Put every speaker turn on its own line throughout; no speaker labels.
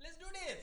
Let's do this.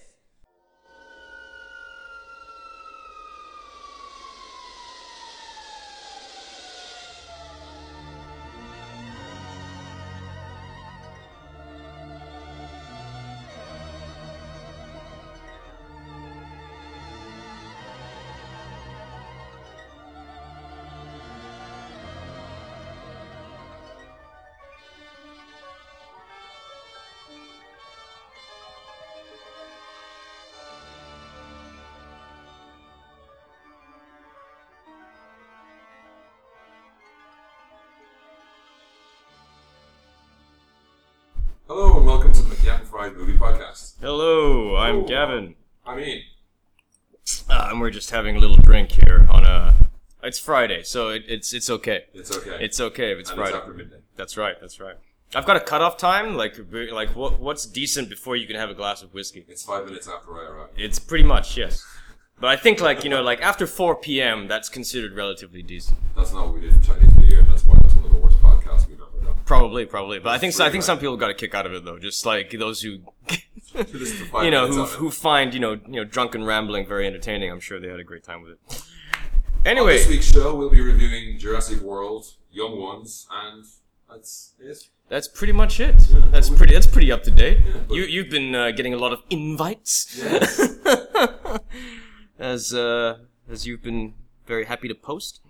Hello and welcome to the McGavin Fried Movie Podcast.
Hello, I'm
Ooh.
Gavin.
I mean,
Uh, and we're just having a little drink here on a. It's Friday, so it, it's it's okay.
it's okay.
It's okay if it's
and
Friday.
after midnight.
That's right. That's right. I've got a cutoff time, like b- like what what's decent before you can have a glass of whiskey.
It's five minutes after I arrived.
It's pretty much yes, but I think like you know like after 4 p.m. that's considered relatively decent.
That's not what we did for Chinese New Year, and that's why that's one of the worst podcasts we've ever done.
Probably, probably, but I think so, I
Pretty
think
much.
some people got a kick out of it though. Just like those who
This is the five
you know
minutes
who
of it.
who find you know you know drunken rambling very entertaining. I'm sure they had a great time with it.
On
Anyway,
this week's show, we'll be reviewing Jurassic World, Young Ones, and that's it.
That's pretty much it. That's pretty. That's pretty up to date. You you've been uh, getting a lot of invites,
Yes.
as uh, as you've been very happy to post.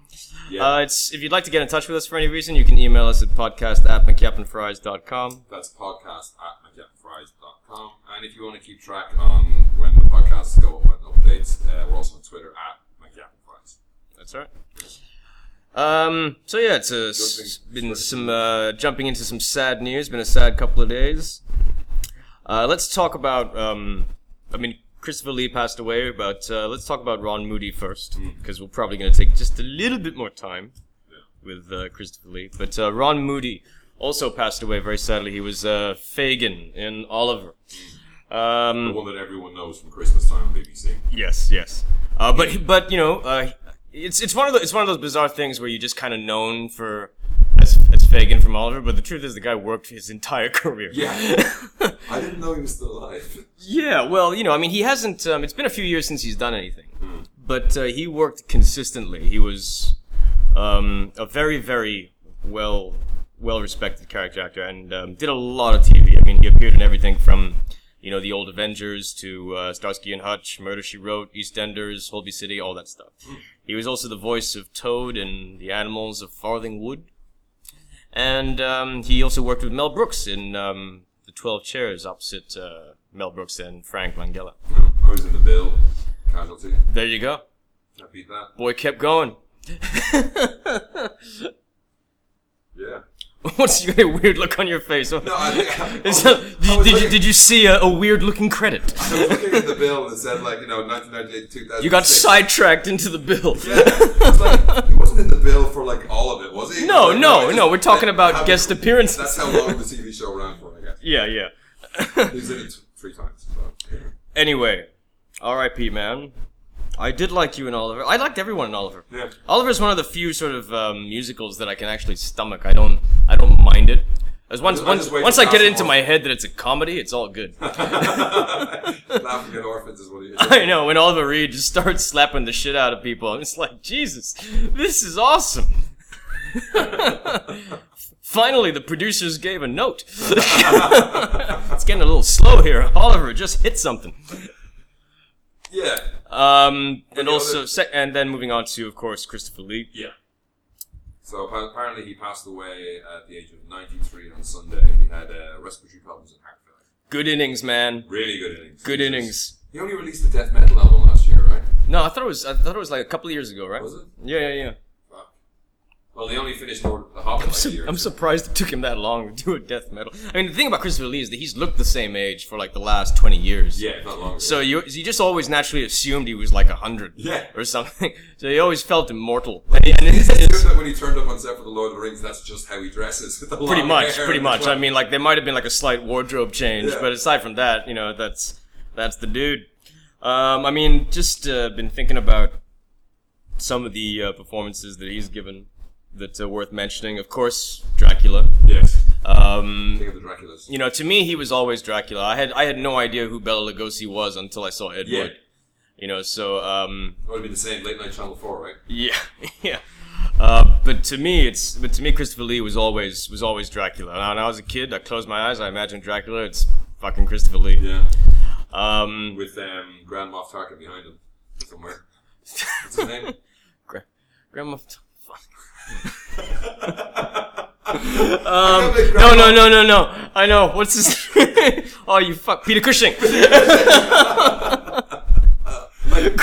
Yeah,
Uh, it's if you'd like to get in touch with us for any reason, you can email us at podcast at mcappenfries.com.
that's podcast at McGavinFries.com. And if you want to keep track on when the podcasts go up and updates, uh, we're also on Twitter at McGavinFries.
That's all right. Um. So yeah, it's
Jumping
uh, s- been
straight
some uh, jumping into some sad news. Been a sad couple of days. Uh, let's talk about. Um, I mean, Christopher Lee passed away, but uh, let's talk about Ron Moody first, because we're probably going to take just a little bit more time with uh, Christopher Lee. But uh, Ron Moody also passed away very sadly. He was uh, Fagin in Oliver. Um,
The one that everyone knows from Christmas time on BBC.
Yes, yes. Uh, but but you know, uh, it's it's one of the, it's one of those bizarre things where you just kind of known for as as Fagin from Oliver, but the truth is the guy worked his entire career.
Yeah. I didn't know he was still alive.
yeah. Well, you know, I mean, he hasn't. Um, it's been a few years since he's done anything, but uh, he worked consistently. He was um, a very very well well respected character actor and um, did a lot of TV. I mean, he appeared in everything from you know the old Avengers to uh, Starsky and Hutch, Murder She Wrote, EastEnders, Holby City, all that stuff. He was also the voice of Toad and the Animals of Farthing Wood, and um, he also worked with Mel Brooks in um, the Twelve Chairs opposite uh, Mel Brooks and Frank Langella.
I was in the bill, casualty.
There you go.
I beat that.
Boy kept going.
Yeah.
What's your weird look on your face?
No, I think I, was,
Is- did,
I was
did you,
looking-
did you see a, a weird looking credit?
I was looking at the bill and it said like you know 1998 2000.
You got sidetracked into the bill.
Yeah, it's like he wasn't in the bill for like all of it, was he?
No,
Like,
no,
it
no.
just-
We're talking
like, how-
about guest
That's
appearances.
how long the TV show ran for, I guess.
Yeah, yeah.
He was in it t- three times. So.
Anyway, R.I.P. Man. I did like you in Oliver. I liked everyone in Oliver.
Yeah.
Oliver's one of the few sort of um, musicals that I can actually stomach. I don't, I don't mind it. As once,
I
once,
just wait
once
for
I get it
Castle
into
Rock.
my head that it's a comedy, it's all good.
Laughing at orphans is what he.
I know when Oliver Reed just starts slapping the shit out of people, I'm just like, Jesus, this is awesome. Finally, the producers gave a note. it's getting a little slow here. Oliver just hit something.
Yeah.
Um, and
Any
also,
other-
sec- and then moving on to, of course, Christopher Lee.
Yeah. So appa- apparently he passed away at the age of 93 on Sunday. He had uh, respiratory problems and heart failure.
Good innings, man.
Really good innings.
Good
Jesus.
innings.
He only released the death metal album last year, right?
No, I thought it was. I thought it was like a couple of years ago, right?
Was it?
Yeah, yeah, yeah.
Fuck. Well, they only finished Lord of the Hobbit like a year.
I'm surprised it took him that long to do a death metal. I mean, the thing about Christopher Lee is that he's looked the same age for like the last 20 years.
yeah, not long. Ago.
So you you just always naturally assumed he was like 100
Yeah.
or something. So he always felt immortal. And, he- and
It's
it's- it's-
assumed that when he turned up on set for the Lord of the Rings, that's just how he dresses. With the
pretty
long
much,
hair
pretty
and the
much. I
twat.
mean, like there might have been like a slight wardrobe change,
Yeah.
but aside from that, you know, that's that's the dude. Um, I mean, just uh, been thinking about some of the uh, performances that he's given. that are worth mentioning. Of course, Dracula.
Yes.
Um,
Think of the Draculas.
you know, to me, he was always Dracula. I had I had no idea who Bela Lugosi was until I saw Ed
Yeah.
Wood. You know, so um,
That would be the same late night Channel Four, right?
yeah, yeah. Uh, but to me, it's but to me, Christopher Lee was always was always Dracula. And when I was a kid, I closed my eyes, I imagined Dracula. It's fucking Christopher Lee.
Yeah.
Um,
With um, Grand Moff Tarkin behind him somewhere. What's his
Um,
name?
Gra- Grandma. Fuck.
I
Um,
can't believe
no,
Grandma-
no, no, no, no. I know. What's his? oh, you fuck, Peter Cushing.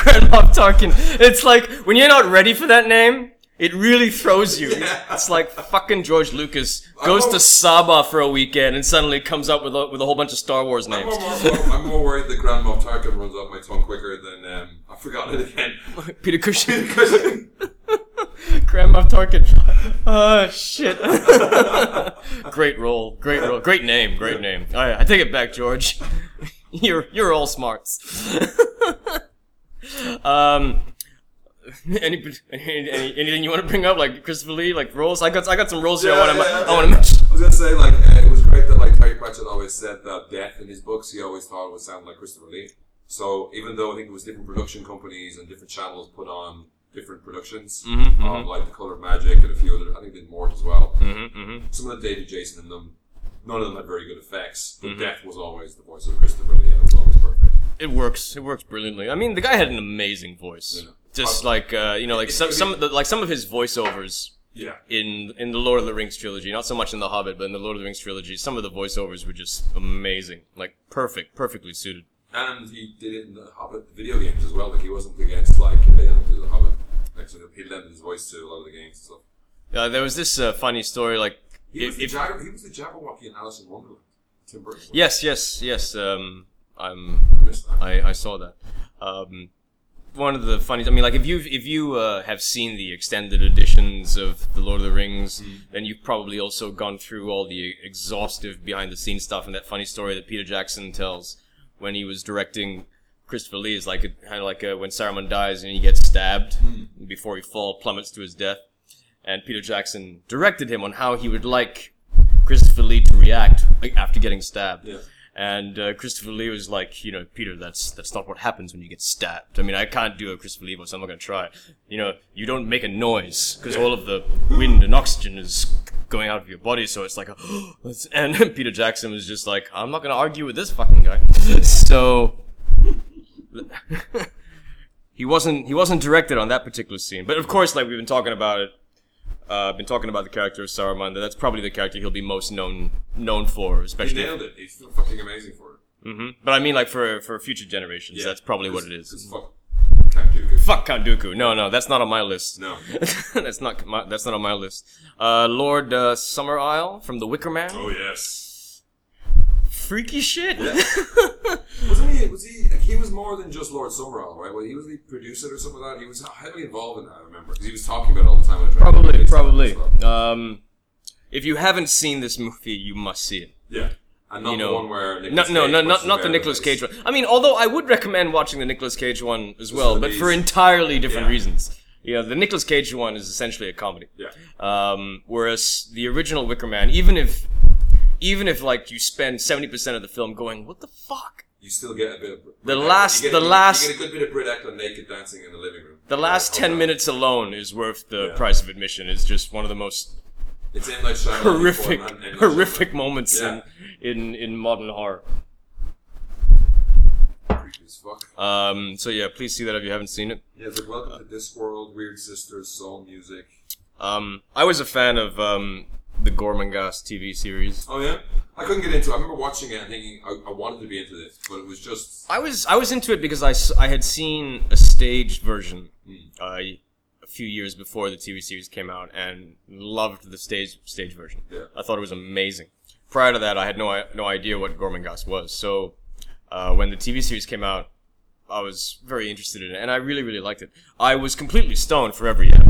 Grandma Tarkin. It's like when you're not ready for that name, it really throws you. It's like fucking George Lucas goes to Saba for a weekend and suddenly comes up with a, with a whole bunch of Star Wars
I'm
names.
more, more- I'm more worried that Grand Moff Tarkin runs off my tongue quicker than um, I've forgotten it again.
Peter Cushing.
Because
Grandma Tarkin. Oh shit. great role. Great role. Great name. Great name. All right, I take it back, George. you're you're all smarts. um. Any, any, any- anything you want to bring up, like Christopher Lee, like roles? I got I got some roles here. I want to I want to mention.
I was gonna say like uh, it was great that like Terry Pratchett always said that death in his books he always thought would sound like Christopher Lee. So even though I think it was different production companies and different channels put on different productions
Mhm,
of, like The Color of Magic and a few other I think they did Mort as well.
Mm-hmm, mm-hmm.
Some of the David Jason and them, none of them had very good effects.
Mm-hmm.
But death was always the voice of Christopher Lee and it was always perfect.
It works. It works brilliantly. I mean, the guy had an amazing voice.
Yeah.
Just like uh, you know, like some some of the, like some of his voiceovers
Yeah.
in in the Lord of the Rings trilogy, not so much in the Hobbit, but in the Lord of the Rings trilogy, some of the voiceovers were just amazing, like perfect, perfectly suited.
And he did it in the Hobbit video games as well. Like he wasn't against like you know, the Hobbit. Like so he lent his voice to a lot of the games and stuff.
Uh, there was this uh, funny story, like
He, was
if-
the
if-
Jabber, he was the Jabberwocky in Alice in Wonderland. Tim Burton. was.
yes, yes, yes. Um, I'm
I missed that.
I, I saw that. Um, one of the funny, I mean, like if you if you uh, have seen the extended editions of the Lord of the Rings,
Mm-hmm.
then you've probably also gone through all the exhaustive behind the scenes stuff and that funny story that Peter Jackson tells when he was directing. Christopher Lee is like a, kind of like a, when Saruman dies and he gets stabbed before he fall plummets to his death, and Peter Jackson directed him on how he would like Christopher Lee to react like, after getting stabbed.
Yeah.
And uh, Christopher Lee was like, you know, Peter, that's that's not what happens when you get stabbed. I mean, I can't do a Christopher Lee voice. I'm not going to try. You know, you don't make a noise because all of the wind and oxygen is going out of your body, so it's like, a and Peter Jackson was just like, I'm not going to argue with this fucking guy. so he wasn't he wasn't directed on that particular scene. But of course, like we've been talking about it, uh, been talking about the character of Saruman. that That's probably the character he'll be most known known for,
He
especially.
nailed it. He's still fucking amazing for it.
hmm But I mean, like for for future generations, that's probably what it
It's
is.
fuck. Count Dooku.
Fuck Count Dooku. No, no, that's not on my list.
No.
that's not my, that's not on my list. Uh, Lord uh, Summer Isle from The Wicker Man.
Oh yes.
Freaky shit.
Wasn't he? Was he? Like, he was more than just Lord Summerall, right? Well, he was the producer or something like that. He was heavily involved in that. I remember 'Cause he was talking about it all the time. when I tried to
probably,
get
probably.
stuff.
Um, if you haven't seen this movie, you must see it.
Yeah. And not
you
the
know,
one where
no,
Nicolas
no,
Cage
no,
puts
not
his
not the
bear
Nicolas
face.
Cage one. I mean, although I would recommend watching the Nicolas Cage one as well,
for
but
these.
for entirely different
Yeah.
reasons. Yeah, the Nicolas Cage one is essentially a comedy.
Yeah.
Um, whereas the original Wicker Man, even if, even if like you spend seventy percent of the film going, what the fuck?
You still get a bit of Brit
The
Ackland.
last-
You get-
the
you-
last-
You get a good bit of Brit Ackland naked dancing in the living room.
The last
Yeah,
ten
hold on.
minutes alone is worth the
Yeah.
price of admission. It's just one of the most
It's in like Shyamalan
horrific,
format, and-
horrific moments
Yeah.
in, in in modern horror.
Creepy as fuck.
Um, so yeah, please see that if you haven't seen it.
Uh, Yeah, it's like welcome to this world, Weird Sisters, Soul Music.
Um, I was a fan of um, the Gormenghast TV series.
Oh yeah, I couldn't get into. it. I remember watching it and thinking I, I wanted to be into this, but it was just
I was I was into it because I, s- I had seen a staged version uh, a few years before the TV series came out and loved the stage stage version.
Yeah.
I thought it was amazing. Prior to that, I had no i- no idea what Gormenghast was. So uh, when the TV series came out, I was very interested in it and I really really liked it. I was completely stoned for every year.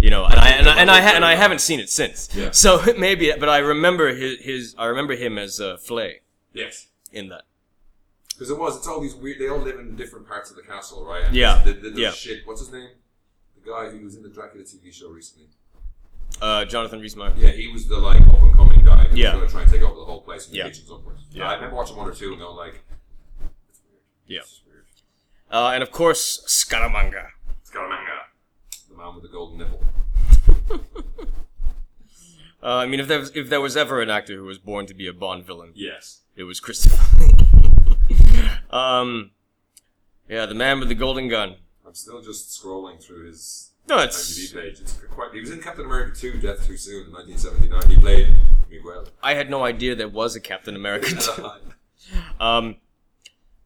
you know, and I and I, and I, ha- and I haven't seen it since.
Yeah.
So maybe, but I remember his, his I remember him as uh, Flay
yes.
in that.
Because it was, it's all these weird. They all live in different parts of the castle, right? And
Yeah,
The, the, the
yeah.
Shit. What's his name? The guy who was in the Dracula TV show recently.
Uh, Jonathan Rhys-Meyers.
Yeah, he was the like up and coming guy that was
Yeah.
going to try and take over the whole place from
Yeah.
the regions upwards.
Yeah.
I remember watching one or two and going like,
Yeah.
this is weird.
Uh, and of course, Scaramanga.
Scaramanga, the man with the golden nipple.
Uh, I mean, if there, was, if there was ever an actor who was born to be a Bond villain,
Yes.
it was Christopher. um, yeah, the man with the golden gun.
I'm still just scrolling through his
No,
IMDb
it's.
page. It's quite. He was in Captain America 2: Death Too Soon in 1979. He played Miguel.
I had no idea there was a Captain America. too. um,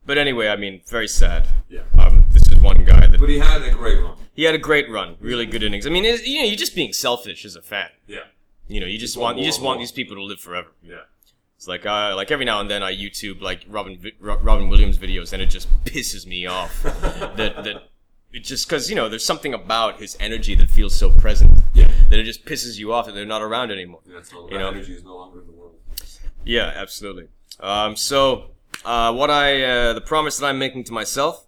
but anyway, I mean, very sad.
yeah.
Um, this is one guy that
But he had a great run.
he had a great run, really good innings. I mean, it's, you know, you're just being selfish as a fan.
Yeah.
You know, you just
want
want you
more,
just want
more.
these people to live forever.
Yeah.
It's like uh, like every now and then I YouTube like Robin Vi- Ro- Robin Williams videos, and it just pisses me off that that it just because you know there's something about his energy that feels so present
Yeah.
that it just pisses you off that they're not around anymore.
Yeah, it's all
You
you
know.
energy is no longer in the world.
Yeah, absolutely. Um, so uh, what I uh, the promise that I'm making to myself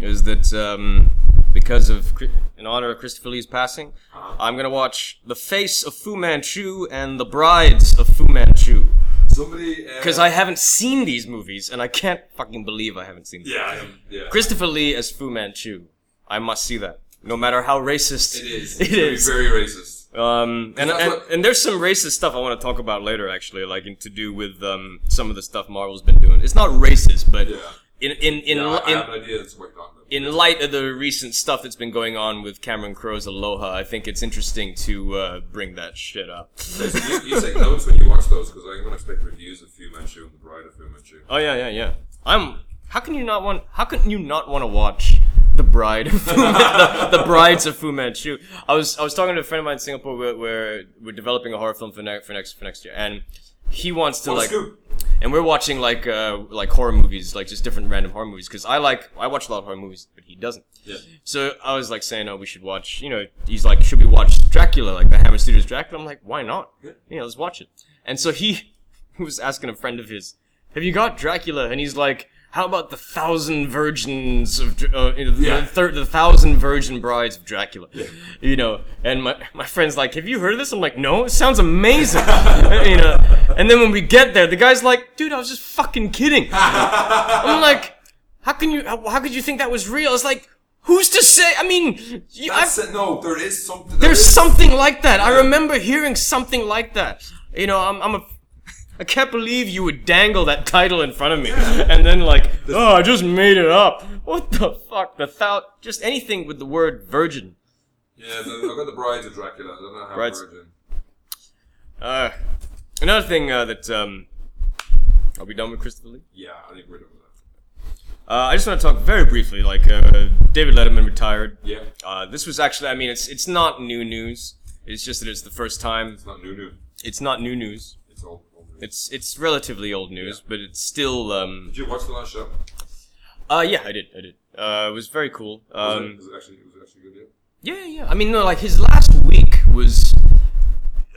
is that um, because of Chri- in honor of Christopher Lee's passing, I'm gonna watch The Face of Fu Manchu and The Brides of Fu Manchu.
Somebody. uh,
Because I haven't seen these movies, and I can't fucking believe I haven't seen them.
Yeah. I am, yeah.
Christopher Lee as Fu Manchu. I must see that. No matter how racist
it is.
It is.
Very, very racist.
Um, and,
that's
and,
what-
and there's some racist stuff I want to talk about later, actually, like in, to do with um, some of the stuff Marvel's been doing. It's not racist, but
Yeah.
in in in,
Yeah, I, I
in,
have an idea that's worked on them.
in light of the recent stuff that's been going on with Cameron Crowe's Aloha, I think it's interesting to uh, bring that shit up.
Okay, so you, you take notes when you watch those because I'm gonna expect reviews of Fu Manchu and the Bride of Fu Manchu.
Oh yeah, yeah, yeah. I'm. How can you not want? How can you not want to watch the bride, of Fu Man- the, the brides of Fu Manchu? I was I was talking to a friend of mine in Singapore where, where we're developing a horror film for next for next for next year, and he wants to
What a
like,
scoop.
and we're watching like uh like horror movies, like just different random horror movies, because I like I watch a lot of horror movies, but he doesn't.
Yeah.
So I was like saying, oh, we should watch. You know, he's like, should we watch Dracula, like the Hammer Studios Dracula? I'm like, why not?
Yeah.
Yeah, let's watch it. And so he was asking a friend of his, have you got Dracula? And he's like, how about the thousand virgins of Dr- uh, you know, the-
Yeah.
the, thir- the thousand virgin brides of Dracula? You know, and my my friend's like, have you heard of this? I'm like, no, it sounds amazing. you know, and then when we get there, the guy's like, dude, I was just fucking kidding. I'm like, how can you? How, how could you think that was real? It's like, who's to say? I mean, you,
I
I've,
said no. There is something.
there's something like that. I remember hearing something like that. You know, I'm, I'm a. I can't believe you would dangle that title in front of me, and then like, oh, I just made it up. What the fuck? The thou, just anything with the word virgin.
Yeah, the, I've got the Bride of Dracula. I don't know how
Brides-
virgin.
Uh, another thing uh, that um, are we done with Christopher Lee?
Yeah, I think we're done with
Uh, I just want to talk very briefly. Like uh, David Letterman retired.
that. Yeah,
Uh, this was actually, I mean, it's it's not new news. It's just that it's the first time.
it's not new new.
It's not new news.
It's all. all new.
It's it's relatively old news, but it's still. Um,
Did you watch the last show?
uh, yeah, I did, I did. Uh, it was very cool.
Was it-
Um,
was it actually was it actually good? Yeah.
yeah, yeah. I mean, no, like his last week was.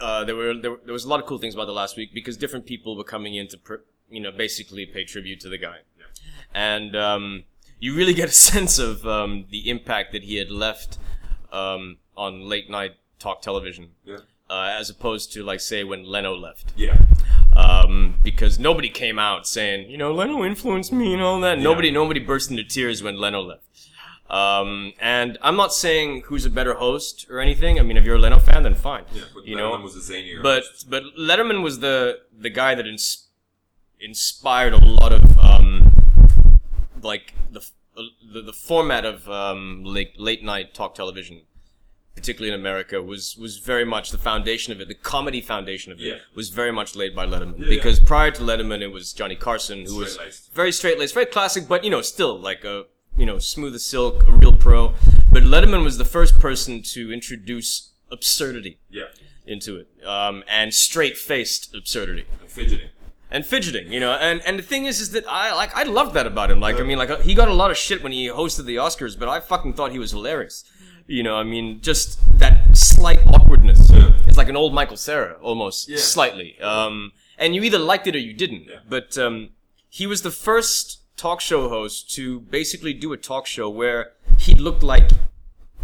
Uh, there were there, were- there was a lot of cool things about the last week because different people were coming in to pr- you know basically pay tribute to the guy, and um, you really get a sense of um, the impact that he had left um, on late night talk television.
Yeah.
uh, as opposed to like say when Leno left,
Yeah.
um, because nobody came out saying you know Leno influenced me and all that. Nobody nobody burst into tears when Leno left. Um, and I'm not saying who's a better host or anything. I mean, if you're a Leno fan, then fine.
Yeah, but
you
that
know,
one was a zanier.
but but Letterman was the the guy that ins- inspired a lot of um, like the, f- the the format of um, late late night talk television, particularly in America, was was very much the foundation of it. The comedy foundation of it
Yeah.
was very much laid by Letterman
yeah.
because prior to Letterman, it was Johnny Carson who was
Straight-laced.
very straight laced, very classic, but you know still like a you know smooth as silk, a real pro. But Letterman was the first person to introduce absurdity
yeah,
into it um, and straight faced absurdity
and fidgeting.
and fidgeting you know and and the thing is is that i like i loved that about him like i mean like uh, he got a lot of shit when he hosted the oscars but i fucking thought he was hilarious you know i mean just that slight awkwardness
Yeah.
it's like an old michael Cera almost
Yeah.
slightly um, and you either liked it or you didn't
Yeah.
but um, he was the first talk show host to basically do a talk show where he looked like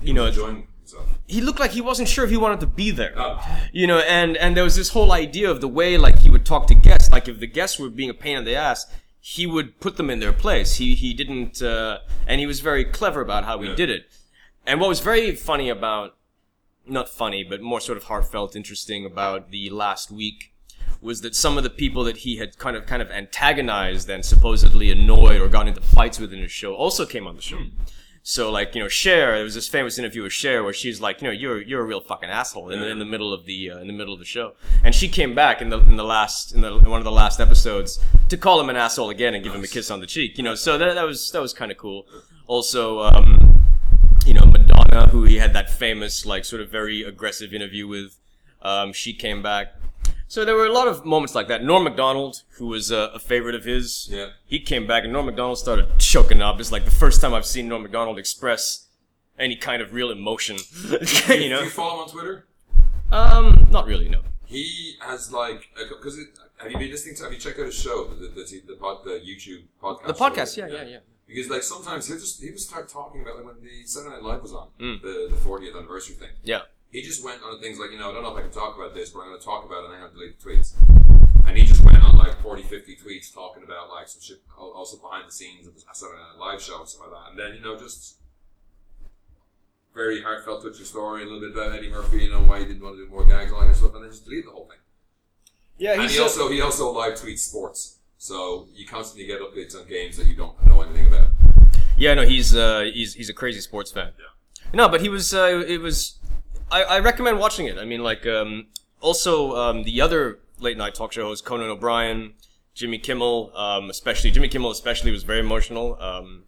you know
Enjoying himself.
he looked like he wasn't sure if he wanted to be there.
Oh.
You know, and and there was this whole idea of the way like he would talk to guests, like if the guests were being a pain in the ass, he would put them in their place. He he didn't, uh, and he was very clever about how he
Yeah.
did it. And what was very funny about, not funny, but more sort of heartfelt, interesting about the last week was that some of the people that he had kind of kind of antagonized and supposedly annoyed or got into fights with in his show also came on the show. So like you know Cher, there was this famous interview with Cher where she's like you know you're you're a real fucking asshole in, the in the middle of the uh, in the middle of the show, and she came back in the in the last in, the, in one of the last episodes to call him an asshole again and give him a kiss on the cheek, you know. So that, that was that was kind of cool. Also, um, you know Madonna, who he had that famous like sort of very aggressive interview with, um, she came back. So there were a lot of moments like that. Norm Macdonald, who was a, a favorite of his,
Yeah.
he came back and Norm Macdonald started choking up. It's like the first time I've seen Norm Macdonald express any kind of real emotion. you
Do
know,
you follow him on Twitter?
um, not really. No,
He has like because have you been listening to? Have you checked out his show, the the, the, the, pod, the YouTube podcast?
the podcast. Yeah, yeah, yeah.
Because like sometimes he'll just he would start talking about like when the Saturday Night Live was on
Mm.
the the 40th anniversary thing.
Yeah.
He just went on things like you know I don't know if I can talk about this, but I'm going to talk about it and I'm going to delete the tweets. And he just went on like 40, 50 tweets talking about like some shit al- also behind the scenes of the Saturday Night Live show and stuff like that. And then you know just very heartfelt touching story, a little bit about Eddie Murphy, you know why he didn't want to do more gags, all that kind of stuff, and then just delete the whole thing.
Yeah,
And he also he also live tweets sports, so you constantly get updates on games that you don't know anything about.
yeah. No, he's uh, he's he's a crazy sports fan. No, but he was. Uh, it was. I, I recommend watching it. I mean, like um, also um, the other late night talk show hosts, Conan O'Brien, Jimmy Kimmel, um, especially Jimmy Kimmel, especially was very emotional. Um,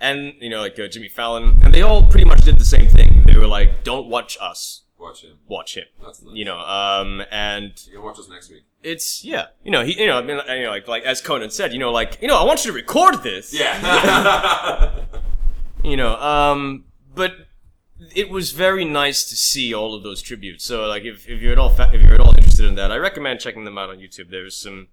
and you know, like uh, Jimmy Fallon, and they all pretty much did the same thing. They were like, "Don't watch us,
Watch him.
watch him."
That's nice.
You know, um, and
You can watch us next week.
it's yeah, you know, he, you know, I mean, you know, like like as Conan said, you know, like you know, I want you to record this.
Yeah.
you know um but it was very nice to see all of those tributes so like if, if you're at all fa- if you're at all interested in that i recommend checking them out on youtube there's some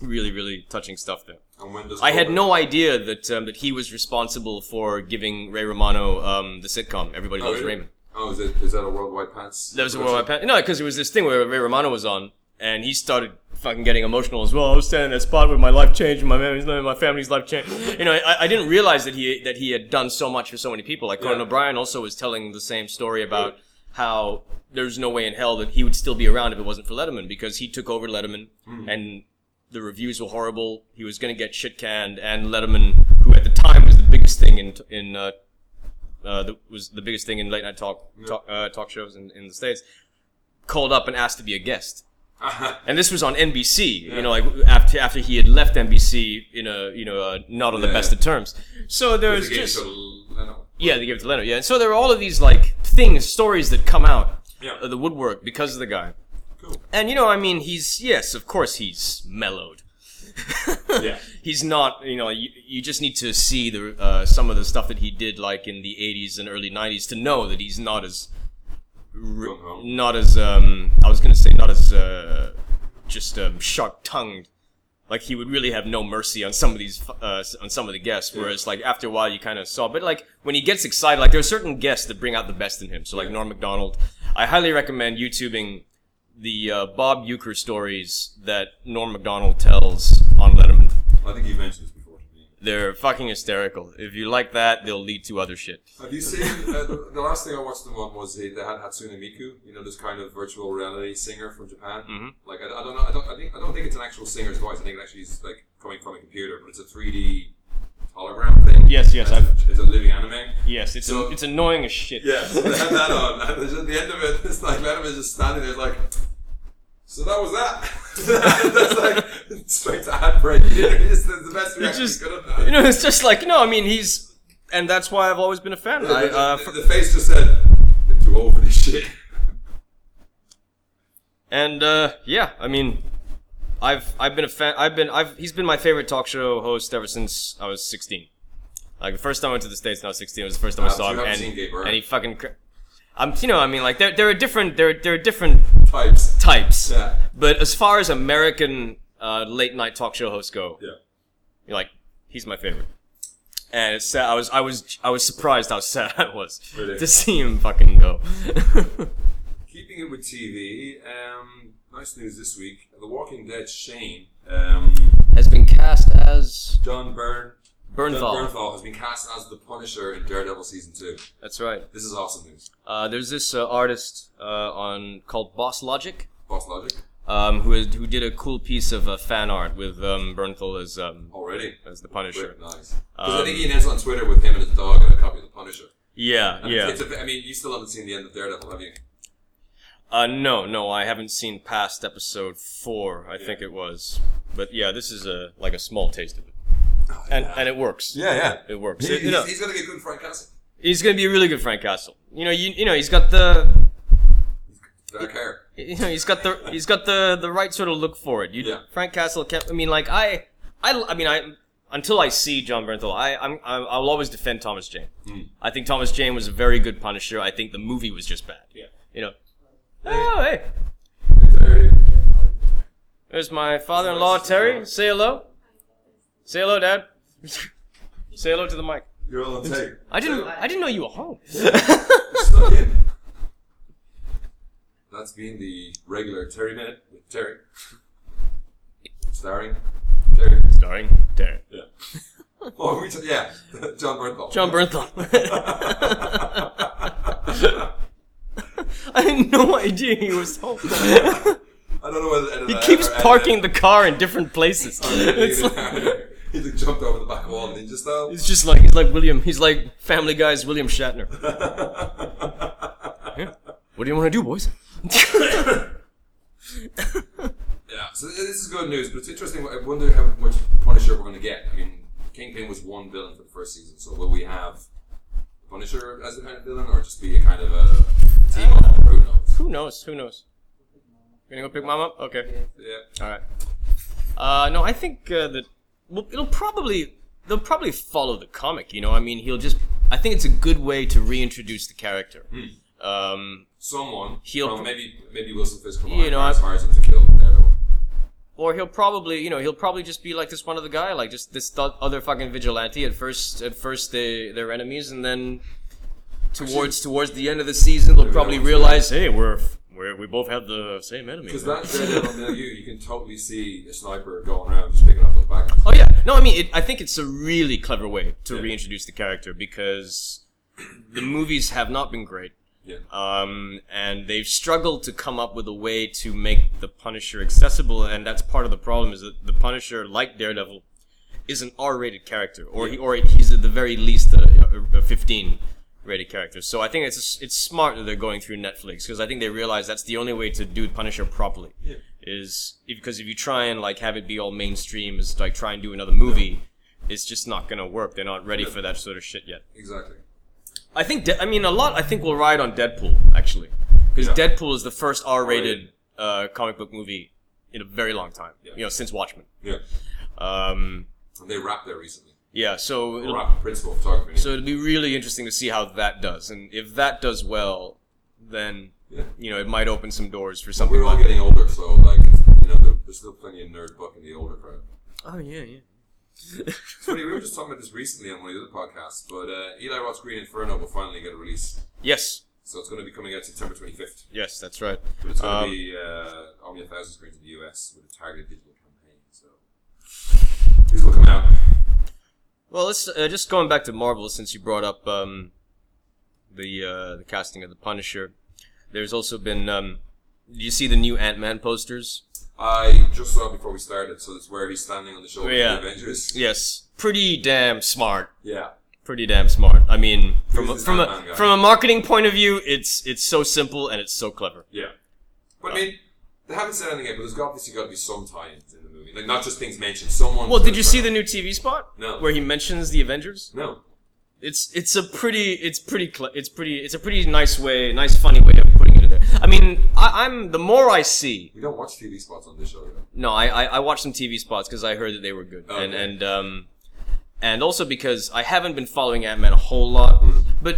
really really touching stuff there
and when does
i had
COVID-
no idea that um, that he was responsible for giving ray romano um, the sitcom everybody
Oh,
loves
really?
raymond
Oh, is, it, is that a worldwide pants?
that was where my pa- no because it was this thing where ray romano was on and he started fucking getting emotional as well. I was standing in that spot where my life changed, my family's my family's life changed. You know, I, I didn't realize that he that he had done so much for so many people. Like Conan
Yeah.
O'Brien also was telling the same story about how there's no way in hell that he would still be around if it wasn't for Letterman because he took over Letterman
Hmm.
and the reviews were horrible. He was going to get shit canned, and Letterman, who at the time was the biggest thing in in uh, uh, the, was the biggest thing in late night talk talk, uh, talk shows in, in the states, called up and asked to be a guest and this was on NBC. You know, like after after he had left NBC in a you know uh, not on the
Yeah,
best
yeah.
of terms. So there was
Is it
just
to Leno?
yeah, they gave it to Leno. Yeah, and so there were all of these like things, stories that come out
Yeah.
of the woodwork because of the guy.
Cool.
And you know, I mean, he's yes, of course, he's mellowed.
Yeah.
He's not, you know, you, you just need to see the uh, some of the stuff that he did like in the 80s and early 90s to know that he's not as r-
Gung-ho.
not as um I was going to say not as uh just um sharp-tongued. Like he would really have no mercy on some of these fu- uh, s- on some of the guests whereas like after a while you kind of saw but like when he gets excited like there are certain guests that bring out the best in him. So like Norm Macdonald, I highly recommend youtubing the uh, Bob Euchre stories that Norm Macdonald tells on Letterman.
I think you mentioned this before. to me.
They're fucking hysterical. If you like that, they'll lead to other shit.
Have you seen uh, the, the last thing I watched them on was they, they had Hatsune Miku, you know, this kind of virtual reality singer from Japan.
Mm-hmm.
Like I, I don't know, I don't, I, think, I don't think it's an actual singer's voice. I think it actually is like coming from a computer, but it's a 3D hologram thing.
Yes, yes,
And
I've-
It's, a, it's a living anime.
Yes, it's
So-
it's annoying as shit.
Yeah, so they had that on. And at the end of it, it's like Letterman's just standing there, like, so that was that. That's like straight to ad break. You know, it's the, the best
It's
reaction
just
you could have done.
you know, it's just like no. I mean, he's and that's why I've always been a fan. I,
the,
uh,
the-
for-
the face just said, "You're too old for this shit.
and uh, yeah, I mean, I've I've been a fan. I've been I've he's been my favorite talk show host ever since I was 16. Like the first time I went to the states, when I was 16. It was the first time I
Ah,
saw
so you
him,
haven't
and,
seen Gay Bird.
and he fucking. Cr- I'm you know I mean like there there are different there there are different
Pipes.
types.
Yeah.
But as far as American uh, late night talk show hosts go,
Yeah.
you're like, he's my favorite. and it's sad. I was I was I was surprised how sad I was
Really?
to see him fucking go.
Keeping it with TV, um, nice news this week. The Walking Dead Shane, um,
Has been cast as
John Byrne, John
Bernthal.
Bernthal has been cast as the Punisher in Daredevil season two.
That's right.
This is awesome news.
Uh, there's this uh, artist uh, on called Boss Logic.
Boss Logic
um, who is, who did a cool piece of uh, fan art with um, Bernthal as um,
already.
as the Punisher.
Great, nice. Because I
Um,
think he announced on Twitter with him and his dog and a copy of the Punisher.
Yeah,
And
yeah.
It's a, I mean, you still haven't seen the end of Daredevil, have you?
Uh, no, no, I haven't seen past episode four. I think it was, but yeah, this is a like a small taste of it, and and it works.
Oh, yeah, yeah.
It works.
He,
It- you know,
he's, he's gonna get good Frank Castle.
he's gonna be a really good Frank Castle. You know, you you know, he's got the
Dark hair.
you know, he's got the he's got the the right sort of look for it. You,
Yeah.
Frank Castle kept. I mean, like I, I, I mean, I until I see John Bernthal, I, I'm, I'm I'll always defend Thomas Jane. I think Thomas Jane was a very good Punisher. I think the movie was just bad.
Yeah.
You know. Oh hey,
Very-
there's my father-in-law Terry. Say hello. Say hello, Dad. Say hello to the mic.
You're all on tape.
I didn't. I didn't know you were home.
Stuck in. That's been the regular Terry minute with Terry, starring Terry.
Starring Terry.
Yeah. oh, we t- yeah, John Bernthal.
John Bernthal. I had no idea he was home.
I don't know whether to edit
He
that
keeps
or edit
parking
it.
the car in different places.
Oh,
It's
He
like,
like jumped over the back wall and he just uh,
it's just like he's like William. He's like Family Guy's William Shatner. What do you want to do, boys?
Yeah, so this is good news, but it's interesting. I wonder how much Punisher we're going to get. I mean, Kingpin was one villain for the first season, so will we have Punisher as a kind of villain, or just be a kind of a team up? Who knows?
Who knows? Who knows? You gonna go pick mom up? Okay.
Yeah,
All right. Uh, no, I think uh, that well, it'll probably they'll probably follow the comic. You know, I mean, he'll just. I think it's a good way to reintroduce the character. Um,
someone.
He'll-
from maybe maybe Wilson Fisk from
You know, I-
inspires him to kill Daredevil.
or he'll probably you know he'll probably just be like this one other guy like just this th- other fucking vigilante at first at first they they're enemies and then towards towards the end of the season they'll probably
that was-
realize hey we're we're we both have the same enemy
Because that Daredevil milieu, you can totally see a sniper going around just picking up those backers.
oh yeah no i mean it, i think it's a really clever way to
Yeah.
reintroduce the character because the movies have not been great
Yeah.
um, and they've struggled to come up with a way to make the Punisher accessible, and that's part of the problem is that the Punisher, like Daredevil, is an R-rated character, or he, or he's at the very least a, a- a 15 rated character. So I think it's it's smart that they're going through Netflix because I think they realize that's the only way to do Punisher properly.
Yeah.
Is because if you try and like have it be all mainstream, is like try and do another movie, it's just not gonna work. They're not ready for that sort of shit yet.
Exactly.
I think De- I mean a lot. I think will ride on Deadpool actually, because
Yeah.
Deadpool is the first R-rated uh, comic book movie in a very long time.
Yeah.
You know, since Watchmen.
Yeah.
Um,
And they wrapped there recently.
yeah, so it'll,
Wrapped principal photography.
so it'll be really interesting to see how that does, and if that does well, then
Yeah.
you know it might open some doors for something.
We're all
like
getting older, so like you know, there, there's still plenty of nerd buck in the older crowd.
Oh yeah, yeah.
It's funny, we were just talking about this recently on one of the other podcasts, but uh, Eli Roth's Green Inferno will finally get a release,
yes,
so it's going to be coming out September 25th.
yes, that's right.
But it's going to
Um,
be uh, only a thousand screens in the US with a targeted digital campaign. So these will come out.
Well, let's uh, just going back to Marvel since you brought up um, the uh, the casting of the Punisher. There's also been. Um, do you see the new Ant Man posters?
I just saw it before we started, so it's where he's standing on the shoulders
Yeah.
of the Avengers.
Yes, pretty damn smart.
Yeah.
Pretty damn smart. I mean, from
Who's
a,
this
from a
Ant-Man guy?
from a marketing point of view, it's it's so simple and it's so clever.
Yeah. Uh, But I mean, they haven't said anything yet, but there's obviously got to be some tie-ins in the movie. Like, not just things mentioned. Someone.
Well, did you see the new TV spot
No.
where he mentions the Avengers?
No.
It's it's a pretty it's pretty cle it's pretty it's a pretty nice way nice funny way of putting it in there. I mean, I, I'm the more I see
We don't watch TV spots on this show, though.
No, I I, I watched some TV spots because I heard that they were good,
Okay.
and and um, and also because I haven't been following Ant Man a whole lot,
Mm-hmm.
but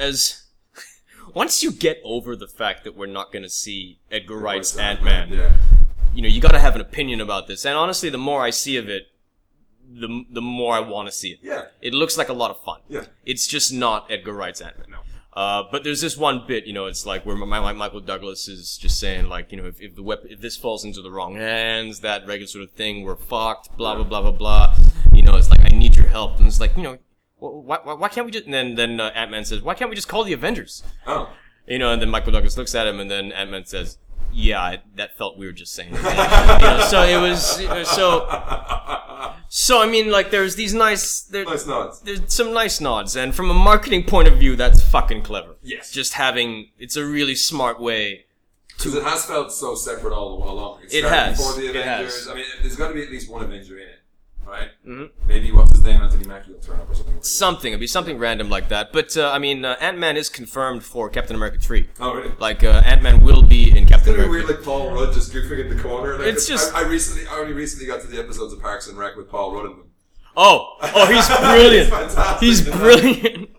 as once you get over the fact that we're not going to see Edgar Wright's Ant Man,
Yeah.
you know, you got to have an opinion about this. And honestly, the more I see of it, the the more I want to see it.
Yeah.
It looks like a lot of fun.
Yeah.
It's just not Edgar Wright's anime.
No.
Uh, but there's this one bit, you know, it's like where my, my Michael Douglas is just saying, like, you know, if, if the wep- if this falls into the wrong hands, that regular sort of thing, we're fucked, blah blah blah blah blah. You know, it's like I need your help, and it's like, you know, wh- why, why, why can't we just? And then then uh, Ant Man says, why can't we just call the Avengers?
Oh.
You know, and then Michael Douglas looks at him, and then Ant Man says, "Yeah, I, that felt weird just saying." that." You know, so it was. it was- So so I mean, like, there's these nice. There,
no, it's not.
there's some nice nods, and from a marketing point of view, that's fucking clever.
Yes.
just having it's a really smart way.
Because it has felt so separate all all along. It,
It
started
has.
Before the
It
Avengers.
has.
I mean, there's got to be at least one Avenger in it, right?
Mhm.
Maybe what's his name, Anthony Mackie, will turn up or something.
Something it'd be something random like that. But uh, I mean, uh, Ant Man is confirmed for Captain America three.
Oh, really?
Like uh, Ant Man will be in Captain
It's gonna be
America.
weird, like Paul Rudd just goofing in the corner. Like,
It's just-
I, I recently, I only recently got to the episodes of Parks and Rec with Paul Rudd in them.
Oh, oh, he's
He's
brilliant.
fantastic.
he's brilliant.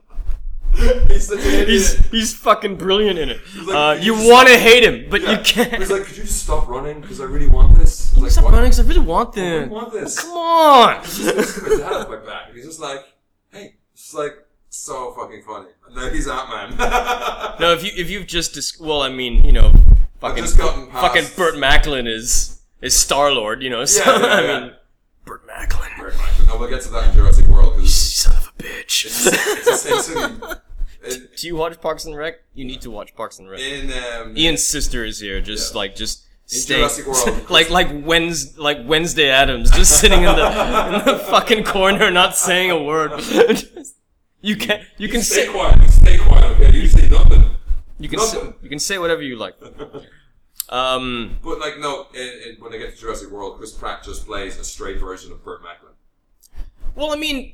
He's such an idiot.
He's he's fucking brilliant in it.
like-
uh, you
he's-
want to hate him, but
Yeah.
you can't.
He's like, could you just stop running? Because I really want this. I was
Stop
like,
running, 'cause I really want
I
them.
want this.
Come on.
Just my dad on my back. And he's just like, hey, it's like so fucking funny. No, he's Ant Man.
no, if you if you've just dis- well, I mean, you know,
I've
fucking
just gotten past.
fucking Burt Macklin is is Star Lord, you know. So
Yeah, yeah, yeah.
I mean, Burt Macklin,
Burt Macklin. No, we'll get to that in Jurassic World because
son of a
it's
bitch.
essentially. In,
Do you watch Parks and Rec? You need to watch Parks and Rec.
in, um,
Ian's sister is here, just
Yeah.
like just. Stay,
Jurassic World.
like like Wednes like Wednesday Adams just sitting in the in the fucking corner not saying a word. Just- you can you can
stay
sit
quiet. Stay quiet. Okay, you say nothing.
you can say,
Nothing.
you can say whatever you like. Um,
But like, no. In, in, when they get to Jurassic World, Chris Pratt just plays a straight version of Burt Macklin.
Well, I mean,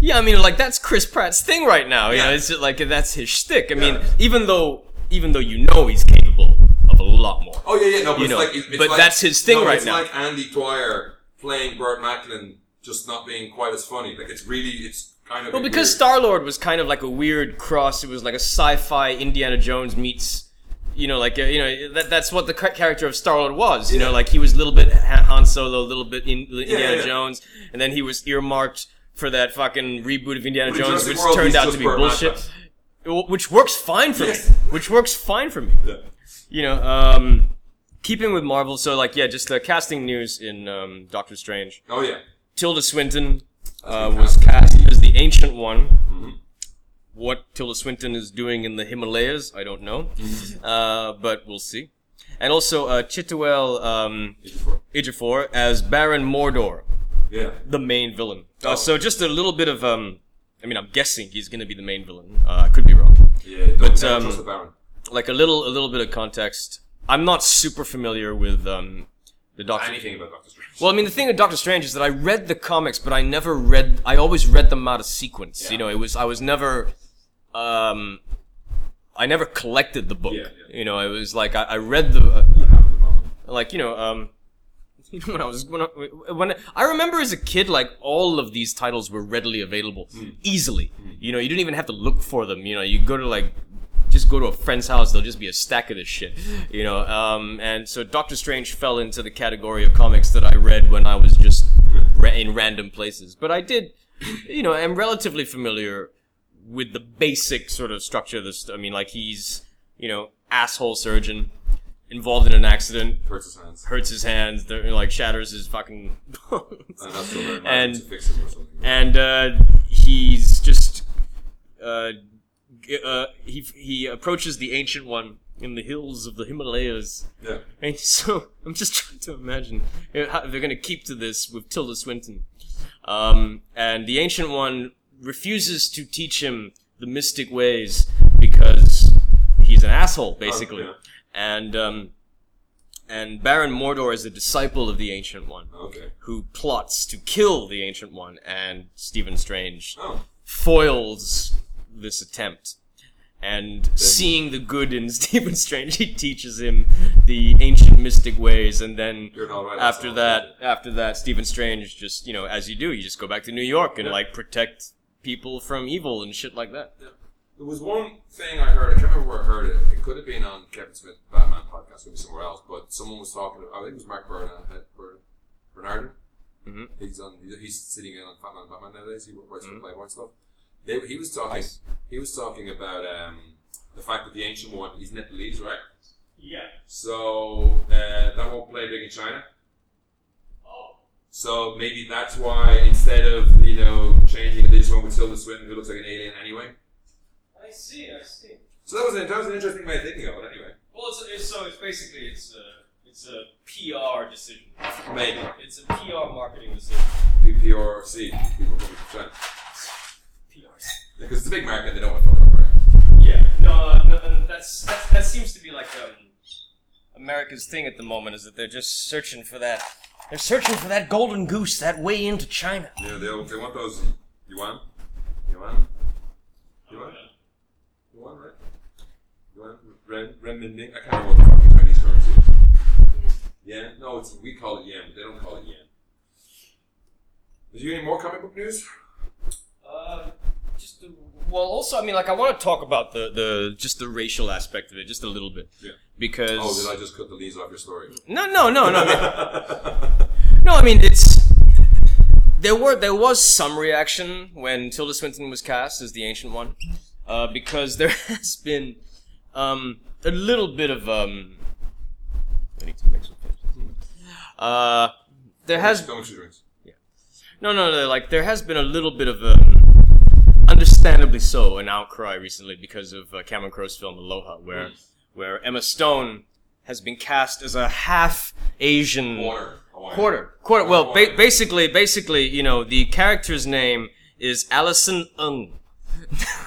yeah, I mean, like that's Chris Pratt's thing right now. You
Yeah.
know, it's just, like that's his shtick. I mean,
Yeah.
even though even though you know he's capable of a lot more.
Oh yeah, yeah. No, but
You
it's
know,
like, it's it's
but
like-
that's his thing
no,
right
it's
now.
like Andy Dwyer playing Burt Macklin, just not being quite as funny. Like it's really, it's kind of
Well,
a
because
weird-
Star Lord was kind of like a weird cross. It was like a sci-fi Indiana Jones meets. You know, like uh, you know, that, that's what the ca- character of Star Lord was. You
Yeah.
know, like he was a little bit Han Han Solo, a little bit in, Indiana
yeah.
Jones, and then he was earmarked for that fucking reboot of Indiana
But in
Jones,
Jurassic
which
World,
turned
he's
out
just
to be
Burt
bullshit. Wh- Which works fine for
Yes.
me. Which works fine for me. You know, um, keeping with Marvel, so like yeah, just the casting news in um, Doctor Strange.
Oh yeah.
Tilda Swinton uh,
been
was cast as the Ancient One.
Mm-hmm.
What Tilda Swinton is doing in the Himalayas, I don't know,
Mm-hmm.
uh, but we'll see. And also uh, Chitwell um, Ejiofor as Baron Mordor,
Yeah.
the main villain.
Oh.
Uh, so just a little bit of, um, I mean, I'm guessing he's going to be the main villain. Uh, I could be wrong.
Yeah. Don't,
But,
don't
um,
trust the Baron.
Like a little, a little bit of context. I'm not super familiar with um, the Doctor.
Anything about Doctor Strange.
Well, I mean, the thing with Doctor Strange is that I read the comics, but I never read. I always read them out of sequence.
Yeah.
You know, it was I was never, um, I never collected the book.
Yeah, yeah.
You know, it was like I, I read the uh,
You have at the moment.
like you know um, you know when I was when I, when I, I remember as a kid, like all of these titles were readily available easily. You know, you didn't even have to look for them. You know, you go to like. Just go to a friend's house; there'll just be a stack of this shit, you know. Um, and so Doctor Strange fell into the category of comics that I read when I was just ra- in random places. But I did, you know, am relatively familiar with the basic sort of structure. Of this, I mean, like he's, you know, asshole surgeon involved in an accident,
Hurts his hands.
hurts his hands, th- like shatters his fucking bones.
And that's still very
And-
magic to fix him or something.
and uh, he's just uh, g- uh, he he approaches the ancient one in the hills of the Himalayas.
yeah.
And so I'm just trying to imagine you know, how they're going to keep to this with Tilda Swinton. Um, and the ancient one refuses to teach him the mystic ways because he's an asshole, basically.
yeah.
And um, and Baron Mordor is a disciple of the ancient one
Okay.
who plots to kill the ancient one, and Stephen Strange
Oh.
foils this attempt. And seeing the good in Stephen Strange, he teaches him the ancient mystic ways, and then
You're not right.
after
that's
that,
all.
after that, Stephen Strange just you know, as you do, you just go back to New York and like protect people from evil and shit like that.
There was one thing I heard, I can't remember where I heard it. It could have been on Kevin Smith Batman podcast, maybe somewhere else, but someone was talking, I think it was Mark Bernard, Bernard,
Mhm.
He's on. He's sitting in on Batman, Batman nowadays. He writes for Playboy and stuff. They, he was talking.
Nice.
He was talking about um, the fact that the ancient one he's Nepalese, right?
Yeah.
So uh, that won't play big in China.
Oh.
So maybe that's why instead of you know changing this one with Tilda Swinton, who looks like an alien anyway.
I see. I see.
So that was an, that was an interesting way of thinking of it, anyway.
Well, it's, it's so it's basically it's a it's a PR decision.
Maybe
It's a PR marketing decision.
PPRC people coming from China
PRs.
because it's a big market. They don't want to fuck up, right?
Yeah. No, no, no that's, that's that seems to be like um.
America's thing at the moment is that they're just searching for that. They're searching for that golden goose, that way into China.
Yeah, they they want those yuan, yuan, yuan, yuan, right? Yuan, ren, renminbi. I can't remember what the fucking Chinese currency is. Yen? No, it's we call it yen, but they don't call it yen. Is you any more comic book news?
Uh,
Just the, well, also, I mean, like, I want to talk about the, the just the racial aspect of it just a little bit.
Yeah.
Because
Oh, did I just cut the leaves off your story?
no, no, no, no, no, no. I mean, it's there were there was some reaction when Tilda Swinton was cast as the Ancient One, uh, because there has been um, a little bit of um. I need to make some papers. Uh, there has
Don't you drinks?
No, no, no. Like there has been a little bit of a, understandably so, an outcry recently because of uh, Cameron Crowe's film Aloha, where where Emma Stone has been cast as a half Asian
Quarter. Hawaiian.
quarter, quarter. Well, ba-
Quarter.
basically, basically, you know, the character's name is Allison Ng.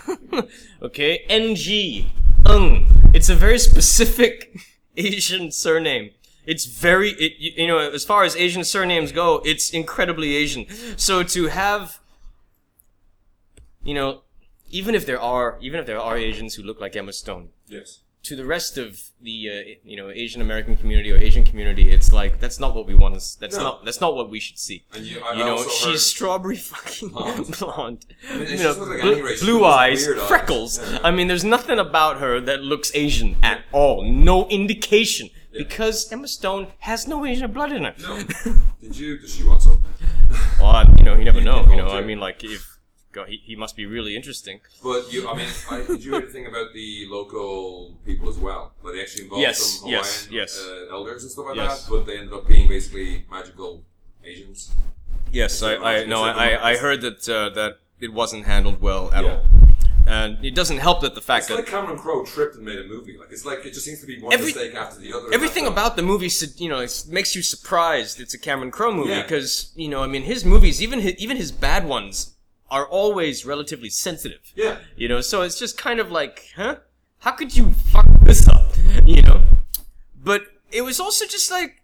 okay, N G Ng. It's a very specific Asian surname. It's very, it, you you know, as far as Asian surnames go, it's incredibly Asian. So to have, you know, even if there are, even if there are Asians who look like Emma Stone,
Yes.
to the rest of the uh, you know Asian American community or Asian community, it's like that's not what we want. To, s- that's
No.
not that's not what we should see.
And you, I
You know,
also
she's
heard-
strawberry fucking
Blonde.
blonde,
mean, she
you know,
doesn't look like
bl-
any race. She
blue
looks
eyes,
weird eyes.
freckles.
Yeah.
I mean, there's nothing about her that looks Asian at all. No indication because Emma Stone has no Asian blood in her.
No. Did you? Does she want some?
Well, I- you know, you never know. You know, I
culture.
mean, like if God, he, he must be really interesting.
But you, I mean, I, did you hear anything about the local people as well? That they actually involved
Yes,
some Hawaiian
yes, yes.
Uh, elders and stuff like
Yes.
that, but they ended up being basically magical Asians.
Yes, I, I no, I, I- I heard that uh, that it wasn't handled well at
Yeah.
all, and it doesn't help that the fact
It's like
that
Cameron Crowe tripped and made a movie. Like it's like it just seems to be one
Every-
mistake after the other.
everything about the movie, su- you know, it's, makes you surprised. It's a Cameron Crowe movie
Yeah.
because you know, I mean, his movies, even his, even his bad ones, are always relatively sensitive.
uh, Yeah.
You know, so it's just kind of like, huh? How could you fuck this up? You know, but it was also just like.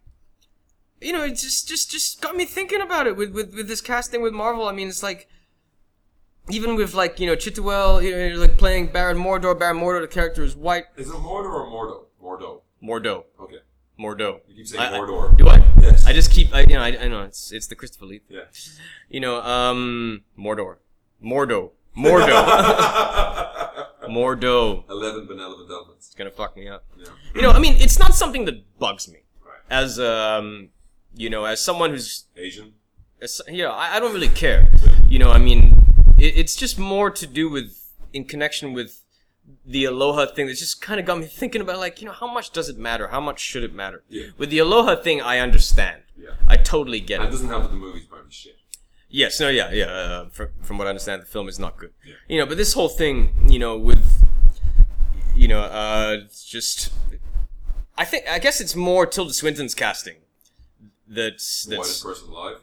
You know, it just just just got me thinking about it with, with, with this casting with Marvel. I mean, it's like even with like you know Chitwell, you know, like playing Baron Mordor. Baron Mordor, the character is white.
Is it Mordor or Mordo? Mordo.
Mordo,
Okay.
Mordo.
You keep saying
I- I-
Mordor.
Do I?
Yes.
I just keep, I, you know, I, I know it's it's the Christopher Lee.
Yeah.
You know, um, Mordor, Mordo, Mordo, Mordo.
Eleven benevolent elements.
It's gonna fuck me up.
Yeah.
You know, I mean, it's not something that bugs me
Right.
as um, you know, as someone who's,
Asian.
as, you know, I, I don't really care. You know, I mean, it, it's just more to do with in connection with the aloha thing that's just kind of got me thinking about like you know how much does it matter how much should it matter
Yeah.
with the aloha thing i understand
Yeah.
i totally get it
And it doesn't help that the movie's probably shit.
Yes, no, yeah, yeah. Uh, from, from what I understand, the film is not good.
Yeah.
You know, but this whole thing, you know, with, you know, uh, it's just, I think, I guess it's more Tilda Swinton's casting. That's
Whitest
that's
person alive.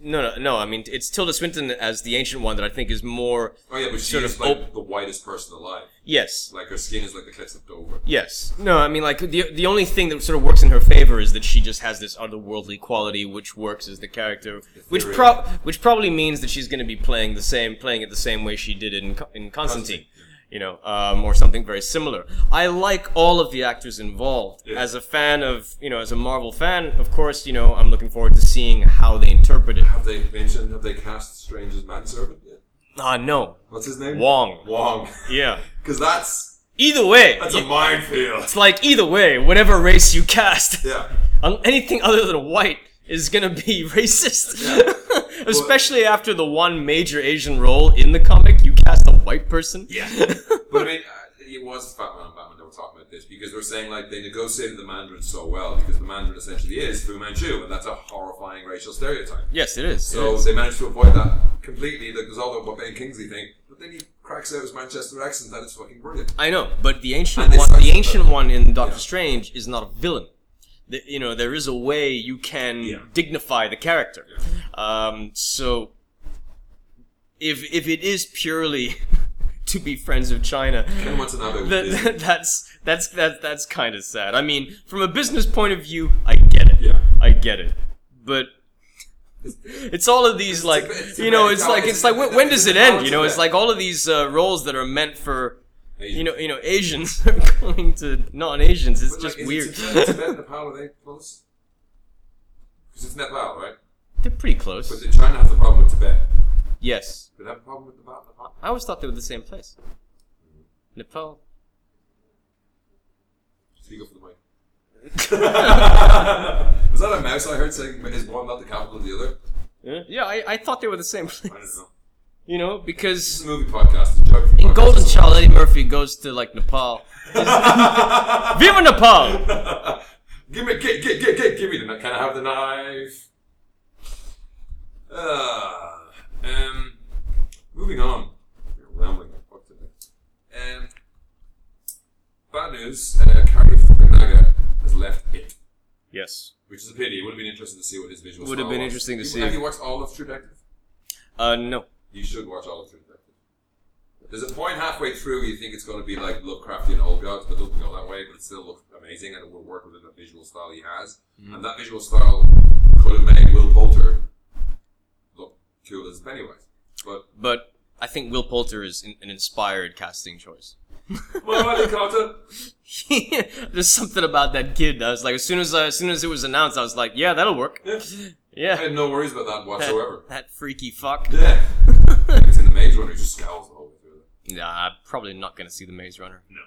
no, no, no. I mean, it's Tilda Swinton as the ancient one that I think is more.
Oh yeah, but she
Sort
is
of
like
op-
the whitest person alive.
Yes,
Like her skin is like the cliffs of Dover.
yes. No, I mean, like the the only thing that sort of works in her favor is that she just has this otherworldly quality, which works as the character, which
Ethereal.
pro which probably means that she's going to be playing the same playing it the same way she did in Co- in Constantine. you know, um, or something very similar. I like all of the actors involved.
Yeah.
As a fan of, you know, as a Marvel fan, of course, you know, I'm looking forward to seeing how they interpret it.
Have they mentioned? Have they cast Strange's manservant yet?
Ah, no,
What's his name?
Wong.
Wong.
Yeah.
Because that's
Either way,
that's
you-
a minefield.
it's like either way, whatever race you cast,
Yeah.
on anything other than white is gonna be racist, especially after the one major Asian role in the comic. You cast a white person.
Yeah. But I mean, uh, it was Fat Man and Batman that were talking about this because they were saying like they negotiated the Mandarin so well because the Mandarin essentially is Fu Manchu, and that's a horrifying racial stereotype.
yes, it is.
So
it is.
they managed to avoid that completely. Like there's all the what Ben Kingsley thing, but then he cracks out his Manchester accent. That is fucking brilliant.
I know, but the ancient
And they
one,
start
the
to-
ancient one in Doctor
Yeah.
Strange is not a villain. The, you know, there is a way you can
Yeah.
dignify the character. Um, so, if if it is purely to be friends of China,
Ken Watanabe was
that,
Disney.
that- that's that's that, that's kind of sad. I mean, from a business point of view, I get it.
Yeah.
I get it. But it's all of these like
bit- it's a
you know,
bit-
it's
no,
like
it's-
it's like
it's
when,
a-
when
it's
does
a
it end?
balance
You know,
of
it's
that.
like all of these uh, roles that are meant for
Asian.
you know you know Asians are going to non-Asians. It's
But,
just
like,
weird.
Is it Tibet, Tibet, Nepal, are they close? Because it's Nepal, right?
They're pretty
But
close.
the- China has a problem with Tibet.
Yes,
Do they have a problem with Nepal? Nepal?
I always thought they were the same place. Nepal.
Speak up for the mic. Was that a mouse I heard saying is one not the capital of the other?
Yeah, I, I thought they were the same place.
I don't know.
You know, because
This is a movie podcast. It's a joke
In
podcast.
Golden Child, Eddie Murphy goes to like Nepal. Viva Nepal!
give me, give, give, give, give, give me the knife. Can I have the knife? Ah, um, moving on. You're rambling. like fuck today. Um, bad news. Uh, Kari Fukunaga has left it,
Yes.
which is a pity. It would have been interesting to see what his visual.
Would have
style
been
was.
interesting to
You-
see.
Have you watched all of True Detective?
Uh, no.
You should watch all of True Detective. There's a point halfway through you think it's going to be like Lovecraftian old gods, but it doesn't go that way. But it still looks amazing, and it will work within the visual style he has. And that visual style could have made Will Poulter look cool as Pennywise. But
But I think Will Poulter is in- an inspired casting choice.
well, Ali Carter,
There's something about that kid. I was like, as soon as uh, as soon as it was announced, I was like, yeah, that'll work.
Yeah. I
Yeah.
had no worries about that
That,
whatsoever.
that freaky fuck.
Yeah, it's in the Maze Runner. He just scowls the whole way through. it.
nah, I'm probably not gonna see the Maze Runner.
No.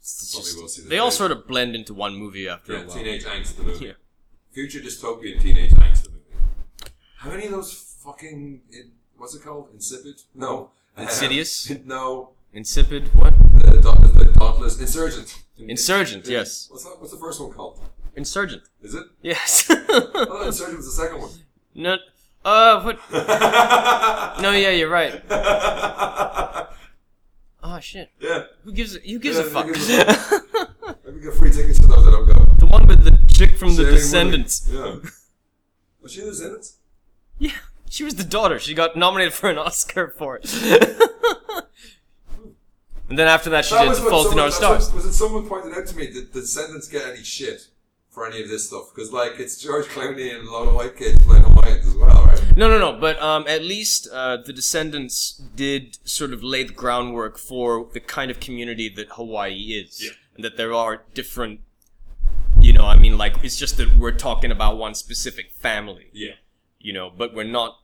It's
Probably
just-
will see The
they all
Maze.
sort of blend into one movie after
Yeah,
a while.
teenage angst the movie.
Yeah.
Future dystopian teenage angst the movie. Have any of those fucking in, what's it called? Insipid? No.
Insidious?
Uh, no.
Insipid. What?
The, da- the dauntless insurgent.
Insurgent. Yes.
What's that, What's the first one called?
Insurgent.
Is it?
Yes.
I thought insurgent was the second one.
no. Uh. What? No. Yeah. You're right. Oh shit.
yeah.
Who gives a, who gives
Yeah,
a
who
fuck?
gives a Maybe get free tickets to those that don't go.
the one with the chick from The
Shailene
Descendants.
Woodley. Yeah. Was she in the Descendants?
Yeah, she was the daughter. She got nominated for an Oscar for it. and then after that, she
That
did
was
The
what
Fault in
someone-
Our
that's what-
Stars.
Was it someone pointed out to me that the descendants get any shit for any of this stuff? Because like it's George Clooney and a lot of white kids playing Hawaiians as well, right?
No, no, no. But um, at least uh, The Descendants did sort of lay the groundwork for the kind of community that Hawaii is,
Yeah.
and that there are different. You know, I mean, like it's just that we're talking about one specific family.
Yeah.
you know, but we're not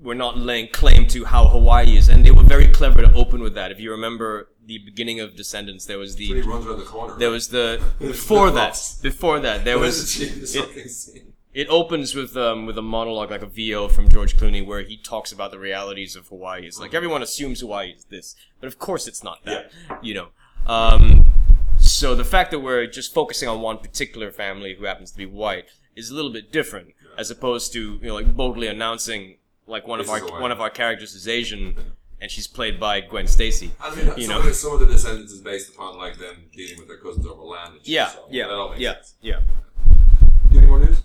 we're not laying claim to how Hawaii is, and they were very clever to open with that. If you remember the beginning of Descendants, there was
When he
the
runs around the corner.
there was the before
The
that
boss.
before that there
That was a
was
genius
it-
fucking scene.
it opens with um with a monologue like a VO from George Clooney where he talks about the realities of Hawaii. It's like everyone assumes Hawaii is this, but of course it's not that. You know. Um, so the fact that we're just focusing on one particular family who happens to be white is a little bit different as opposed to you know like boldly announcing like one
This
of
is
our
Hawaii.
one of our characters is Asian and she's played by Gwen Stacy.
I mean,
you
some,
know.
of the, some of the descendants is based upon like them dealing with their cousins over land. And shit,
Yeah,
so That all
yeah,
makes
yeah,
sense.
yeah.
Do you have any more news?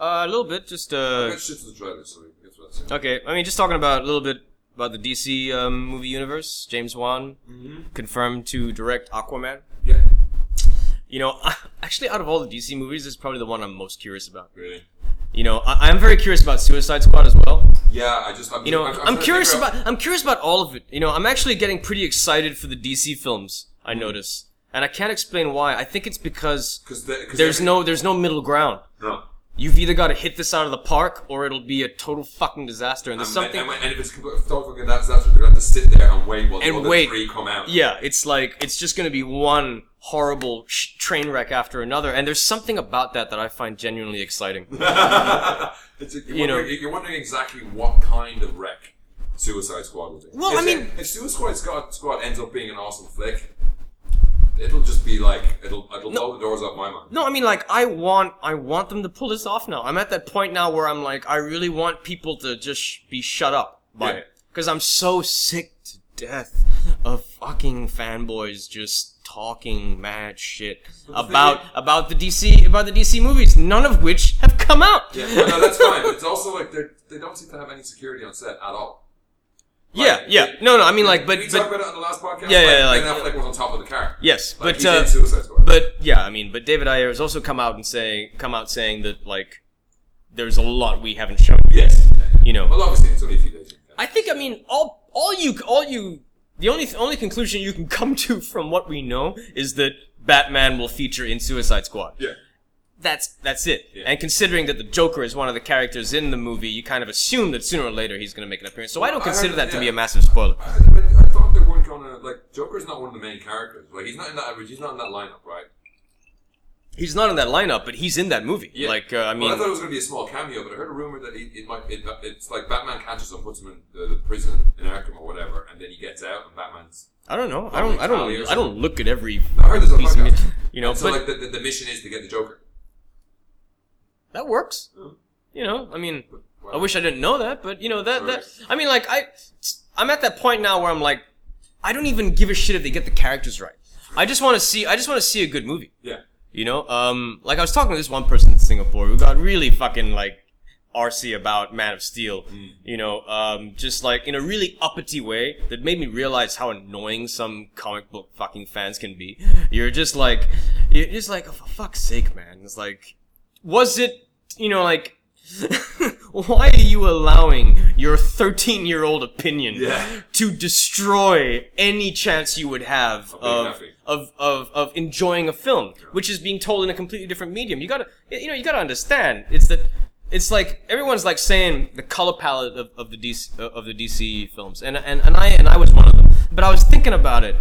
Uh, a little bit, just uh,
Let's shit to the trailer. So we get to that soon.
Okay, I mean, just talking about a little bit about the DC um, movie universe. James Wan
Mm-hmm.
confirmed to direct Aquaman.
Yeah.
You know, actually, out of all the DC movies, this is probably the one I'm most curious about.
Really?
You know, I- I'm very curious about Suicide Squad as well.
Yeah, I just. I'm,
You know,
I'm, I'm
I'm
trying to
curious
figure out-
about I'm curious about all of it. You know, I'm actually getting pretty excited for the DC films. I notice, and I can't explain why. I think it's because
Mm-hmm. because the, 'cause
there's
every-
no there's no middle ground.
no.
You've either got to hit this out of the park, or it'll be a total fucking disaster. And
And,
there's
something,
something.
and, and if it's complete, don't forget that's that's what they're gonna have to sit there and wait while
And
the other
wait.
three come out.
Yeah, it's like it's just going to be one horrible sh- train wreck after another, and there's something about that that I find genuinely exciting.
it's a, you're,
You know-
wondering, you're wondering exactly what kind of wreck Suicide Squad will be.
Well,
if
I mean-
if Suicide Squad, Squad ends up being an awesome flick, it'll just be like it'll it'll blow the doors off my mind.
No, I mean like I want I want them to pull this off now. I'm at that point now where I'm like I really want people to just sh- be shut up by
Yeah.
it because I'm so sick to death of fucking fanboys just talking mad shit about about the DC about the DC movies, none of which have come out.
Yeah, no, no, that's fine. But it's also like they they don't seem to have any security on set at all.
yeah,
Like,
yeah. No, no, I mean like but
we
but
talked about it on the last podcast.
Yeah, yeah,
like,
like-
Ben Affleck was on top of the car.
yes,
like,
but
he
uh,
did Suicide Squad.
But yeah, I mean, but David Ayer has also come out and saying, come out saying that like, there's a lot we haven't shown. you,
yes,
You know,
well, obviously it's only a few days.
I think I mean all all you all you the only only conclusion you can come to from what we know is that Batman will feature in Suicide Squad.
Yeah.
That's that's it.
Yeah.
And considering that the Joker is one of the characters in the movie, you kind of assume that sooner or later he's going to make an appearance. So I don't
I heard
consider
that,
that to be
yeah.
a massive spoiler.
I, but I thought they weren't gonna like Joker's not one of the main characters. Like he's not in that. He's not in that lineup, right?
He's not in that lineup, but he's in that movie.
Yeah.
Like uh, I mean,
well, I thought it was going to be a small cameo, but I heard a rumor that it, it might. It, it's like Batman catches him, puts him in the, the prison in Arkham or whatever, and then he gets out, and Batman's.
I don't know. I don't. I
Probably Italian
don't.
or
I don't look at every
I heard this on
piece of
podcast.
it, you know.
And so
But
like the, the, the mission is to get the Joker.
that works. You know. I mean,
Wow.
I wish I didn't know that, but you know that. That.
Alright.
I mean, like I, I'm at that point now where I'm like, I don't even give a shit if they get the characters right. I just want to see. I just want to see a good movie.
Yeah.
You know. Um. Like I was talking to this one person in Singapore who got really fucking like RC about Man of Steel. You know. Um. Just like in a really uppity way that made me realize how annoying some comic book fucking fans can be. You're just like, you're just like, oh, for fuck's sake, man. It's like was it you know like why are you allowing your 13 year old opinion
Yeah.
to destroy any chance you would have
being
of,
happy.
of, of, of enjoying a film which is being told in a completely different medium you gotta you know you gotta understand it's that it's like everyone's like saying the color palette of, of the DC of the DC films and, and and I and I was one of them but I was thinking about it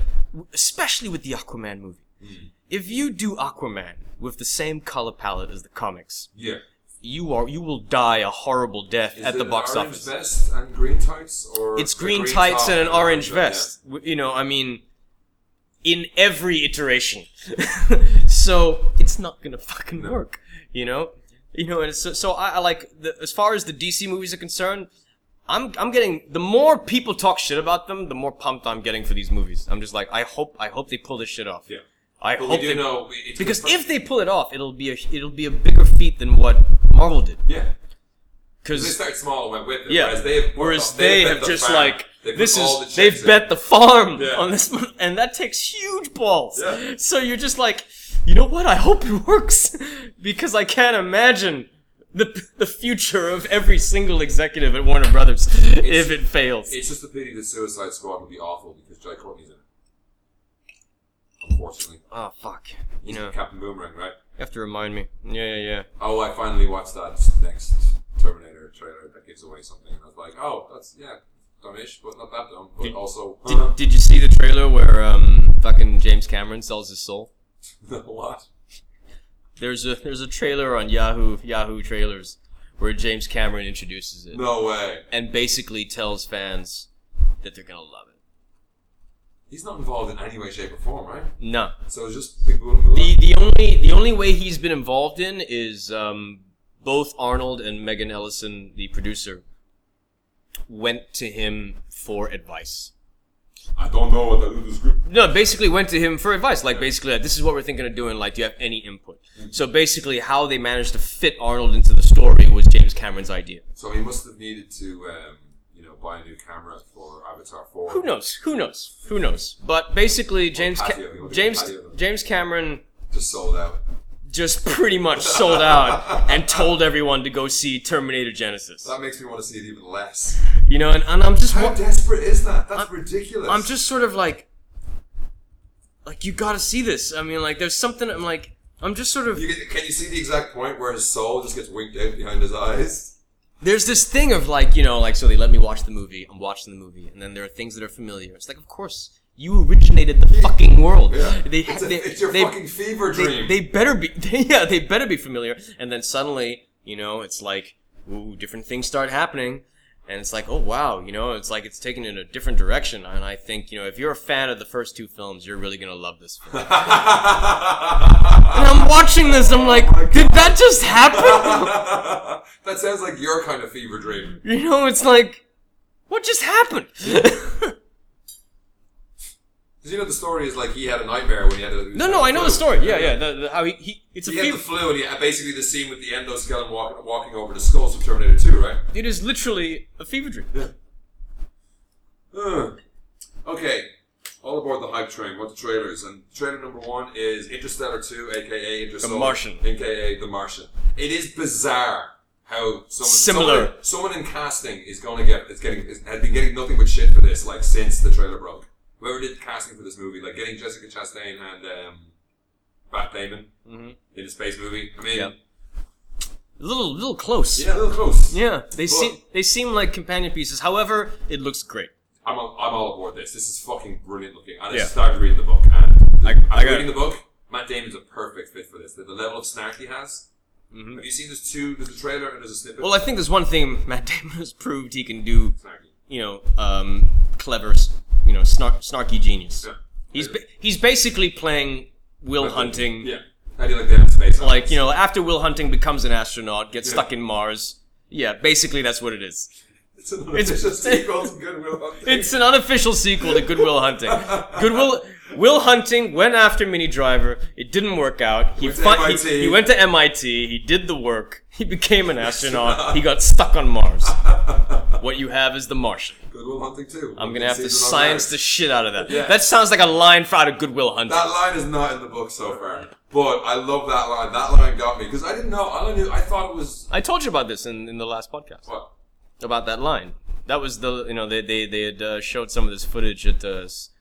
especially with the Aquaman movie
Mm-hmm.
if you do Aquaman with the same color palette as the comics,
Yeah.
you are you will die a horrible death
Is
at the
it
box
an orange
office.
vest and green tights, or
It's
a
green tights
top
and an orange
yeah.
vest. W You know, I mean, in every iteration. so it's not gonna fucking work. You know, you know, and so, so I, I like the, as far as the DC movies are concerned. I'm, I'm getting the more people talk shit about them, the more pumped I'm getting for these movies. I'm just like, I hope I hope they pull this shit off.
Yeah.
I
But we
hope
do
they
know we- it's
because
confirmed-
if they pull it off, it'll be a it'll be a bigger feat than what Marvel did.
yeah, they
Because
started small and went with it.
yeah,
whereas they have,
whereas
they've
they
bet
have
the
just
farm.
like
They've put
this
all the chips
is they've
in.
bet the farm
Yeah.
on this, one, and that takes huge balls.
Yeah.
So you're just like, you know what? I hope it works because I can't imagine. The, the future of every single executive at Warner Brothers if it fails.
It's just a pity that Suicide Squad would be awful because Jai Courtney's in it. Unfortunately,
oh fuck. You know, you
Captain Boomerang, right?
have to remind me. Yeah, yeah, yeah.
Oh, I finally watched that next Terminator trailer that gives away something, and I was like, oh, that's yeah, dumbish, but not that dumb, but
Did-
also
Did, did you see the trailer where um fucking James Cameron sells his soul?
what?
There's a there's a trailer on Yahoo Yahoo trailers where James Cameron introduces it
No way.
and basically tells fans that they're gonna love it.
He's not involved in any way, shape, or form, right?
No,
So it's just big boom boom.
the the only the only way he's been involved in is um, both Arnold and Megan Ellison, the producer, went to him for advice.
I don't know what that little script.
No, basically went to him for advice. Like basically, like, this is what we're thinking of doing. Like, do you have any input? So basically, how they managed to fit Arnold into the story was James Cameron's idea.
So he must have needed to, um, you know, buy a new camera for Avatar Four.
Who knows? Who knows? Who knows? But basically, James Ca-
patio, you want to
James
do patio.
James Cameron
Just sold out.
just pretty much sold out and told everyone to go see Terminator Genesis.
That makes me want to see it even less.
You know, and, and I'm just
How
wa-
desperate is that? That's ridiculous.
I'm just sort of like, like you gotta see this. I mean, like there's something I'm like, I'm just sort of
You get, can you see the exact point where his soul just gets winked out behind his eyes?
there's this thing of like you know like so they let me watch the movie. I'm watching the movie, and then there are things that are familiar. It's like of course you originated the fucking world.
Yeah.
They,
it's, a-
they,
it's your
they-
fucking fever
they,
dream.
they better be yeah they better be familiar and then suddenly you know it's like ooh different things start happening and it's like oh wow you know it's like it's taken in a different direction and i think you know if you're a fan of the first two films you're really gonna love this film and i'm watching this i'm like did that just happen
that sounds like your kind of fever dream.
you know it's like what just happened
Because you know the story is like he had a nightmare when he had a
no no i know the story yeah yeah the, the, how he, he it's a
He had the
fever
flu, and he had basically the scene with the endoskeleton walking, walking over the skulls from Terminator 2, right?
it is literally a fever dream
Ugh. Hmm. Okay, all aboard the hype train. What the trailers? And trailer number one is Interstellar Two, aka Interstellar,
Martian.
aka The Martian. It is bizarre how someone
Similar.
someone, someone in casting is going to get is getting is, has been getting nothing but shit for this like since the trailer broke. Whoever did casting for this movie, like getting Jessica Chastain and um, Matt Damon in a space movie. I mean,
Mm-hmm. Yeah. a little little close
yeah, a little close.
Yeah, they
Well-
seem they seem like companion pieces. However, it looks great.
I'm all, I'm all aboard this. This is fucking brilliant looking. And I
Yeah.
just started reading the book, and
I
I, am
got-
reading the book. Matt Damon's a perfect fit for this. The, the level of snark he has. Have you seen this two? There's a trailer and there's a snippet.
Mm-hmm. Well, I think there's one thing Matt Damon has proved he can do.
snarky.
You know, um, clever, s- you know, snark, snarky genius.
Yeah.
He's ba- he's basically playing Will Hunting.
Yeah. How do you like that in space?
Like you know, after Will Hunting becomes an astronaut, gets
Yeah.
stuck in Mars. Yeah, basically that's what it is.
it's an unofficial sequel to Goodwill Hunting.
It's an unofficial sequel to Goodwill Hunting. Goodwill Will Hunting went after Mini Driver. It didn't work out. He,
Went to
fi- he,
MIT.
he went to MIT. He did the work. He became an astronaut. he got stuck on Mars. What you have is the Martian.
Goodwill Hunting too.
I'm gonna have to science the shit out of that.
Yeah.
That sounds like a line for out of Goodwill Hunting.
That line is not in the book so far, but I love that line. That line got me because I didn't know. I knew. I thought it was
I told you about this in, in the last podcast
what.
about that line. That was the you know they they they had uh, showed some of this footage at uh, s-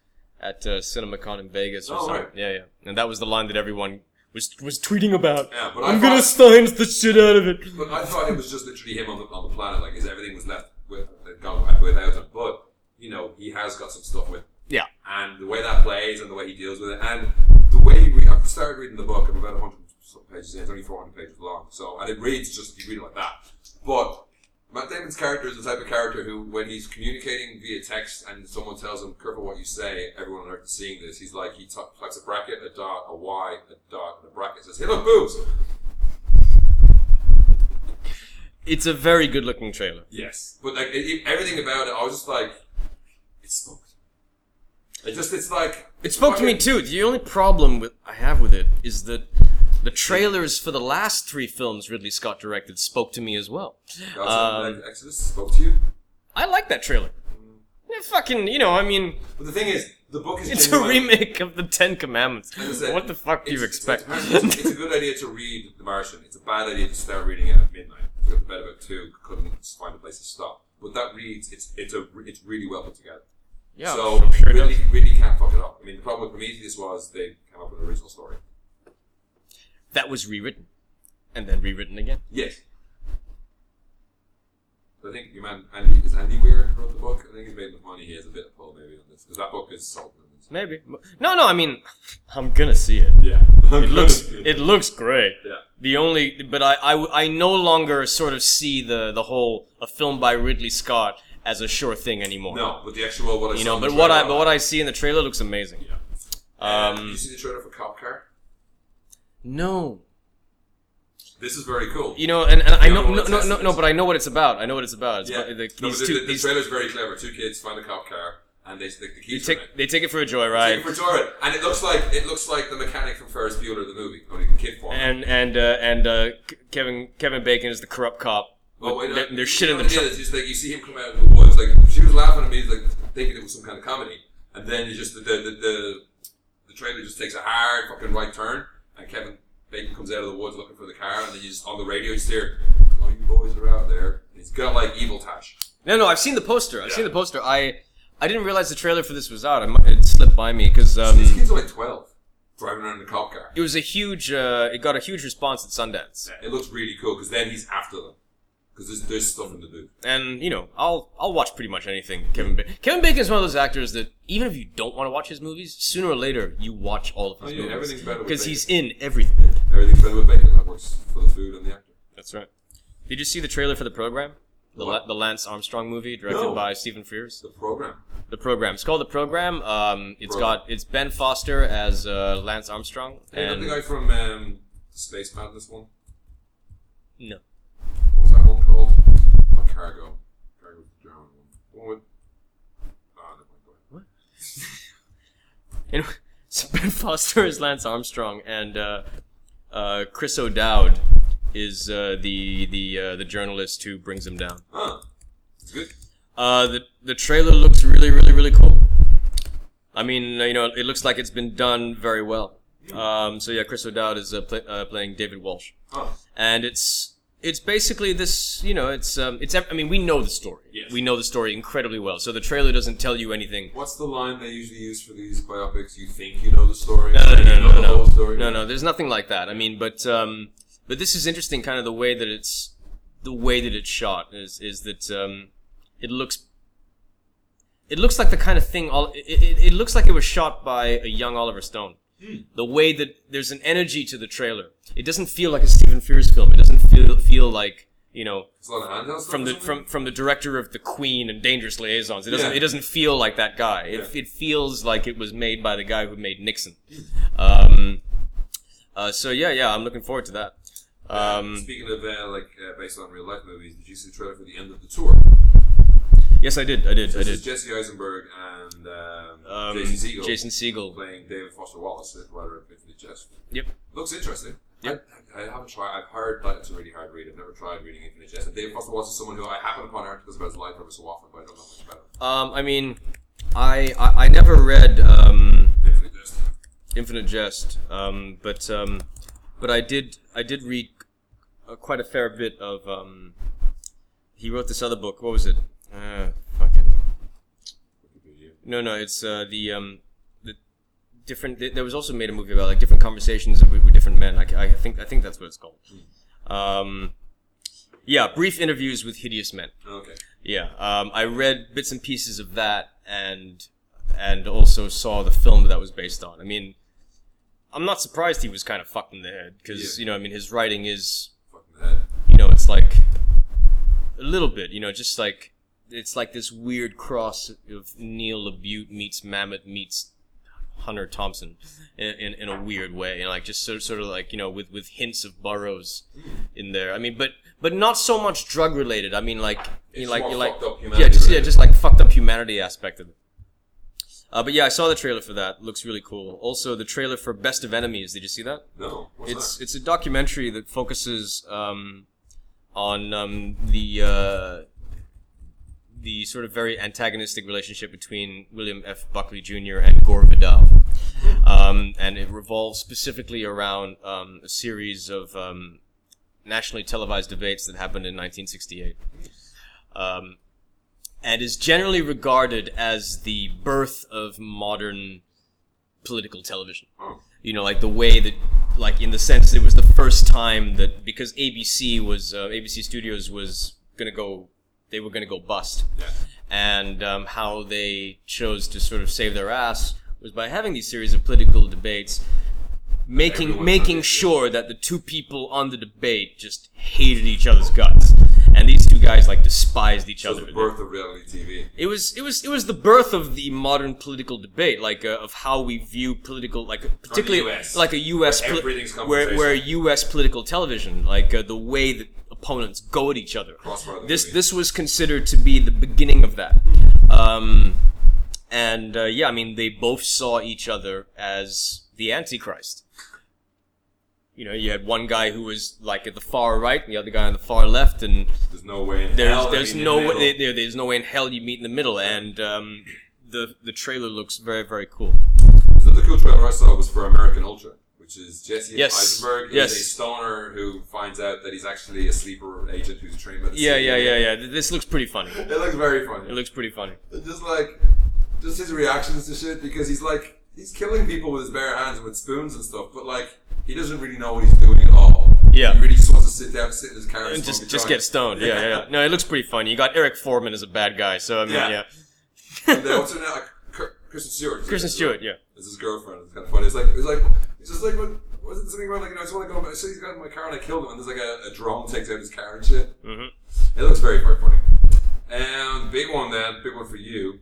at uh, CinemaCon in Vegas or
Oh,
something.
right.
Yeah, yeah. And that was the line that everyone was was tweeting about.
Yeah, but I
I'm gonna
thought-
science the shit out of it.
But I thought it was just literally him on the, on the planet, like his everything was left with gone back without him. But you know, he has got some stuff with,
Yeah.
and the way that plays and the way he deals with it, and the way he re- I've started reading the book. I'm about 100 some pages in. It's only 400 pages long, so and it reads just you read it like that. But Matt Damon's character is the type of character who, when he's communicating via text and someone tells him, careful what you say, everyone on Earth is seeing this, he's like, he t- types a bracket, a dot, a Y, a dot, and a bracket, says, hey, look, boobs!
It's a very good looking trailer.
Yes, but like it, it- everything about it, I was just like, it spoke. It just, it's like
It spoke to me
fucking-
too. The only problem with I have with it is that the trailers for the last three films Ridley Scott directed spoke to me as well.
God, so,
Um,
like, Exodus spoke to you,
I like that trailer. Yeah, fucking, you know, I mean,
but the thing is, the book is
it's a
genuinely-
remake of the Ten Commandments.
As I said,
What the fuck do you
it's-
expect?
It's, it's, it's a good idea to read The Martian. It's a bad idea to start reading it at midnight. I got to bed about two, couldn't find a place to stop. But that reads, it's it's a it's really well put together.
yeah,
so
I'm sure it
really,
does.
really can't fuck it up. I mean, the problem with Prometheus was they came up with an original story.
That was rewritten, and then rewritten again.
Yes. I think your man Andy is Andy Weir wrote the book. I think he's made enough money. He has a bit of pull maybe on this because that book is sold.
Maybe. No, no. I mean, I'm gonna see it.
Yeah,
It looks, it looks great.
yeah.
The only, but I, I, I no longer sort of see the the whole a film by Ridley Scott as a sure thing anymore.
No, but the actual what I
you
saw
know,
in the
but what I
trailer-
but what I see in the trailer looks amazing.
Yeah. Did you
Um,
see the trailer for Cop Car?
no,
This is very cool.
you know, and, and I
Yeah,
know
well,
no
it's
no no
essence.
no, but I know what it's about. I know what it's about. It's
yeah,
about- like,
no, but
these
the,
two,
the, the
these-
trailer's very clever. Two kids find a cop car and they stick the
they
keys in it.
take they take it for a
Take it
joyride,
for Torrid, and it looks like it looks like the mechanic from Ferris Bueller the movie, only in kid form.
and and uh, and uh, K- Kevin Kevin Bacon is the corrupt cop.
Well, wait,
There-
no,
there's shit
uh, you
in
know
the
what it is, It's just like you see him come out of the woods. Like she was laughing at me, like thinking it was some kind of comedy, and then you just the the the, the, the trailer just takes a hard fucking right turn, and Kevin Bacon comes out of the woods looking for the car, and then you just on the radio you hear, "All you boys are out there." And he's got like evil Tash.
No, no, I've seen the poster. I've seen the poster. I I didn't realize the trailer for this was out. I, mi- it slipped by me because um,
These kids are like twelve. driving around in a cop car.
It was a huge. Uh, it got a huge response at Sundance,
It looks really cool because then he's after them because there's, there's stuff in the boot.
and you know, I'll I'll watch pretty much anything. Kevin Bacon. Kevin Bacon is one of those actors that even if you don't want to watch his movies, sooner or later you watch all of his
Oh, yeah,
movies.
everything's better with
because
Bacon.
he's in everything.
Everything's better with bacon. That works for the food and the actor.
That's right. Did you see the trailer for the program? The,
What?
La- the Lance Armstrong movie directed
No.
by Stephen Frears.
The program.
The program. It's called the program. Um, it's
Bro.
got it's Ben Foster as uh, Lance Armstrong
Hey, not
and
the guy from um, the Space Madness one.
no,
What was that one called? Not Cargo. Cargo was the German one. The one with. Ah, never mind, go ahead.
Anyway, so Ben Foster is Lance Armstrong, and uh, uh, Chris O'Dowd is uh, the the uh, the journalist who brings him down.
Ah, it's good.
Uh, the the trailer looks really really really cool. I mean, you know, it looks like it's been done very well. Um, so yeah, Chris O'Dowd is uh, play, uh, playing David Walsh,
Ah,
and it's it's basically this. You know, it's um, it's. ev- I mean, we know the story.
Yes.
We know the story incredibly well. So the trailer doesn't tell you anything
what's the line they usually use for these biopics? You think you know the story,
no,
but
no,
you
no,
know
no,
the
no,
whole
no,
story.
no, no. There's nothing like that. I mean, but um, but this is interesting, kind of the way that it's the way that it's shot is is that um, it looks it looks like the kind of thing. All it, it, it looks like it was shot by a young Oliver Stone. The way that there's an energy to the trailer. It doesn't feel like a Stephen Frears film. It doesn't feel feel like you know
It's a lot of handheld stuff
from
or
the
something?
from from the director of the Queen and Dangerous Liaisons. It doesn't
Yeah.
it doesn't feel like that guy. It,
Yeah.
it feels like it was made by the guy who made Nixon. Um, uh, so yeah, yeah, I'm looking forward to that. Um,
Speaking of uh, like uh, based on real life movies, did you see the trailer for the end of the tour?
yes, I did, I did, I
This is
did.
Jesse Eisenberg and um,
Um,
Jason Segel
Jason Segel.
playing David Foster Wallace in Letter of Infinite Jest.
Yep.
Looks interesting.
Yep.
I, I haven't tried. I've heard that it's a really hard read. I've never tried reading Infinite Jest. And David Foster Wallace is someone who I happen upon articles about his life ever so often, but I don't know much about
Um, I mean, I I, I never read um,
him. Infinite Jest.
Infinite Jest, um, but um, but I did I did read uh, quite a fair bit of. Um, he wrote this other book. What was it? Uh, fucking. No, no, it's uh, the um, the different. There there was also made a movie about like different conversations with, with different men. I, c- I think I think that's what it's called. Um, yeah, brief interviews with hideous men.
Okay.
Yeah, um, I read bits and pieces of that, and and also saw the film that was based on. I mean, I'm not surprised he was kind of fucked in the head because
Yeah.
you know, I mean, his writing is
Fucking head.
you know, it's like a little bit, you know, just like it's like this weird cross of Neil Labute meets Mamet meets Hunter Thompson in, in, in a weird way, and like just sort of, sort of like you know with with hints of Burroughs in there. I mean, but but not so much drug related. I mean, like you
It's
like
more
you like
fucked up
yeah,
humanity
just yeah,
related.
just like fucked up humanity aspect of it. Uh, but yeah, I saw the trailer for that. Looks really cool. Also, the trailer for Best of Enemies. Did you see that?
No. What's
it's
that?
it's a documentary that focuses um, on um, the uh, the sort of very antagonistic relationship between William F. Buckley Jr. and Gore Vidal, um, and it revolves specifically around um, a series of um, nationally televised debates that happened in 1968. Um, and is generally regarded as the birth of modern political television
Oh.
you know, like the way that, like in the sense that it was the first time that because ABC was uh, ABC Studios was gonna go, they were gonna go bust,
Yeah.
and um, how they chose to sort of save their ass was by having these series of political debates, making
Everyone
making
knows, yeah.
sure that the two people on the debate just hated each other's guts, and these two guys like despised each
It was
other.
the birth of reality TV.
It was it was it was the birth of the modern political debate, like uh, of how we view political, like particularly
US,
like a U.S.
where everything's
where, where
conversation.
U.S. political television, like uh, the way that opponents go at each other.
Crossfire the
This
movie.
this was considered to be the beginning of that, um, and uh, yeah, I mean they both saw each other as the Antichrist. You know, you had one guy who was like at the far right, and the other guy on the far left, and
There's no way. In
there's
hell
there's
that
no
individual-
way there, there's no way in hell you meet in the middle and um, the the trailer looks very very cool.
Another cool trailer I saw was for American Ultra, which is Jesse
Yes.
Eisenberg
Yes.
is a stoner who finds out that he's actually a sleeper agent who's trained by the
Yeah yeah
CIA.
yeah yeah. Th- This looks pretty funny.
It looks very
It
funny.
looks pretty funny.
Just like, just his reactions to shit because he's like, he's killing people with his bare hands and with spoons and stuff, but like he doesn't really know what he's doing at all.
Yeah.
he really just wants to sit down, sit in his car,
And
and
just
smoke a
just
joint.
get stoned. Yeah, yeah, yeah. No, it looks pretty funny. You got Eric Foreman as a bad guy, so I mean,
Yeah.
yeah.
And then what's her name? Like, Cur- Kristen Stewart.
Kristen Stewart, yeah.
It's his girlfriend. It's kind of funny. It's like it's like it's just like when was it something about like you know I just want to go. I said he's got in my car and I killed him. And there's like a, a drone takes out his car and shit. Mm-hmm. It looks very very funny. And big one then, big one for you.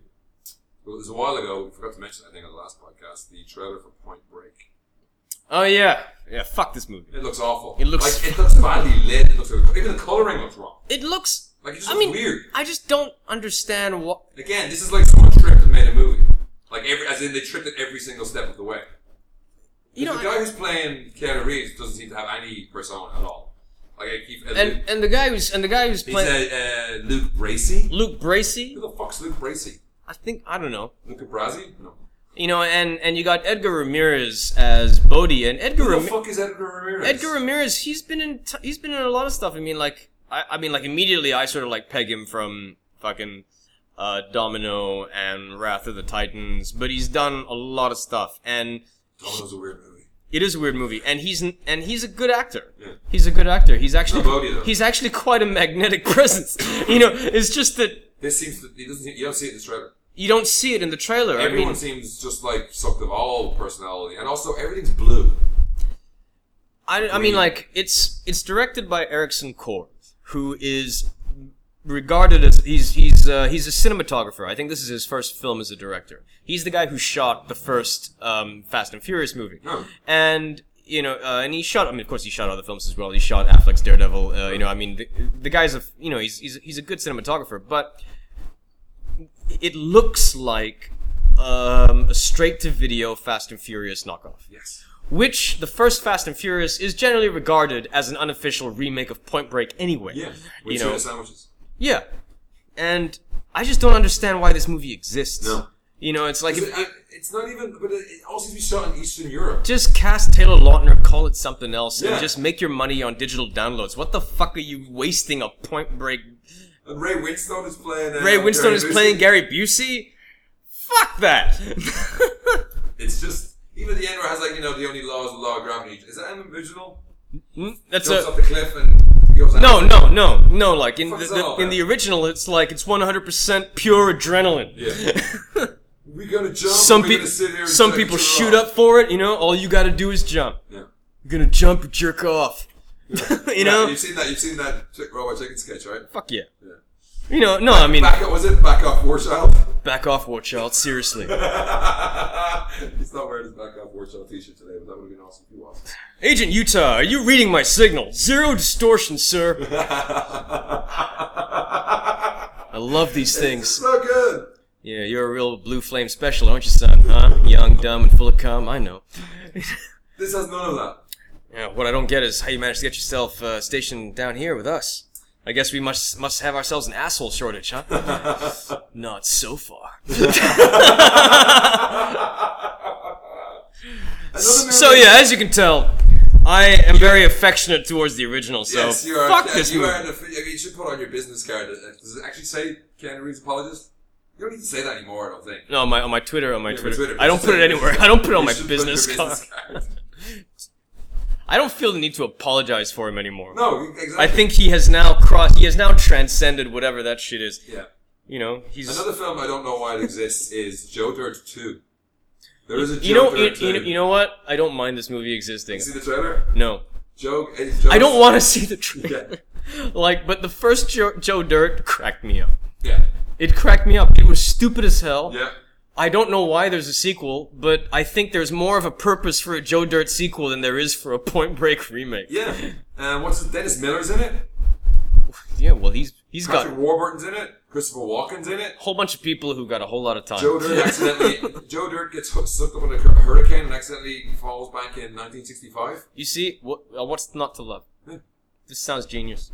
It was a while ago. We forgot to mention. I think on the last podcast, the trailer for Point Break.
Oh yeah, yeah. Fuck this movie.
It looks awful.
It looks-
like it looks badly lit. It looks even the coloring looks wrong.
It looks.
Like it just
I
looks
mean,
weird.
I just don't understand what.
Again, this is like someone tripped and made a movie. Like every, as in they tripped it every single step of the way.
You know,
the guy who's playing Keanu Reeves doesn't seem to have any persona at all. Like I keep
and and the guy who's and the guy who's
he's
playing
a, uh, Luke Bracey.
Luke Bracey.
Who the fuck's Luke Bracey?
I think I don't know.
Luca Brasi? No.
You know, and and you got Edgar Ramirez as Bodhi, and Edgar
Who the
Rami-
fuck is Edgar Ramirez?
Edgar Ramirez, he's been in t- he's been in a lot of stuff. I mean, like I, I mean, like immediately I sort of like peg him from fucking uh, Domino and Wrath of the Titans, but he's done a lot of stuff, and
Oh, that was a weird movie.
it is a weird movie. And he's n- and he's a good actor.
Yeah.
He's a good actor. He's actually
Not Bodhi, though.
he's actually quite a magnetic presence. you know, it's just that
This seems to, he doesn't. You don't see it in the trailer.
you don't see it in the trailer. I
Everyone
mean,
seems just like sucked of all personality, and also everything's blue.
I, I mean, like it's it's directed by Erickson Kaur, who is regarded as he's he's uh, he's a cinematographer. I think this is his first film as a director. He's the guy who shot the first um, Fast and Furious movie,
Oh.
and you know, uh, and he shot. I mean, of course, he shot other films as well. He shot Affleck's Daredevil. Uh, you know, I mean, the, the guy's a you know he's he's he's a good cinematographer, but it looks like um, a straight to video Fast and Furious knockoff
Yes.
which the first Fast and Furious is generally regarded as an unofficial remake of Point Break anyway.
Yeah. With
You
tuna
know,
sandwiches.
yeah. And I just don't understand why this movie exists.
No.
You know, it's like
It's,
if,
it, it's not even. But it, it all seems to be shot in Eastern Europe.
just cast Taylor Lautner, call it something else,
Yeah.
and just make your money on digital downloads. What the fuck are you wasting a Point Break?
And Ray Winstone is playing. Uh,
Ray Winstone
Gary
is
Busey.
playing Gary Busey. Fuck that.
It's just even the end where it has like you know the only law is the law of gravity. Is that an original?
That's
Jumps
a
off the cliff and goes.
No, no, no, no. Like in the,
Fuck is
the-
that all
in
about?
the original, it's like it's one hundred percent pure adrenaline.
Yeah. We're gonna jump.
some
we're gonna
people,
sit here and
some
take
people
it
shoot
off.
up for it. You know, all you got to do is jump.
Yeah.
You're gonna jump, or jerk off. you
Yeah,
know,
you've seen that. You've seen that chick, robot chicken sketch, right?
fuck yeah.
Yeah.
You know, no, I mean, back,
Back up. Was it back off war child?
off, war child. Seriously,
He's not wearing his back off war child t-shirt today, but that would have been awesome if he was.
Agent Utah, are you reading my signal? Zero distortion, sir. I love these
It's
things.
so good.
Yeah, you're a real blue flame special, aren't you, son? Huh? Young, dumb, and full of cum. I know.
This has none of that.
Yeah, what I don't get is how you managed to get yourself uh, stationed down here with us. I guess we must must have ourselves an asshole shortage, huh? Not so far.
Another
So
movie-
yeah, as you can tell, I am very affectionate towards the original. So
Yes, you are.
fuck
yeah,
this
you
movie.
Are an, offi- I mean, you should put on your business card. uh, Does it actually say Keanu Reeves apologist? You don't need to say that anymore. I don't think.
no, on my on my Twitter, on my
but
Twitter.
Twitter,
I don't
just
put
say
it anywhere.
business
I don't put it on
You
my
should put your
business card.
card.
I don't feel the need to apologize for him anymore.
No, exactly.
I think he has now crossed. He has now transcended whatever that shit is.
Yeah.
You know, he's.
Another film I don't know why it exists is Joe Dirt Two. There is a Joe
you know, you,
Dirt 2.
you, know- you know what? I don't mind this movie existing.
see the trailer?
No,
Joe. it's Joe
I don't want to see the trailer. like, but the first Joe, Joe Dirt cracked me up.
Yeah.
It cracked me up. It was stupid as hell.
Yeah.
I don't know why there's a sequel, but I think there's more of a purpose for a Joe Dirt sequel than there is for a Point Break remake.
Yeah. And what's it? Dennis Miller's in it.
Yeah, well, he's he's got
Patrick
a
Warburton's in it. Christopher Walken's in it.
whole bunch of people who got a whole lot of time.
Joe Dirt accidentally. Joe Dirt gets hooked, sucked up in a cur- hurricane and accidentally falls back in 1965.
you see, what, uh, what's not to love?
Yeah.
This sounds genius.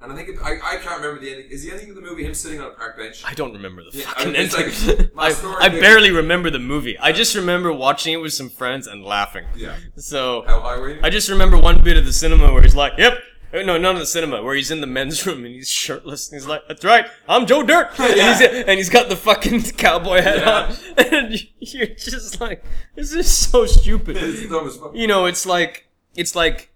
And I think it, I, I can't remember the ending. Is the ending of the movie him sitting on a park bench?
I don't remember the
Yeah,
fucking
I- it's
ending.
like, my
I,
story
I
here-
barely remember the movie. I just remember watching it with some friends and laughing.
Yeah.
So
How high were you?
I just remember one bit of the cinema where he's like, "Yep, Uh, No, none of the cinema where he's in the men's room and he's shirtless and he's like, "That's right, I'm Joe Dirt," and, he's, and he's got the fucking cowboy hat on, and you're just like, "This is so stupid."
It's dumb as fuck.
You know, it's like it's like,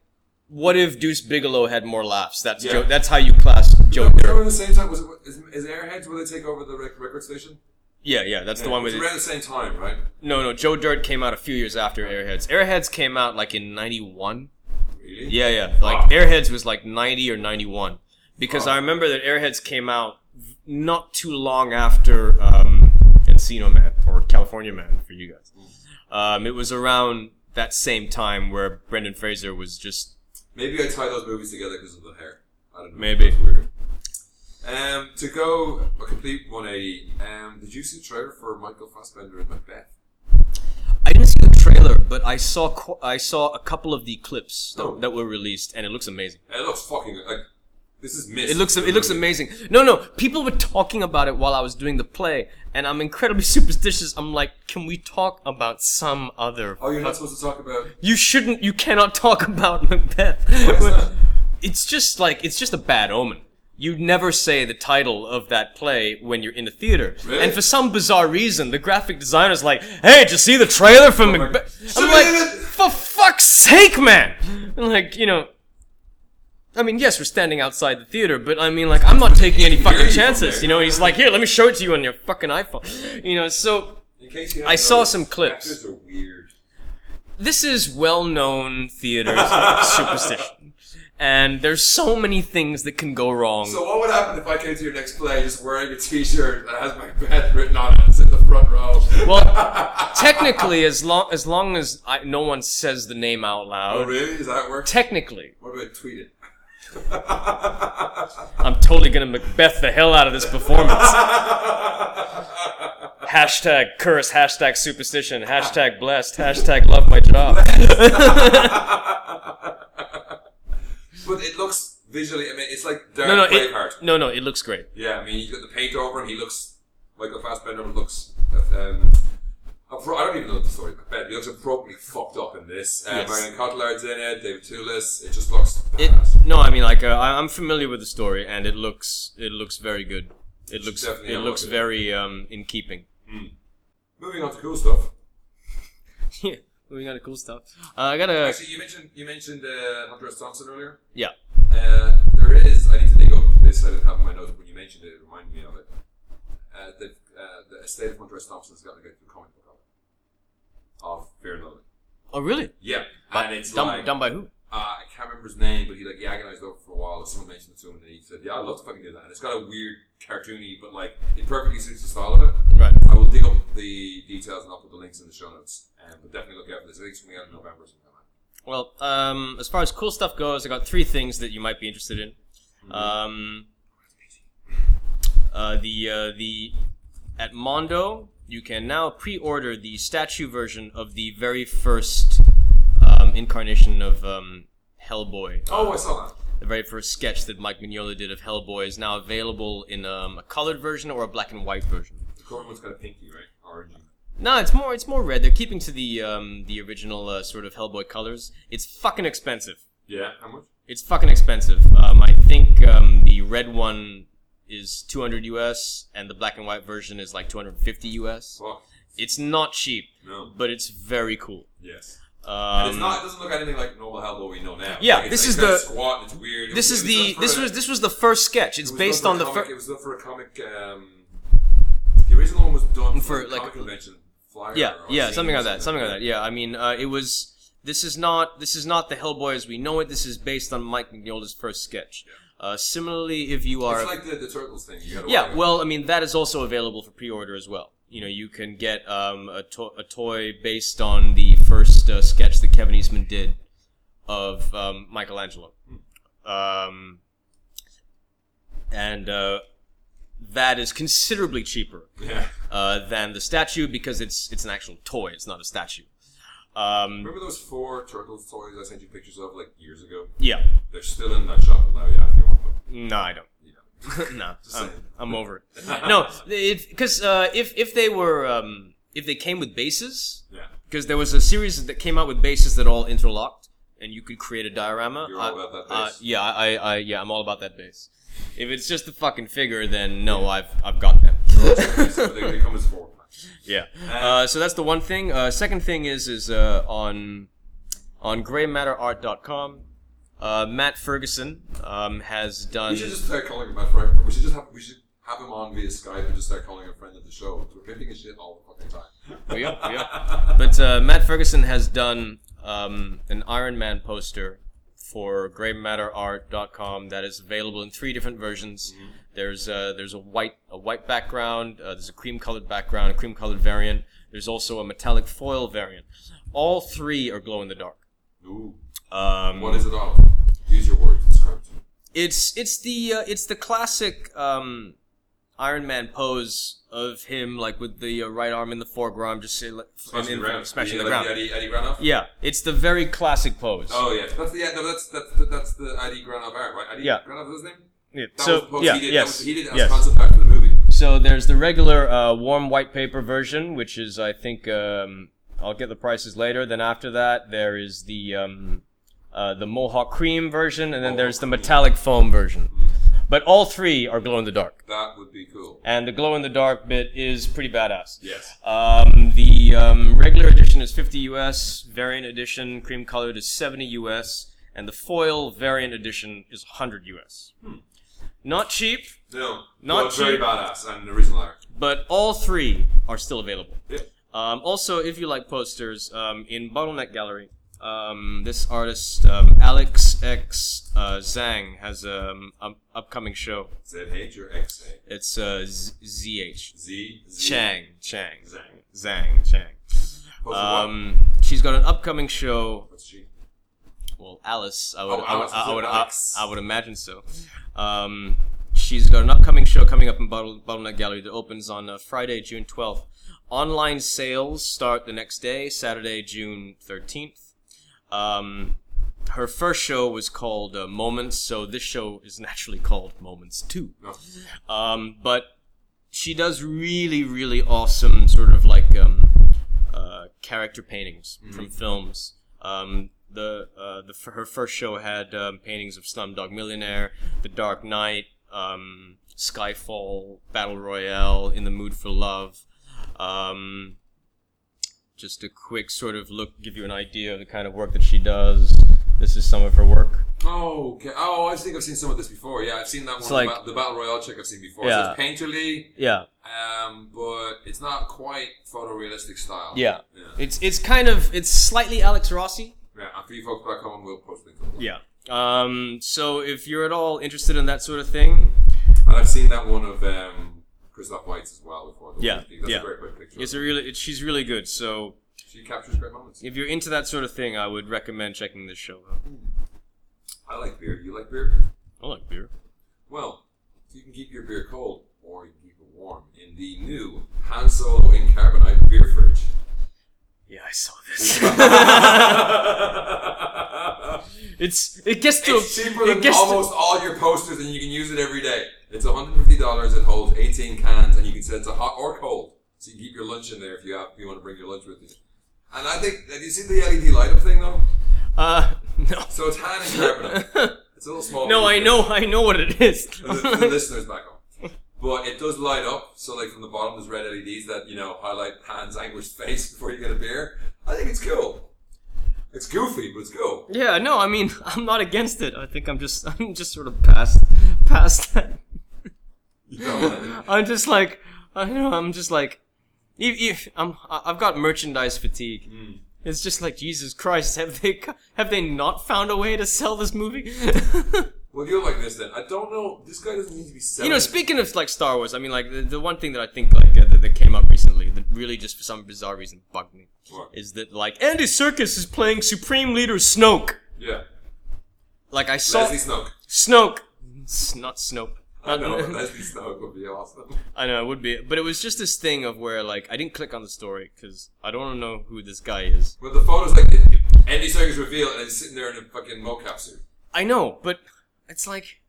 what if Deuce Bigelow had more laughs? That's
Yeah.
Joe, that's how you class Joe Dirt.
Around the same time, was it, is, is Airheads where they take over the rec- record station?
Yeah, yeah, that's the one with
it's around the same time, right?
no, no. Joe Dirt came out a few years after Airheads. Airheads came out like in '91.
Really?
Yeah, yeah. Like
Fuck.
Airheads was like 90 or 91 because
Fuck.
I remember that Airheads came out v- not too long after um, Encino Man or California Man for you guys. Um, it was around that same time where Brendan Fraser was just
Maybe I tie those movies together because of the hair. I don't know.
Maybe.
That's weird. Um, to go a complete 180, um, did you see the trailer for Michael Fassbender in Macbeth?
I didn't see the trailer, but I saw qu- I saw a couple of the clips that,
Oh.
that were released, and it looks amazing.
It looks fucking like this is missed.
It looks it looks amazing. No, no, people were talking about it while I was doing the play, and I'm incredibly superstitious. I'm like, can we talk about some other?
Oh, you're not supposed to talk about.
You shouldn't. You cannot talk about Macbeth.
is that?
It's just like it's just a bad omen. You never say the title of that play when you're in the theater,
Really?
and for some bizarre reason, the graphic designer's like, "Hey, did you see the trailer for Macbeth?" I'm like,
Submit it!
"For fuck's sake, man!" And like, you know, I mean, yes, we're standing outside the theater, but I mean, like, I'm not taking any
Hear you
fucking
from
chances.
there.
You know, he's like, "Here, let me show it to you on your fucking iPhone," you know. So
In case you
I
haven't
saw
noticed,
some clips.
Actors are weird.
this is well-known theater superstition, and there's so many things that can go wrong.
So what would happen if I came to your next play just wearing a T-shirt that has Macbeth written on it, it's in the front row?
Well, technically, as long as long as I, no one says the name out loud,
oh really? Does that work?
technically,
What about tweet it?
I'm totally gonna Macbeth the hell out of this performance. hashtag curse. Hashtag superstition. Hashtag blessed. Hashtag love my job.
But it looks visually. I mean, it's like Dark
No, no,
Braveheart.
it, no, no. It looks great.
Yeah, I mean, he's got the paint over him. He looks Michael Fassbender looks. Um, appro- I don't even know the story. I bet he looks appropriately fucked up in this. Uh,
Yes.
Marion Cotillard's in it. David Toulis. It just looks.
It,
badass.
no, I mean, like uh, I, I'm familiar with the story, and it looks it looks very good. It looks
definitely
it
have a
looks
look at it.
very um, in keeping.
Moving on to cool stuff.
yeah, moving on to cool stuff. Uh, I gotta
Actually, you mentioned you mentioned uh, Hunter S. Thompson earlier.
yeah.
Uh, there is. I need to dig up this. I didn't have in my notes but when you mentioned it. It reminded me of it. Uh, the, uh, the estate of Hunter S. Thompson's got like a comic book of, it, of Fear and Loathing.
Oh really?
Yeah, and it's
done,
like
done by who?
uh, I can't remember his name, but he like he agonized over it for a while. And someone mentioned it to him, and he said, "Yeah, I'd love to fucking do that." And it's got a weird cartoony, but like it perfectly suits the style of it.
Right.
I will dig up the details and I'll put the links in the show notes. Um, but definitely look out for this. I think it's coming out in November or something. Like that.
Well, um, as far as cool stuff goes, I got three things that you might be interested in.
Mm-hmm.
Um, uh, the uh, the at Mondo, you can now pre-order the statue version of the very first um, incarnation of um, Hellboy. Uh,
Oh, I saw that.
the very first sketch that Mike Mignola did of Hellboy is now available in um, a colored version or a black and white version.
The cover one's kind of pinky, right? Orangey.
No, it's more it's more red. They're keeping to the um, the original uh, sort of Hellboy colors. It's fucking expensive.
Yeah. How much?
It's fucking expensive. Um, I think um, the red one is 200 US, and the black and white version is like 250 US.
Fuck.
It's not cheap,
No.
but it's very cool.
Yes.
Um,
And it's not. It doesn't look anything like normal Hellboy we know now.
Yeah,
Like, it's, like,
this is
kinda
the-
squat. And it's weird. It
This
was-
is
it was
the
done for
this
a-
was this was the first sketch. It's
it was
based
done
on
for
the
a comic, It
first.
was done for a comic. Um, the original one was done
For,
for, a
like,
comic convention. Flyer
Yeah,
or
yeah,
scene
something
or
like that. Something like that. Yeah, I mean, uh, it was. This is not this is not the Hellboy as we know it. This is based on Mike Mignola's first sketch. Uh, similarly, if you are
It's like the, the turtles thing. You gotta
Yeah,
watch it.
well, I mean that is also available for pre-order as well. You know, you can get um, a, to- a toy based on the first uh, sketch that Kevin Eastman did of um, Michelangelo, um, and uh, that is considerably cheaper
Yeah.
uh, than the statue because it's it's an actual toy. It's not a statue. Um,
Remember those four turtles toys I sent you pictures of like years ago?
yeah,
They're still in that shop now. Yeah, if you want them.
no, I don't.
Yeah.
no,
Just
I'm,
saying.
I'm over it. No, because uh, if if they were um, if they came with bases,
Yeah.
because there was a series that came out with bases that all interlocked. and you could create a diorama.
You're all about that
uh,
bass.
yeah, I, I, yeah, I'm all about that base. If it's just a fucking figure, then no, I've, I've got
so they,
them.
they come as four.
yeah. Uh, so that's the one thing. Uh, second thing is, is uh, on, on graymatterart.com, uh, Matt Ferguson um, has done.
We should just start calling him my friend. We should just have we should have him on via Skype and just start calling him a friend of the show. We're pimping his shit all the fucking time.
We are, we are. oh, But uh, Matt Ferguson has done um, an Iron Man poster for graymatterart.com that is available in three different versions. There's uh, there's a white a white background. Uh, there's a cream colored background, a cream colored variant. There's also a metallic foil variant. All three are glow in the dark.
Ooh.
Um,
What is it all? Use your words. Describe it. to me.
It's it's the uh, it's the classic um, Iron Man pose of him like with the uh, right arm in the foreground, just say, like,
Smashing the ground.
smashing
yeah,
the
like
ground.
the Eddie, Eddie Granoff?
Yeah, it's the very classic pose.
Oh yeah, that's the yeah, no, that's that's the, that's the Eddie Granoff art, right? Eddie
Yeah.
Granoff is his name.
Yeah,
That was the
So
post
yeah,
he did.
yes,
that was, he did as
yes.
concept art for the movie.
So there's the regular uh, warm white paper version, which is I think um, I'll get the prices later. Then after that, there is the um, uh, the Mohawk cream version, and then there's the metallic foam version. But all three are glow in the dark,
That would be cool.
and the glow in the dark bit is pretty badass.
Yes.
Um, the um, regular edition is 50 US, variant edition cream colored is 70 US, and the foil variant edition is 100 US.
Hmm.
Not cheap,
No,
Not
well, it's very
cheap.
badass and original art.
but all three are still available.
Yeah.
Um, also, if you like posters, um, in Bottleneck Gallery, um, this artist um, Alex X uh, Zhang has an um, um, upcoming show.
Z H or X A
It's uh, Z- ZH
Z Z-
Chang Chang
Zhang.
Zhang Chang.
Post one.
Um, she's got an upcoming show
What's she?
well, Alice. I would,
Oh,
I, would,
Alice, is
I,
it
would, I,
Alex?
I would imagine so. Um, she's got an upcoming show coming up in Bottle, Bottleneck Gallery that opens on uh, Friday, June 12th. Online sales start the next day, Saturday, June 13th. Um, her first show was called uh, Moments, so this show is naturally called Moments 2.
No.
Um, but she does really, really awesome sort of like um, uh, character paintings from films. Um, the uh, the her first show had um, paintings of Slumdog Millionaire, The Dark Knight, um, Skyfall, Battle Royale, In the Mood for Love. Um, just a quick sort of look, give you an idea of the kind of work that she does. This is some of her work.
Oh, okay. Oh, I think I've seen some of this before. Yeah, I've seen that one.
like-
the, ba- the Battle Royale check I've seen before.
Yeah.
So it's painterly,
Yeah,
um, but it's not quite photorealistic style.
yeah.
Yeah.
It's it's kind of it's slightly Alex Rossi.
yeah. And for you folks back home, we'll post links. on that.
Yeah. Um, so if you're at all interested in that sort of thing,
And I've seen that one of um, Christoph Weitz as well before. The
Yeah,
one- That's
yeah.
a very quick picture.
it's a really it, she's really good. So
she captures great moments.
if you're into that sort of thing, I would recommend checking this show out.
I like beer. You like beer?
I like beer.
Well, you can keep your beer cold or you can keep it warm in the new Han Solo in Carbonite beer fridge.
Yeah, I saw this. it's it gets to
it's cheaper
it
than
gets
almost all your posters, and you can use it every day. It's $150. It holds 18 cans, and you can set it to hot or cold, so you can keep your lunch in there if you have, if you want to bring your lunch with you. And I think, have you seen the LED light up thing though?
to uh
So it's Han and carbonate.
no.
It's a little small.
no, I know I know what it is.
For the, for the listeners back home. But it does light up, so like from the bottom there's red LEDs that you know highlight Han's anguished face before you get a beer. I think it's cool. It's goofy, but it's cool.
yeah, no, I mean I'm not against it. I think I'm just I'm just sort of past past that.
You know what I mean?
I'm just like, I don't know. I'm just like, if, if I'm, I- I've got merchandise fatigue.
Mm.
It's just like Jesus Christ. Have they co- have they not found a way to sell this movie?
Well, you're like this then. I don't know. This guy doesn't need to be selling.
you know, speaking of like Star Wars, I mean, like the, the one thing that I think like uh, that, that came up recently that really just for some bizarre reason bugged me
What?
is that like Andy Circus is playing Supreme Leader Snoke.
Yeah.
Like I saw
Leslie Snoke.
Snoke, it's not Snoke.
I know, but Leslie Snoke would be awesome.
I know it would be, but it was just this thing of where like I didn't click on the story because I don't want to know who this guy is.
Well, the photos like the Andy Serkis reveal, and he's sitting there in a fucking mocap suit.
I know, but it's like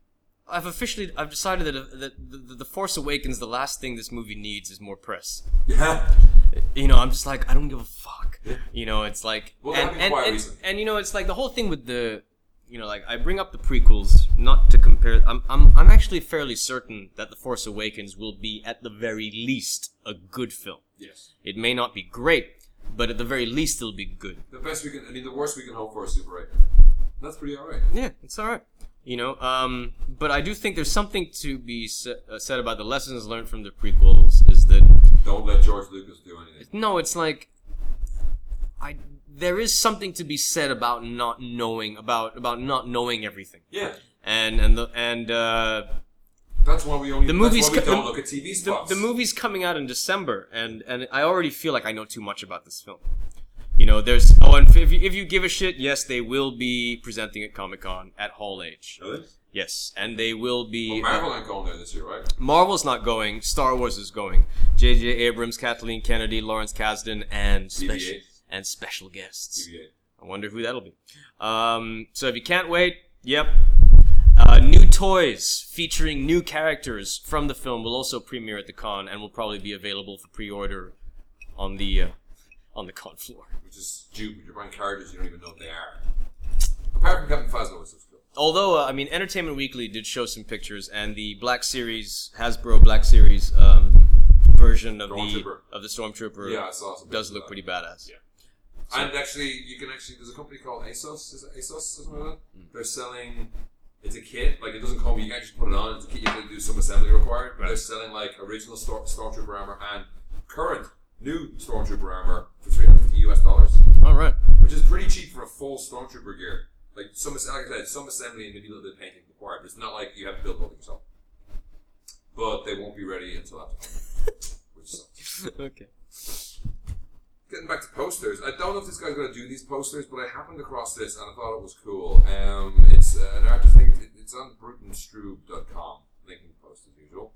I've officially I've decided that, uh, that the, the, the Force Awakens the last thing this movie needs is more press.
Yeah.
You know, I'm just like I don't give a fuck. You know, it's like
Well,
and,
that'd be
and,
quite
and,
recent.
and, you know, it's like the whole thing with the you know, like I bring up the prequels not to compare. I'm I'm I'm actually fairly certain that the Force Awakens will be at the very least a good film.
Yes.
It may not be great, but at the very least it'll be good.
The best we can, I mean, the worst we can hope for is Super 8. That's pretty alright.
Yeah, it's all right. You know, um, but I do think there's something to be sa- uh, said about the lessons learned from the prequels. Is that
Don't let George Lucas do anything.
no? It's like I there is something to be said about not knowing about about not knowing everything,
Yeah.
and and the and uh,
That's why we only
The
that's
movies
why we
co-
don't
the-
look at TV
the,
spots.
the movie's coming out in December, and and I already feel like I know too much about this film. You know, there's oh, and if you, if you give a shit, yes, they will be presenting at Comic Con at Hall H.
Really?
Yes, and they will be.
Well, Marvel ain't going there this year, right?
Marvel's not going. Star Wars is going. J.J. Abrams, Kathleen Kennedy, Lawrence Kasdan, and special
BB-8.
and special guests.
TV8.
I wonder who that'll be. Um, so if you can't wait, yep. Uh, new toys featuring new characters from the film will also premiere at the con and will probably be available for pre-order on the uh, on the con floor.
Which is stupid. You're buying characters you don't even know they are. Apart from Captain Phasma, which is cool.
Although uh, I mean, Entertainment Weekly did show some pictures, and the Black Series Hasbro Black Series um, version of the
Stormtrooper.
of the Stormtrooper
Yeah, I saw some.
does
pictures
look
of
pretty badass.
Yeah. that. And actually, you can actually. There's a company called ASOS. Is it ASOS or something like that?
Mm.
They're selling. It's a kit. Like it doesn't come. You can actually put it on. It's a kit. You have to do some assembly required. But They're selling like original Stor- stormtrooper armor and current new stormtrooper armor for 350 US dollars,
All right.
which is pretty cheap for a full stormtrooper gear. Like some, as- like I said, some assembly and maybe a little bit of painting required. But it's not like you have to build it all yourself. But they won't be ready until after. which sucks.
okay.
Getting back to posters, I don't know if this guy's going to do these posters, but I happened across this and I thought it was cool. Um, it's uh, an artist, I think it- it's on brutonstroob.com, link in the post as usual.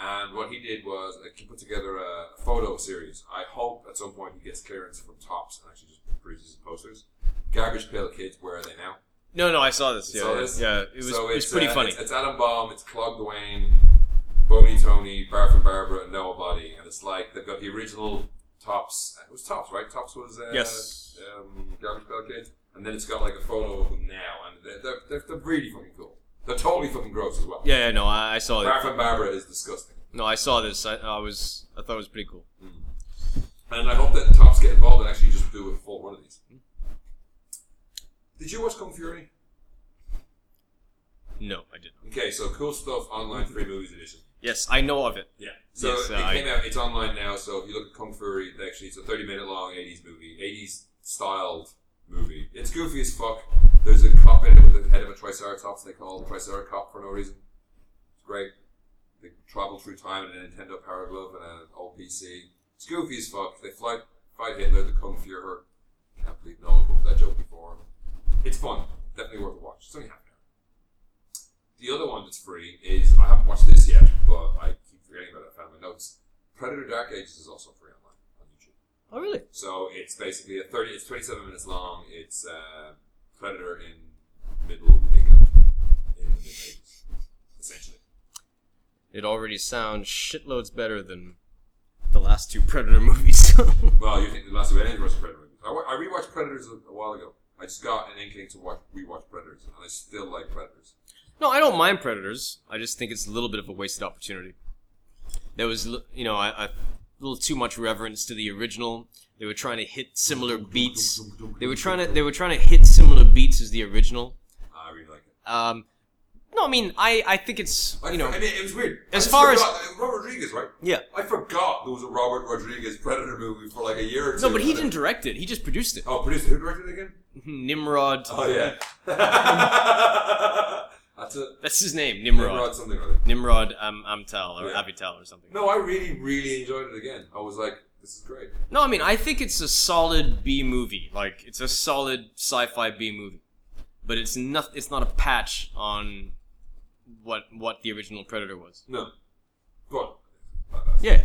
And what he did was uh, he put together a photo series. I hope at some point he gets clearance from Tops and actually just produces his posters. Garbage Pail Kids, where are they now?
No, no, I saw this.
You
Yeah,
saw
yeah,
this?
yeah. It was,
So
it was
it's,
pretty
uh,
funny.
It's, it's Adam Baum, it's Claude Dwayne, Boney Tony, Barf and Barbara, and Noah Body, and it's like they've got the original Tops. It was Tops, right? Tops was uh,
Yes.
um, Garbage Pail Kid, and then it's got like a photo of them now, and they're, they're, they're, they're really fucking cool. They're totally fucking gross as well.
yeah, yeah, no, I, I saw it.
Barf and Barbara is disgusting,
No, I saw this. I, I was, I thought it was pretty cool.
and I hope that Tops get involved and actually just do a full one of these.
Hmm.
Did you watch Kung Fury?
No, I didn't.
Okay, so cool stuff online free movies edition.
Yes, I know of it.
Yeah. So
Yes,
it
uh, I-
came out. It's online now. So if you look at Kung Fury, they actually, it's a thirty-minute long '80s movie, '80s styled movie. It's goofy as fuck. There's a cop in it with the head of a Triceratops. They call him Triceracop for no reason. It's great. They travel through time in a Nintendo Power Glove and an old PC. It's goofy as fuck. They fly, fight Hitler, the Kung Fuhrer. Can't believe no one put that joke before. It's fun. Definitely worth a watch. It's only half an hour. The other one that's free is I haven't watched this yet, but I keep forgetting about it. I found my notes. Predator: Dark Ages is also free online on YouTube.
Oh, really?
So it's basically a thirty. It's twenty-seven minutes long. It's uh, Predator in Middle England in the mid eighties, essentially.
It already sounds shitloads better than the last two Predator movies.
Well, you think the last of any was Predator movies? I, wa- I rewatched Predators a, a while ago. I just got an inkling to watch rewatch Predators, and I still like Predators.
no, I don't mind Predators. I just think it's a little bit of a wasted opportunity. There was, l- you know, I, I, a little too much reverence to the original. They were trying to hit similar beats. They were trying to, they were trying to hit similar beats as the original.
I really like it.
Um, no, I mean, I, I think it's,
I,
you know,
I mean, it was weird. I
as
just
far as-
forgot- Robert Rodriguez, right?
yeah.
I forgot there was a Robert Rodriguez Predator movie for like a year or two.
No, but he didn't direct it. He just produced it.
Oh, producer, who directed it again?
Nimrod.
Oh yeah, that's it.
That's his name,
Nimrod.
Nimrod.
something or other.
Nimrod um, Amtal or
Yeah.
Avital or something.
No, I really, really enjoyed it again. I was like, this is great.
No, I mean, I think it's a solid B movie. Like, it's a solid sci-fi B movie. But it's not, it's not a patch on what what the original Predator was.
No, but badass.
Yeah.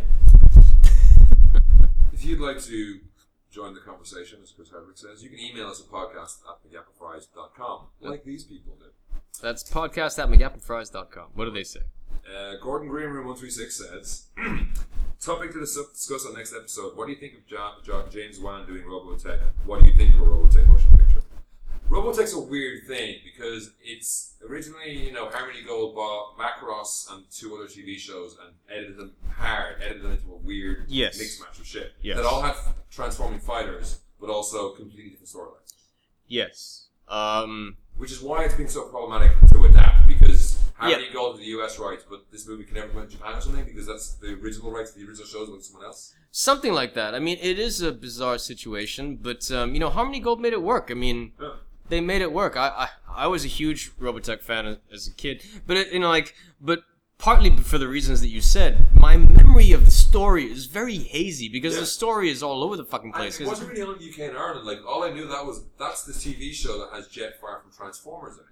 if you'd like to join the conversation, as Chris Hardwick says, you can email us at podcast at com, like these people do.
That's podcast at mcgappenfries.com. What do they say?
Uh, Gordon Green Room 136 says, Topic to dis- discuss on next episode. What do you think of ja- Ja- James Wan doing Robotech? What do you think of a Robotech motion picture? Robotech's a weird thing because it's originally, you know, Harmony Gold bought Macross and two other TV shows and edited them hard, edited them into a weird
Yes.
mix match of shit.
Yes.
That all had transforming fighters, but also completely different storylines.
Yes. Um,
Which is why it's been so problematic to adapt because how
Yeah.
do you go to the US rights, but this movie can never go to Japan or something because that's the original rights to the original shows with someone else?
something like that. I mean, it is a bizarre situation, but um, you know, Harmony Gold made it work. I mean, they made it work. I, I, I was a huge Robotech fan as, as a kid, but it, you know, like, but partly for the reasons that you said, my memory of the story is very hazy because
Yeah.
the story is all over the fucking
And
place.
it
'cause-
wasn't really on the UK and Ireland. Like all I knew that was that's the TV show that has Jetfire from Transformers in it.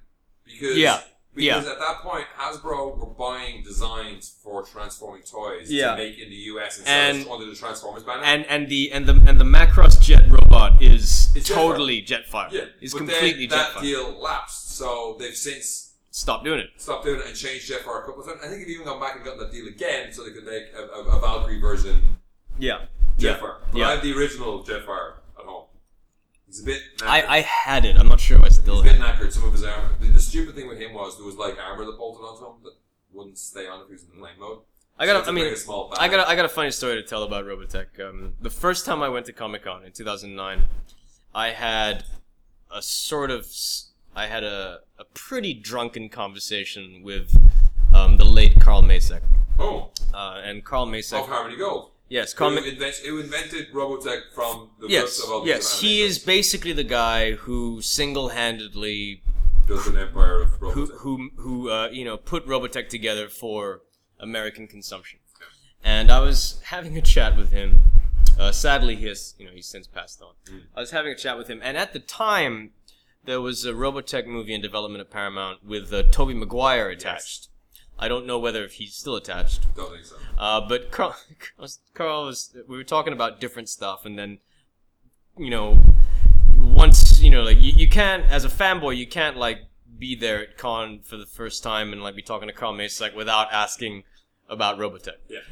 Because
Yeah.
because
Yeah.
at that point Hasbro were buying designs for transforming toys
Yeah.
to make in the US and,
And-
sell us under the Transformers banner.
and and the and the and the Macross jet robot is
It's Jetfire.
totally Jetfire.
yeah,
it's
but
completely
then that
Jetfire.
deal lapsed, so they've since
Stop doing it.
stopped doing it and changed Jetfire a couple of times. I think they've even gone back and gotten that deal again so they could make a, a, a Valkyrie version
Yeah. Yeah.
Jetfire. But I have the original Jetfire at home. He's a bit. knackered.
I, I had it. I'm not sure if I still
He's a
have
bit
it.
knackered. Some of his armor. The, the stupid thing with him was there was like armor that bolted onto him that wouldn't stay on if he was in plane mode.
I
So
gotta.
it's
I
like
mean,
a small
I
bag.
got. to I got a funny story to tell about Robotech. Um, the first time I went to Comic Con in 2009, I had a sort of. s- I had a, a pretty drunken conversation with um, the late Carl Masek.
Oh,
Uh, and Carl Masek.
of Harmony Gold.
Yes, Carl. Ma-
Who, invent, who invented Robotech from the
yes,
roots of all
yes.
these
He
animations.
is basically the guy who single-handedly
built an empire of Robotech.
who who who uh, you know put Robotech together for American consumption. And I was having a chat with him. Uh, sadly, he has you know he's since passed on. I was having a chat with him, and at the time, there was a Robotech movie in development at Paramount with uh, Toby Maguire attached. I don't know whether if he's still attached,
Don't think so.
uh, but Carl, Carl was, we were talking about different stuff, and then, you know, once, you know, like, you, you can't, as a fanboy, you can't, like, be there at con for the first time and, like, be talking to Carl Mace, like, without asking about Robotech.
Yeah.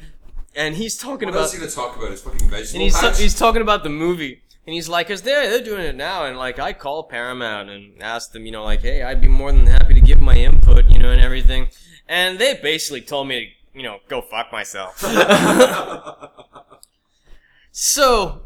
And he's talking
What
about
else are you going to talk about? His fucking vegetable
and he's,
patch?
he's talking about the movie and he's like because they're, they're doing it now and like i call paramount and ask them you know like hey i'd be more than happy to give my input you know and everything and they basically told me to you know go fuck myself so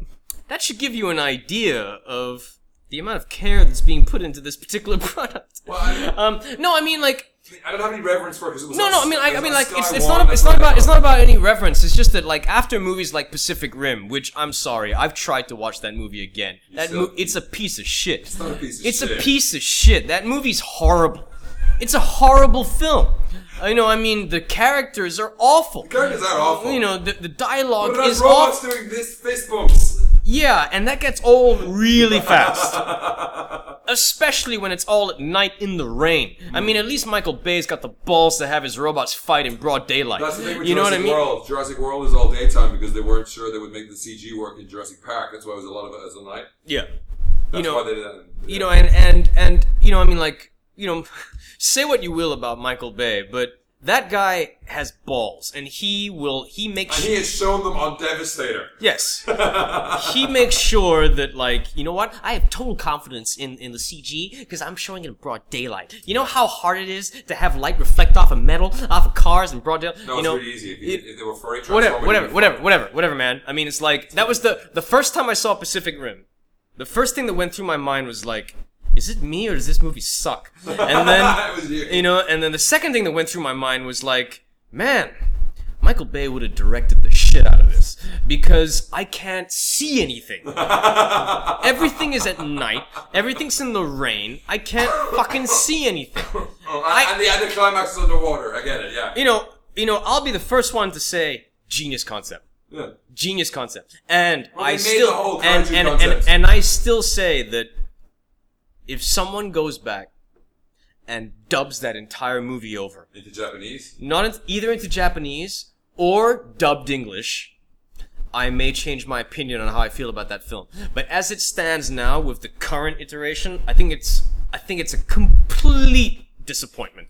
that should give you an idea of the amount of care that's being put into this particular product
Well, I-
um, no i mean like
I don't have any reverence for it because it was
no,
on-
no. I mean,
it
I, I
was
mean,
on
like,
Sky
it's, it's
One,
not.
that's
It's not
why I
about. It's
don't
not about any reference. It's just that, like, after movies like Pacific Rim, which I'm sorry, I've tried to watch that movie again. That
still-
mo- it's a piece of shit.
It's not a piece of
It's
shit.
a piece of shit. That movie's horrible. It's a horrible film. I know. I mean, the characters are awful.
Characters are awful.
You know, the, the
What
dialogue
about
is
robots
awful.
doing this fist bumps?
Yeah, and that gets old really fast. Especially when it's all at night in the rain. I mean, at least Michael Bay's got the balls to have his robots fight in broad daylight.
That's the thing with
you know what I
Jurassic
mean?
World. Jurassic World is all daytime because they weren't sure they would make the CG work in Jurassic Park. That's why it was a lot of it as a night.
Yeah.
That's
know-
why they did that. in-
You know, and and and you know, I mean, like, you know, say what you will about Michael Bay, but that guy has balls, and he will. He makes.
and he has shown them on Devastator.
Yes. he makes sure that, like, you know what? I have total confidence in, in the CG because I'm showing it in broad daylight. You know how hard it is to have light reflect off of metal, off of cars in broad daylight?
No,
you
it's
know,
really easy. If, you,
it-
if they were furry
whatever,
Transformers,
whatever,
you'd be
whatever, whatever, whatever, man. I mean, it's like, that was the, the first time I saw Pacific Rim. The first thing that went through my mind was like, is it me or does this movie suck? And
That
then,
was you.
you know, and then the second thing that went through my mind was like, man, Michael Bay would have directed the shit out of this because I can't see anything. Everything is at night. Everything's in the rain. I can't fucking see anything.
Oh,
I-
and, and the, and the climax is underwater. I get it. Yeah.
You know, you know, I'll be the first one to say genius concept.
yeah.
Genius concept. And
Well, they
I
made
still
the whole
and,
kaiju
and, and,
concept.
and I still say that if someone goes back and dubs that entire movie over
Into Japanese.
not in, either into Japanese or dubbed English. I may change my opinion on how I feel about that film, but as it stands now with the current iteration, I think it's I think it's a complete disappointment.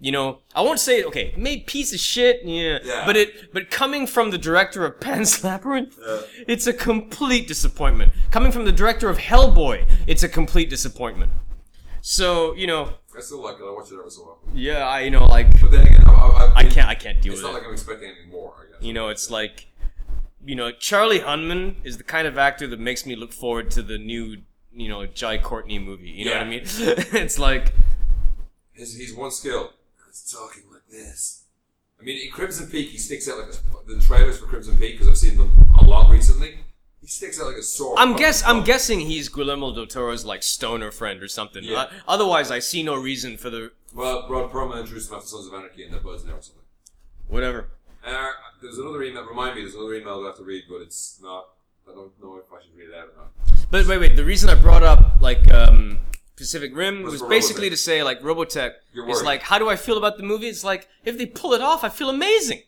You know, I won't say okay, made piece of shit, yeah,
Yeah.
but it but coming from the director of Pan's Labyrinth,
Yeah.
it's a complete disappointment. Coming from the director of Hellboy, it's a complete disappointment. So, you know,
I still like it. I watch it every so often.
yeah, I you know like
But then again, I, I, I,
I can't I can't deal
It's
with
not
it.
like I'm expecting anything more. I guess.
You know, it's like, you know, Charlie Hunman is the kind of actor that makes me look forward to the new, you know, Jai Courtney movie. You know what
Yeah.
I mean? it's like,
His, he's one skill. It's talking like this. I mean, in Crimson Peak, he sticks out like a, the trailers for Crimson Peak because I've seen them a lot recently. He sticks out like a sore.
I'm
thumb.
guess I'm guessing he's Guillermo del Toro's like stoner friend or something.
Yeah.
Uh, otherwise, I see no reason for the
Well, Rod Perlman introduced him after Sons of Anarchy and that Buzz now or something.
whatever.
Uh, there's another email. Remind me, there's another email I have to read, but it's not. I don't know if I should read it out or not.
But wait, wait. The reason I brought up like um, Pacific Rim
Was
was
for
basically
Robotech.
to say like Robotech
You're
is
worried.
like, how do I feel about the movie? It's like if they pull it off, I feel amazing.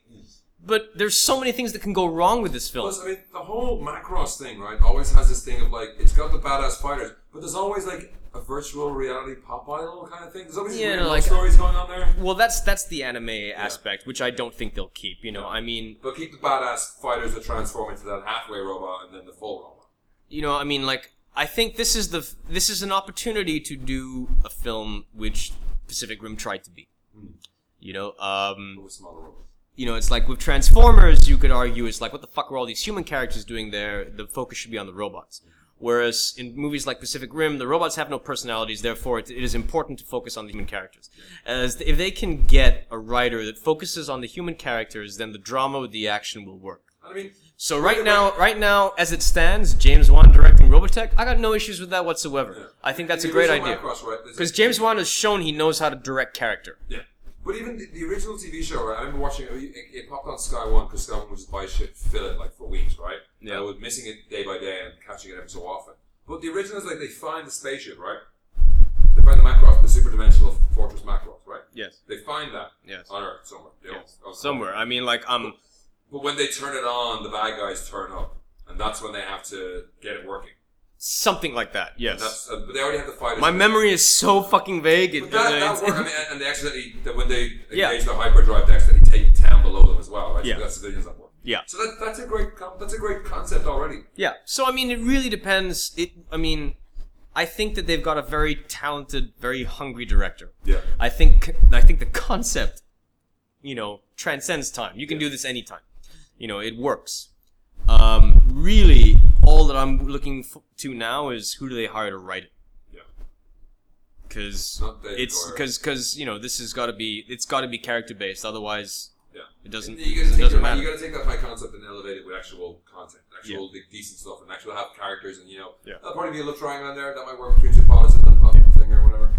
But there's so many things that can go wrong with this film.
Plus, I mean, the whole Macross thing, right? Always has this thing of like, it's got the badass fighters, but there's always like a virtual reality pop idol kind of thing. There's always
Yeah,
yeah, weird love
like- uh,
stories going on there.
Well, that's that's the anime aspect, which I don't think they'll keep. You know, I mean,
But keep the badass fighters that transform into that halfway robot and then the full robot.
you know, I mean, like I think this is the f- this is an opportunity to do a film which Pacific Rim tried to be.
Mm-hmm.
You know,
But
um,
with smaller robots.
you know, it's like with Transformers, you could argue it's like what the fuck are all these human characters doing there? The focus should be on the robots. Whereas in movies like Pacific Rim, the robots have no personalities, therefore it, it is important to focus on the human characters. As if they can get a writer that focuses on the human characters, then the drama with the action will work.
And I mean,
So right now, right now, as it stands, James Wan directing Robotech, I got no issues with that whatsoever. I think that's
the
a great
original
idea
Macross, right? there's-
because James Wan has shown he knows how to direct character.
Yeah. But even the, the original TV show, right? I remember watching it. It, it popped on Sky One because Sky One would just buy shit, fill it like for weeks, right?
Yeah.
And I was missing it day by day and catching it every so often. But the original is like they find the spaceship, right? They find the Macross, the superdimensional fortress Macross, right?
Yes.
They find that
Yes.
on Earth somewhere. They don't-
Yes.
don't-
Somewhere, I mean, like um,
But when they turn it on, the bad guys turn up, and that's when they have to get it working.
something like that. Yes.
That's uh, but they already have the fighters.
My memory is so fucking vague. It,
But that,
it's-
that work, I mean, and- and they accidentally that when they engage
Yeah.
the hyperdrive, they accidentally take town below them as well, right?
Yeah.
So that's the videos that work.
Yeah.
So that, that's a great com- that's a great concept already.
yeah. So I mean, it really depends. It. I mean, I think that they've got a very talented, very hungry director.
Yeah.
I think I think the concept, you know, transcends time. You can do this anytime. You know, it works. Um, really, all that I'm looking f- to now is who do they hire to write it?
Yeah.
Because
Not David
it's
Goyer.
because because you know this has got to be it's got to be character based. Otherwise,
Yeah.
it doesn't
You
it
gotta, take
doesn't
that,
matter.
you gotta take that high concept and elevate it with actual content, actual like, decent stuff, and actually have characters, and you know,
Yeah.
that'll probably be a little triangle in there that might work between two pilots and the hot thing or whatever.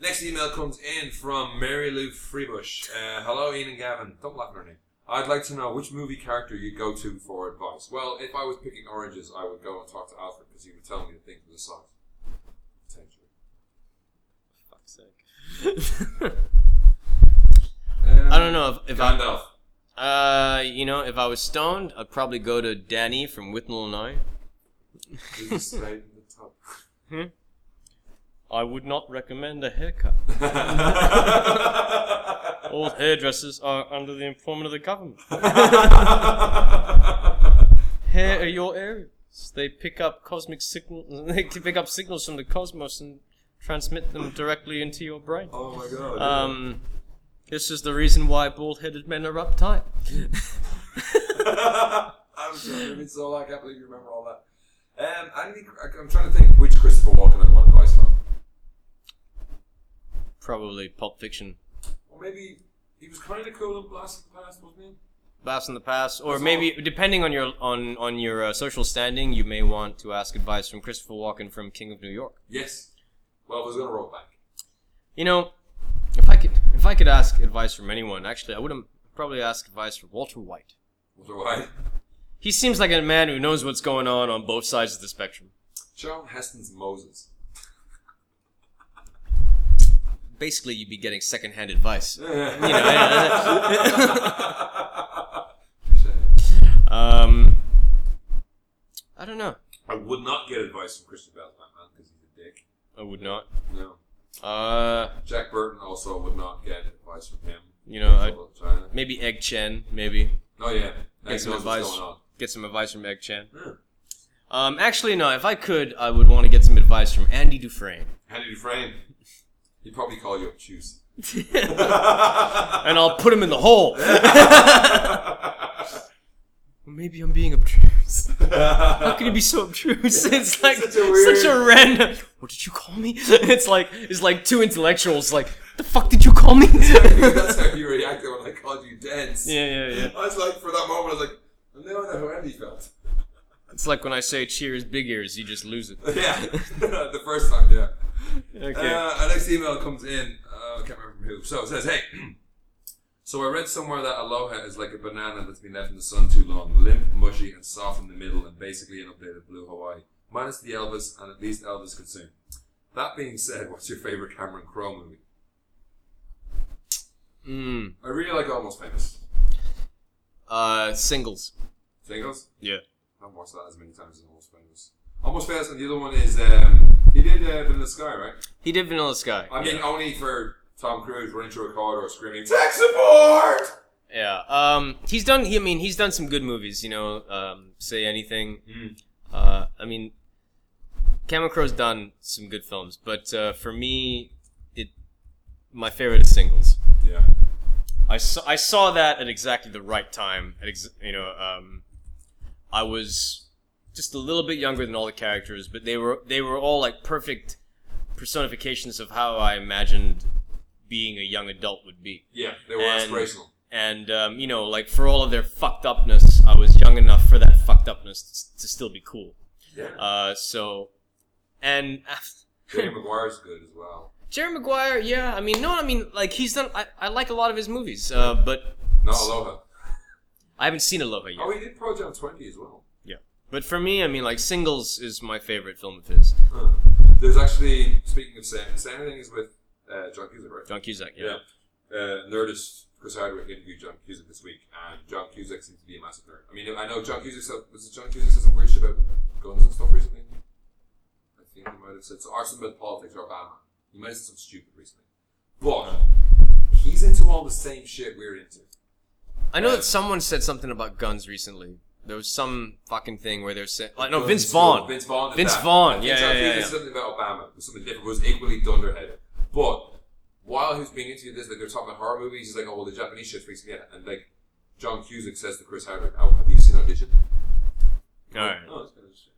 Next email comes in from Mary Lou Freebush. Uh, hello, Ian and Gavin. Don't laugh at her name. I'd like to know which movie character you'd go to for advice. Well, if I was picking oranges, I would go and talk to Alfred because he would tell me the thing for the song. Potentially.
Fuck's sake. I don't know if, if I
Um, Gandalf.
uh you know if I was stoned, I'd probably go to Danny from Witten, Illinois.
This is straight in the top.
I would not recommend a haircut. All hairdressers are uh, under the employment of the government.
Oh
Hair are your areas. They pick up cosmic signals. They can pick up signals from the cosmos and transmit them directly into your brain.
oh my god.
Um, this is the reason why bald-headed men are uptight.
I'm sorry, it's so long. I can't believe you remember all that. Um, I think, I'm trying to think which Christopher Walken I'd want advice from.
Probably Pulp Fiction,
Or maybe he was kind of cool in Blast from the Past, wasn't he?
Blast in the Past, or
That's
maybe depending on your on on your uh, social standing, you may want to ask advice from Christopher Walken from King of New York.
Yes. Well, I was going to roll back.
You know, if I could if I could ask advice from anyone, actually, I would have probably asked advice from Walter White.
Otherwise,
He seems like a man who knows what's going on on both sides of the spectrum.
Charles Heston's Moses.
Basically, you'd be getting secondhand advice. Um, I don't know.
I would not get advice from Christian Bell's Batman because he's a dick.
I would not.
No.
Uh,
Jack Burton also would not get advice from him.
you know, I,
Trouble in China.
maybe Egg Chen, maybe.
Oh yeah,
Get
Nick
some
knows
advice.
what's going on.
Get some advice from Egg Chen.
Hmm.
Um, actually, no, if I could, I would want to get some advice from Andy Dufresne.
Andy Dufresne, he'd probably call you up choose.
and I'll put him in the hole. Maybe I'm being obtruse. How can you be so obtruse? It's like
such a weird-
such a random. What did you call me? It's like it's like two intellectuals. Like the fuck did you call me?
That's how you reacted when I called you dense.
yeah, yeah, yeah.
I was like, for that moment, I was like, I now I know how Andy felt.
It's like when I say cheers, big ears. You just lose it.
yeah, the first time, yeah.
Okay.
Uh, our next email comes in. Uh, I can't remember from who. So it says, "Hey, so I read somewhere that aloha is like a banana that's been left in the sun too long, limp, mushy, and soft in the middle, and basically an updated blue Hawaii, minus the Elvis and at least Elvis could sing." That being said, what's your favorite Cameron Crowe movie?
mm,
I really like Almost Famous.
uh, singles.
Singles.
Yeah.
I've watched that as many times as Almost Famous. Almost Famous, and the other one is um, he did uh, Vanilla Sky, right?
He did Vanilla Sky.
I mean, only for Tom Cruise running through a corridor screaming "Tech support!"
Yeah. Um, he's done. He, I mean, he's done some good movies. You know, um, say anything.
Mm.
Uh, I mean, Cameron Crowe's done some good films, but uh, for me, it my favorite is Singles.
Yeah.
I saw, I saw that at exactly the right time. At ex- you know, um, I was just a little bit younger than all the characters, but they were they were all like perfect personifications of how I imagined being a young adult would be.
Yeah, they were
And-
aspirational.
and um, you know, like for all of their fucked upness, I was young enough for that fucked upness to, to still be cool.
Yeah.
Uh, so, and
Jerry Maguire's good as well.
Jerry Maguire, yeah, I mean, no, I mean, like he's done. I, I like a lot of his movies, uh, but
Not Aloha.
I haven't seen Aloha yet.
Oh, he did Project 20 as well.
But for me, I mean, like Singles is my favorite film of his.
Huh. There's actually, speaking of saying, saying anything is with uh, John Cusack, right?
John Cusack, yeah.
Uh, Nerdist Chris Hardwick interviewed John Cusack this week, and John Cusack seems to be a massive nerd. I mean, I know John Cusack said, was it John Cusack said some weird shit about guns and stuff recently? I think he might have said, so, or something about politics or Obama. He might have said something stupid recently. But, he's into all the same shit we're into.
I know that someone said something about guns recently. There was some fucking thing where they're saying, like, no,
Guns,
Vince Vaughn.
oh, Vince Vaughn. did
Vince
that.
Vaughn,
I think
yeah,
John
yeah, yeah,
Cusack said
yeah.
something about Obama. It was something different. It was equally dunderheaded. But while he was being interviewed, this like they're talking about horror movies. He's like, "Oh well, the Japanese shit freaks me out." And like John Cusack says to Chris Hardwick, "Oh, have you seen Audition?"
All right.
Oh, it's kind of interesting.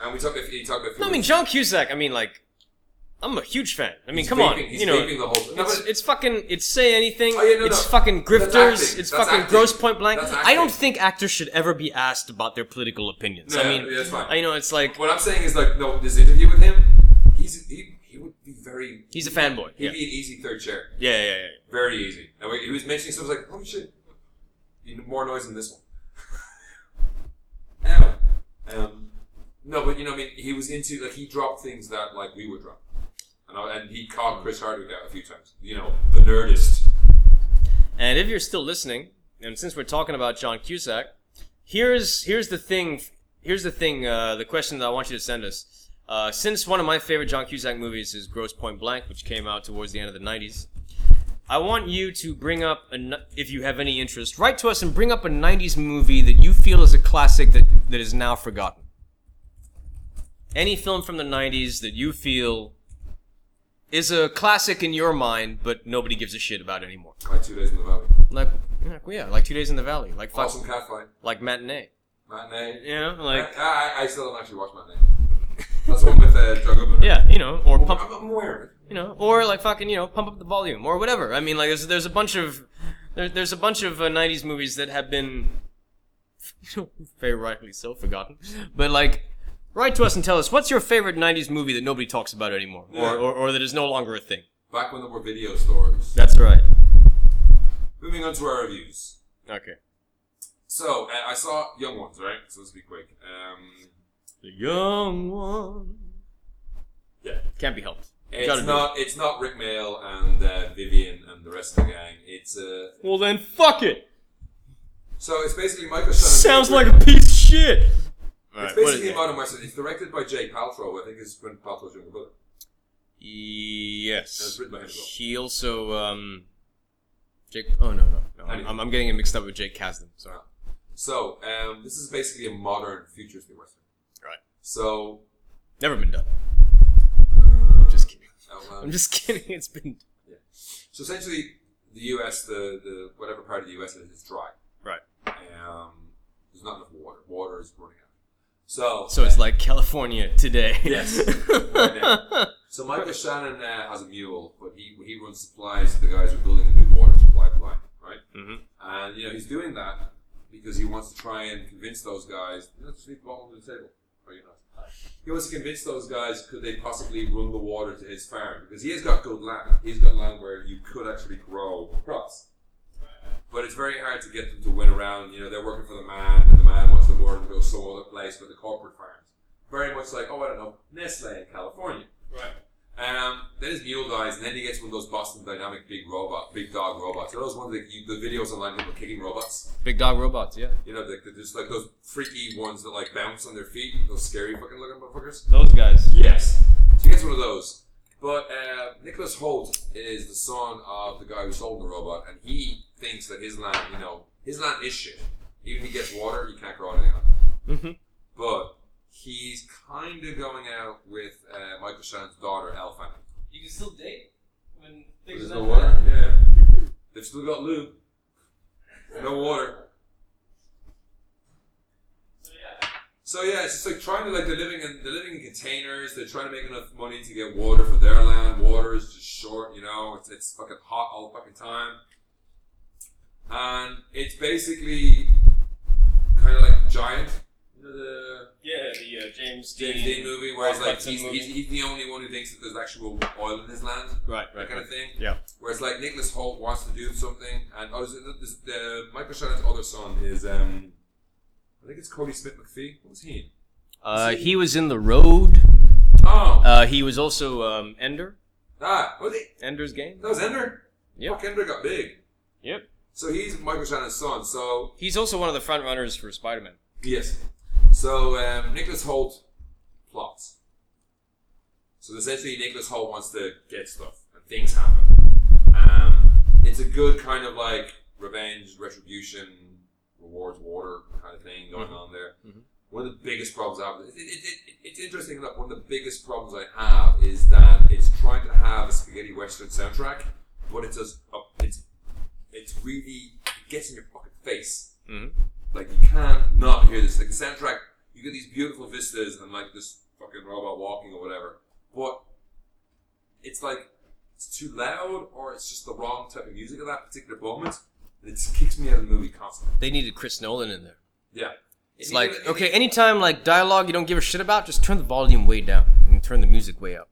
And we talked. If he talked about.
No, I mean John Cusack. I mean, like, I'm a huge fan. I mean,
He's
come
vaping,
on,
He's
you know,
vaping the whole. No,
it's,
but-
it's fucking, it's say anything.
Oh, yeah, no,
it's
no.
fucking
That's
grifters.
acting. That's
It's fucking
acting.
gross point blank.
That's
I don't
acting.
think actors should ever be asked about their political opinions.
No,
I mean,
yeah, that's fine.
I- you know, it's like
what I'm saying is like no. This interview with him, he's he, he would be very.
he's a fanboy.
He'd
Yeah.
be an easy third chair.
yeah, yeah, yeah.
Very easy. And we, he was mentioning something like, oh shit, You need more noise than this one. Ow. Um, no, but you know, I mean, he was into like he dropped things that like we would drop, and I, and he
Mm.
caught Chris Hardwick out a few times. You know, the nerdist.
And if you're still listening, and since we're talking about John Cusack, here's here's the thing. Here's the thing. Uh, the question that I want you to send us. Uh, since one of my favorite John Cusack movies is Gross Point Blank, which came out towards the end of the '90s, I want you to bring up a, n- if you have any interest, write to us and bring up a '90s movie that you feel is a classic that that is now forgotten. Any film from the '90s that you feel is a classic in your mind, but nobody gives a shit about anymore.
Like two days in the valley.
Like, like, yeah, like two days in the valley, like fuck,
Awesome catfight.
like matinee.
Matinee.
You know, like
I, I, I still don't actually watch matinee. That's the one with uh, John Goodman.
yeah, you know, or
I'm,
pump,
I'm aware. of it.
you know, or like fucking, you know, pump up the volume or whatever. I mean, like there's there's a bunch of there, there's a bunch of uh, '90s movies that have been you know, very rightly so forgotten, but like. Write to us and tell us what's your favorite '90s movie that nobody talks about anymore,
Yeah.
or, or, or that is no longer a thing.
Back when there were video stores.
That's right.
Moving on to our reviews.
Okay.
So uh, I saw Young Ones, right? So let's be quick. Um,
The young one.
Yeah.
Can't be helped. Gotta
It's
be.
not. It's not Rick Mail and uh, Vivian and the rest of the gang. It's uh,
Well then, fuck it.
so it's basically Michael.
Sounds like a piece of shit.
It's basically a modern western. It's directed by Jay Paltrow. I think it's Gwyneth Paltrow's younger brother. It was
Yes.
written by him as well.
He also um, Jake. Oh no no no!
Anyway.
I'm, I'm getting it mixed up with Jake Kasdan. Sorry.
So um, this is basically a modern futuristic western.
Right.
So
Never been done.
uh,
Just kidding.
outland.
I'm just kidding. It's been
um, So essentially, the U.S. the, the whatever part of the U.S. is is dry.
Right.
Um, there's not enough water. Water is running out. So
so it's like California today.
Yes. so Michael Shannon uh, has a mule, but he he runs supplies to the guys who are building the new water supply line, right?
Mhm.
And you know he's doing that because he wants to try and convince those guys. You know, just leave the bottle on the table. Are you not? He wants to convince those guys could they possibly run the water to his farm because he has got good land. He's got land where you could actually grow crops. But it's very hard to get them to win around. You know, they're working for the man, and the man wants the water to go some other place with the corporate farms. Very much like, oh, I don't know, Nestle in California.
Right.
Um, then his mule dies, and then he gets one of those Boston Dynamic big robot, big dog robots. You know those ones that you, the videos online people kicking robots.
Big dog robots. Yeah.
You know, like, they're just like those freaky ones that like bounce on their feet. Those scary fucking looking motherfuckers.
Those guys.
Yes. So he gets one of those. But uh, Nicholas Holt is the son of the guy who sold the robot, and he thinks that his land, you know, his land is shit. Even if he gets water, you can't grow anything on it
Mhm.
but he's kind of going out with uh, Michael Shannon's daughter, Elle Fanning.
You can still date when things
There's
are
no
not
water.
bad.
Yeah. They've still got lube. No water.
So yeah.
So yeah, it's just like trying to like they're living in they're living in containers. They're trying to make enough money to get water for their land. Water is just short, you know. It's it's fucking hot all the fucking time. And it's basically kind of like giant. You know, the
Yeah, the uh, James Dean.
James Dean movie where it's
Mel
like
Gibson
he's,
movie.
he's, he's the only one who thinks that there's actual oil in his land,
Right.
that
Right.
kind
right.
of thing.
Yeah.
Whereas like Nicholas Holt wants to do something, and oh, is it, is it, uh, Michael Shannon's other son is um, I think it's Cody Smith McPhee. What was he? in?
Uh, he was in the road.
Oh,
Uh, he was also um, Ender.
ah, was he?
Ender's game.
That was Ender.
Yep.
Fuck, Ender got big.
Yep.
So he's Michael Shannon's son. So
He's also one of the front runners for Spider-Man.
Yes. So um, Nicholas Holt plots. So essentially, Nicholas Holt wants to get stuff, and things happen. Um, it's a good kind of like revenge, retribution, rewards, water kind of thing going on there.
Mhm.
One of the biggest problems I have, it, it, it, it- it's interesting enough, one of the biggest problems I have is that it's trying to have a spaghetti western soundtrack, but it's just, uh, it's, it's really, it gets in your fucking face. Like you can't not hear this. Like the soundtrack, you get these beautiful vistas and like this fucking robot walking or whatever. But it's like it's too loud or it's just the wrong type of music at that particular moment. And it just kicks me out of the movie constantly.
They needed Chris Nolan in there.
Yeah.
It's
And
like
even-
okay, anytime like dialogue you don't give a shit about, just turn the volume way down and turn the music way up.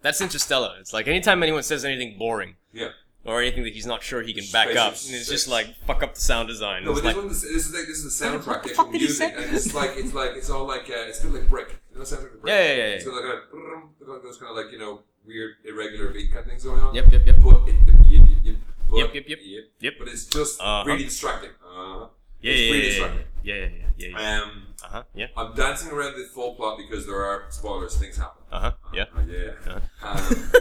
That's Interstellar. It's like anytime anyone says anything boring
Yeah.
or anything that he's not sure he can back
Space
up,
is
and it's
sick.
just like fuck up the sound design.
No,
it's
but
like
this one, this, this is like this is the
What the
soundtrack,
fuck
the actual
did he
music,
say?
and it's like it's like it's all like uh, it's a bit like brick. You know, sounds like a brick.
Yeah, yeah, yeah, yeah.
It's got like a brrrm, it's got those kind of like you know weird irregular beat kind of things going on.
yep, yep, yep.
But it, yep, yep, yep, but,
Yep, yep, yep. Yep.
But it's just
Uh-huh.
really distracting. Uh-huh.
Yeah,
It's
yeah,
really
yeah,
distracting.
yeah, yeah, yeah, yeah, yeah.
Um,
Uh huh. Yeah.
I'm dancing around the full plot because there are spoilers. Things happen.
Uh huh. Yeah.
Uh, yeah.
Uh-huh.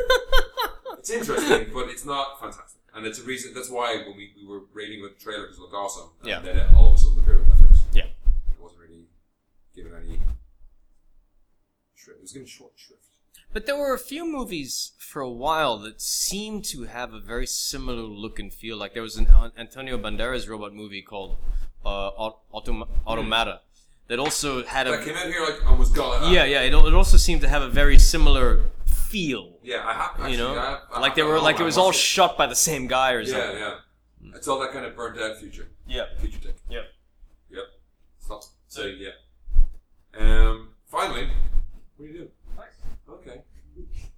Um, it's interesting, but it's not fantastic, and it's a reason. That's why when we, we were rating with the trailer, because it looked awesome, and
Yeah.
then it all of a sudden appeared on Netflix.
Yeah.
It wasn't really given any. Shrift. It was given short shrift.
But there were a few movies for a while that seemed to have a very similar look and feel. Like there was an An- Antonio Banderas robot movie called uh, Au- Autom- Automata that also had
That
a
came out here like almost got it.
yeah yeah. It, al- it also seemed to have a very similar feel.
Yeah, I have. Actually,
You know,
I have, I
like
have
they
that
were
on
like
my
it was all
watch list.
shot by the same guy or
Yeah,
something.
yeah. It's all that kind of burnt out future.
Yeah.
Future tech.
Yep.
Yep. Stop. So yeah. Um. Finally. What do you do? Okay.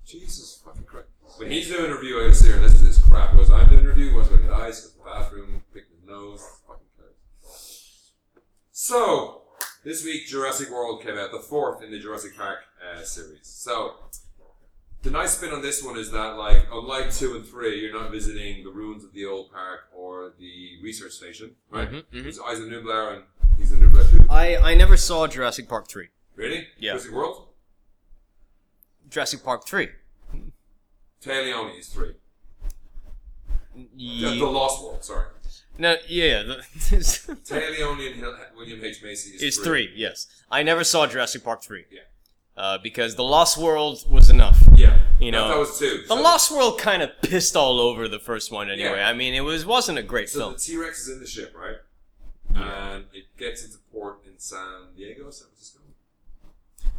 Jesus fucking Christ. When he's doing a review, I go, Sarah, this is his crap. Was I'm doing a review? Was with the eyes, goes to the bathroom, pick the nose, fucking crap. So, this week Jurassic World came out, the fourth in the Jurassic Park uh, series. So, the nice spin on this one is that, like, unlike two and three, you're not visiting the ruins of the old park or the research station, right?
Mhm, mhm.
It's Isaac Nublar and he's the Nublar too.
I I never saw Jurassic Park three.
Really?
Yeah.
Jurassic World?
Jurassic Park three.
Leone is three. The, the
Ye-
Lost World, sorry.
no, yeah, the,
Tay Leone and Hil- William H Macy is
it's
three.
three. Yes, I never saw Jurassic Park three.
Yeah.
Uh, because the Lost World was enough.
Yeah,
You
That-
know,
that was two.
The
So-
Lost World kind of pissed all over the first one anyway.
Yeah.
I mean, it was wasn't a great
So
film.
the T Rex is in the ship, right? And it gets into port in San Diego, San Francisco.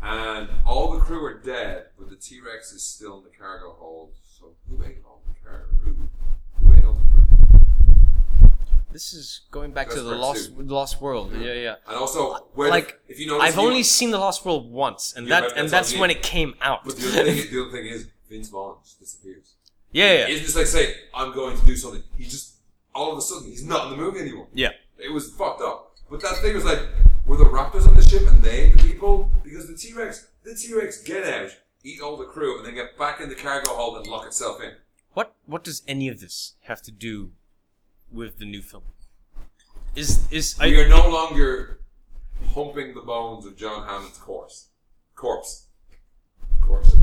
And all the crew are dead, but the T Rex is still in the cargo hold. So who ate all the cargo? Who, who ate all the crew?
This is going back to
That's
the
part
Lost Lost World. Yeah, yeah.
And also, where the-
Like,
if you notice,
I've
you-
only seen the Lost World once, and
Yeah,
that
but
and
that's
that's
what I
when
mean.
it came out.
But the other thing, the other thing is Vince Vaughn just disappears.
yeah,
He
yeah,
doesn't just like say, "I'm going to do something." He just all of a sudden he's not in the movie anymore.
yeah.
It was fucked up. But that thing was like, were the raptors on the ship and they the people? Because the T Rex, the T Rex get out, eat all the crew, and then get back in the cargo hold and lock itself in.
What what does any of this have to do with the new film? Is is
We
I,
are no longer humping the bones of John Hammond's corpse. Corpse. Corpse.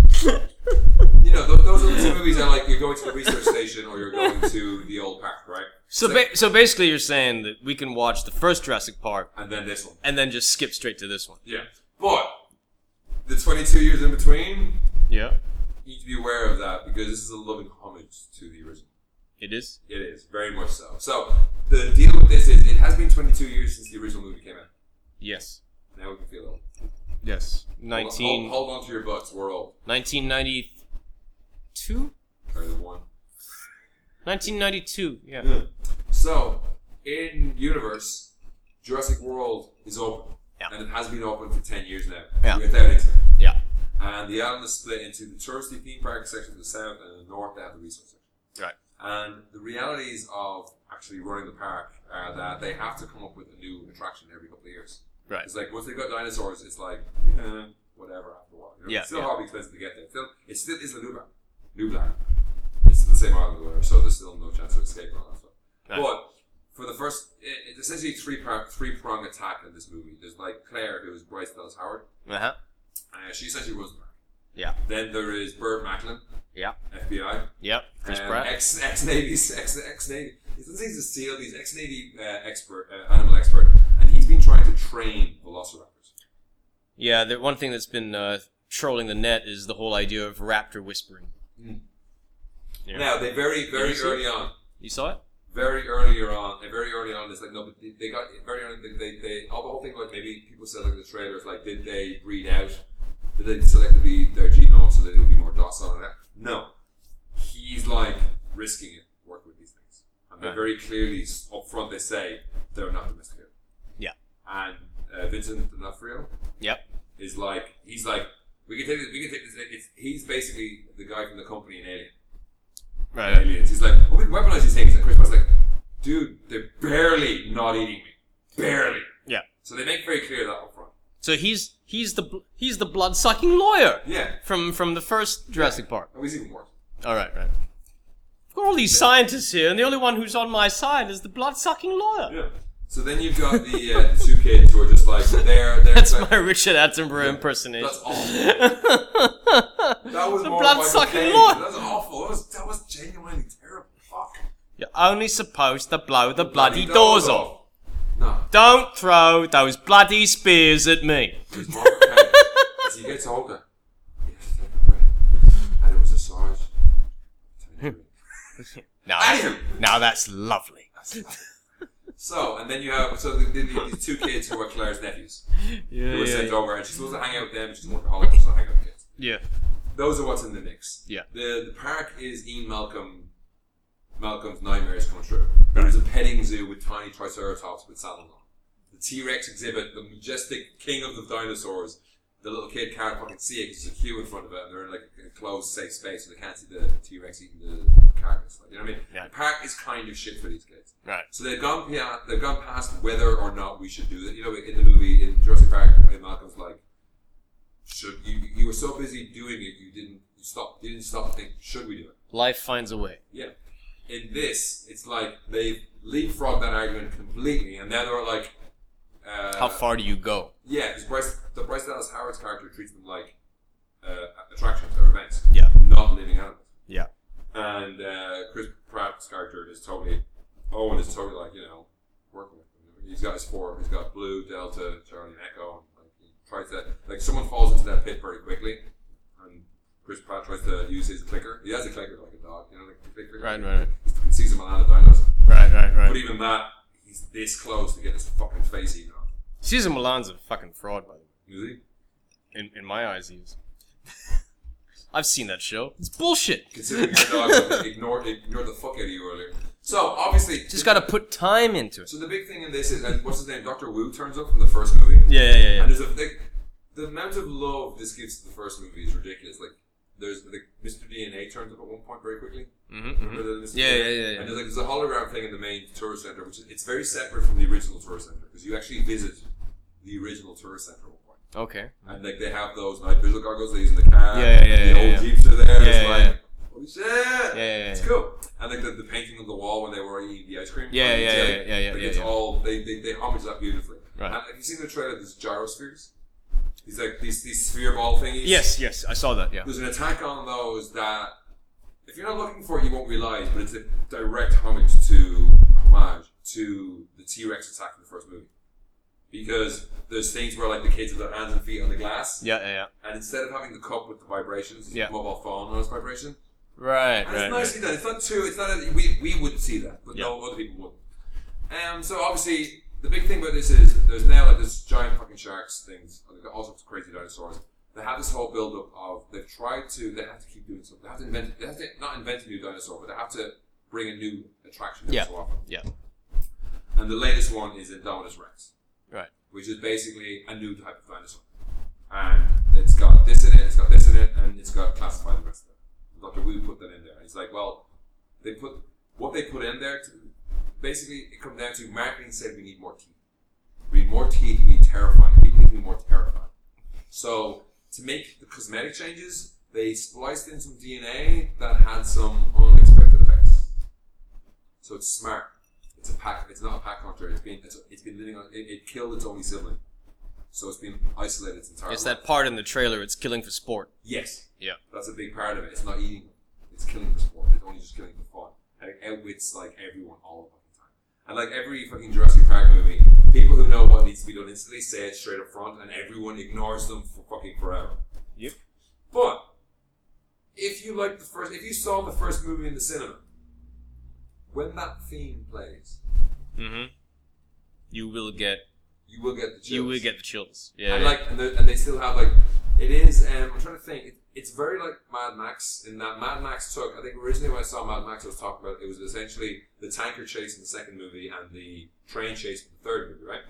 you know, th- those are the two movies I like. You're going to the research station or you're going to the old pack, right?
so ba- so basically you're saying that we can watch the first Jurassic Park
And then this one.
and then just skip straight to this one.
Yeah. But the 22 years in between,
Yeah,
you need to be aware of that because this is a loving homage to the original.
it is.
It is very much so. So the deal with this is it has been 22 years since the original movie came out.
Yes,
Now we can feel old.
yes.
Hold-
Nineteen.
Hold, hold, on to your butts. We're old.
1992?
Or the one.
1992, yeah.
So in universe, Jurassic World is open,
Yeah.
and it has been open for 10 years now.
Yeah.
Without incident.
Yeah.
And the island is split into the touristy theme park section to the south and the north they have the resource section.
Right.
And the realities of actually running the park are that they have to come up with a new attraction every couple of years.
Right.
It's like once they've got dinosaurs, it's like eh, whatever after a while. You know,
Yeah,
It's still
yeah.
hardly expensive to get there. Still, it still is the Nublar. Nublar. It's still the same island, or whatever, so there's still no chance of escape on that stuff.
Right.
But for the first, it, it's essentially three part, three prong attack in this movie. There's like Claire, who is Bryce Dallas Howard.
Uh-huh.
Uh, she essentially runs the park.
Yeah.
Then there is Bird Macklin,
Yeah.
FBI.
Yep. Chris
um,
Pratt.
Ex ex Navy ex ex Navy. He's he's a seal. He's ex Navy uh, expert, uh, animal expert, and he's been trying to train velociraptors.
Yeah, the one thing that's been uh, trolling the net is the whole idea of raptor whispering. Yeah.
Now they very
you
very
see
early on,
You saw it?
very earlier on, and very early on, it's like no, but they- they got very early. They, they, they all the whole thing like maybe people said like the trailers like did they breed out? Did they selectively their genome so that it would be more docile and that? No, he's like risking it working with these things, and they
Right.
very clearly s- up front they say they're not domesticated.
Yeah.
and uh, Vincent D'Onofrio
Yep.
is like he's like we can take this, we can take this. It's, he's basically the guy from the company in Alien
Right.
aliens. He's like, well, we can weaponize these things. And Chris Pratt's like, dude, they're barely not eating me. Barely.
Yeah.
So they make very clear that up front.
So he's he's the bl- he's the blood-sucking lawyer
Yeah.
from from the first Jurassic Park.
It was even worse.
All right, right. I've got all these scientists here, and the only one who's on my side is the blood-sucking lawyer.
Yeah. So then you've got the, uh, the two kids who are just like, they're, they're
That's
like,
my Richard Attenborough impersonation.
that's awful.
that
That was
the
more
blood-sucking
Michael Caine.
lawyer.
That was awful. That was, that was genuinely terrible. Fuck.
You're only supposed to blow the bloody doors off.
No.
Don't throw those bloody spears at me.
It's Michael Caine. As he gets older, he has to take a breath. And it was a size.
Now,
Anywho.
now that's lovely.
So, and then you have so the, the, these two kids who are Claire's nephews
Yeah,
who were sent over, and she's supposed to hang out with them. She's one of the she's not hang out with kids.
yeah.
Those are what's in the mix.
Yeah.
The the park is Ian Malcolm. Malcolm's nightmares come true. There is a petting zoo with tiny triceratops with saddle on. The T Rex exhibit, the majestic king of the dinosaurs. The little kid can't fucking see it because there's a queue in front of it, and they're in like a closed, safe space, so they can't see the T Rex eating the carcass. Like, you know what I mean?
Yeah.
The park is kind of shit for these kids.
Right.
So they've gone beyond, they've gone past whether or not we should do that. You know, in the movie in Jurassic Park, when Malcolm's like, "Should you? You were so busy doing it, you didn't you stop. You didn't stop to think, should we do it?
Life finds a way.
Yeah. In this, it's like they've leapfrogged that argument completely, and now they're like, uh,
How far do you go?
Yeah, because Bryce, the Bryce Dallas Howard's character treats them like uh, a attractions or events,
Yeah.
not living animals.
Yeah.
And uh, Chris Pratt's character is totally Owen is totally like you know working with them. He's got his four. He's got Blue, Delta, Charlie, and Echo. Like he tries to like someone falls into that pit very quickly, and Chris Pratt tries to use his clicker. He has a clicker like a dog, you know, like the clicker.
Right, right, right.
He fucking sees him on the dinos.
Right, right,
But
right.
even that, he's this close to get his fucking face eaten off.
Caesar Milan's a fucking fraud, by the way.
Is he?
In, in my eyes, he is. I've seen that show. It's bullshit.
Considering your dog ignored ignored the fuck out of you earlier. So obviously,
Just gotta put time into it.
So the big thing in this is, and what's his name? Doctor Wu turns up from the first movie.
Yeah, yeah, yeah.
And there's a like, the amount of love this gives to the first movie is ridiculous. Like there's like Mr. DNA turns up at one point very quickly.
Mm-hmm.
Remember the Mr.
Yeah,
DNA?
yeah, yeah, yeah.
And there's like there's a hologram thing in the main tourist center, which is, it's very separate from the original tourist center because you actually visit the original tourist center at one point.
Okay.
And like they have those night visual goggles they use in the car.
Yeah, yeah, yeah,
The
yeah,
old
yeah.
jeeps are there.
Yeah,
it's
yeah,
like,
yeah.
oh shit.
Yeah, yeah,
It's
yeah.
cool. And like the, the painting of the wall when they were eating the ice cream.
Yeah,
Like,
yeah,
it's,
yeah,
like-
yeah, yeah,
Like
yeah,
it's
yeah.
all they, they they homage that beautifully.
Right.
And have you seen the trailer? There's gyrospheres. These like these these sphere ball thingies.
Yes, yes, I saw that. Yeah.
There's an attack on those that if you're not looking for it, you won't realize. But it's a direct homage to homage to the T Rex attack in the first movie. Because there's things where like the kids have their hands and feet on the glass,
Yeah, yeah, yeah.
and instead of having the cup with the vibrations, it's
Yeah.
a mobile phone on its vibration. And
Right, right.
it's nicely
right.
done. It's not too. It's not. A, we we would see that, but
Yeah.
no other people would. Um. So obviously, the big thing about this is there's now like this giant fucking sharks things. Like, all sorts of crazy dinosaurs. They have this whole build up of they've tried to. They have to keep doing something. They have to invent. They have to not invent a new dinosaur, but they have to bring a new attraction every
Yeah.
so often.
Yeah.
And the latest one is Indominus Rex,
Right.
which is basically a new type of dinosaur. And it's got this in it, it's got this in it, and it's got classified the rest of it. Dr. Wu put that in there. He's like, well, they put what they put in there. To, basically, it comes down to marketing said we need more teeth. We need more teeth. We need terrifying. People need to be more terrifying. So to make the cosmetic changes, they spliced in some DNA that had some unexpected effects. So it's smart. It's a pack. It's not a pack hunter. It's been it's, it's been living on. It, it killed its only sibling. So it's been isolated its entire
It's
life.
that part in the trailer. It's killing for sport.
Yes.
Yeah.
That's a big part of it. It's not eating them. It's killing the sport. It's only just killing the fun. And it outwits like everyone all the fucking time. And like every fucking Jurassic Park movie, people who know what needs to be done instantly say it straight up front and everyone ignores them for fucking forever.
Yep.
But if you like the first if you saw the first movie in the cinema, when that theme plays,
Mm-hmm. You will get.
you will get the chills.
You will get the chills. Yeah.
and
yeah.
like, and, the- and they still have like, it is. Um, I'm trying to think. It, it's very like Mad Max in that Mad Max took. I think originally when I saw Mad Max, I was talking about it was essentially the tanker chase in the second movie and the train chase in the third movie, right?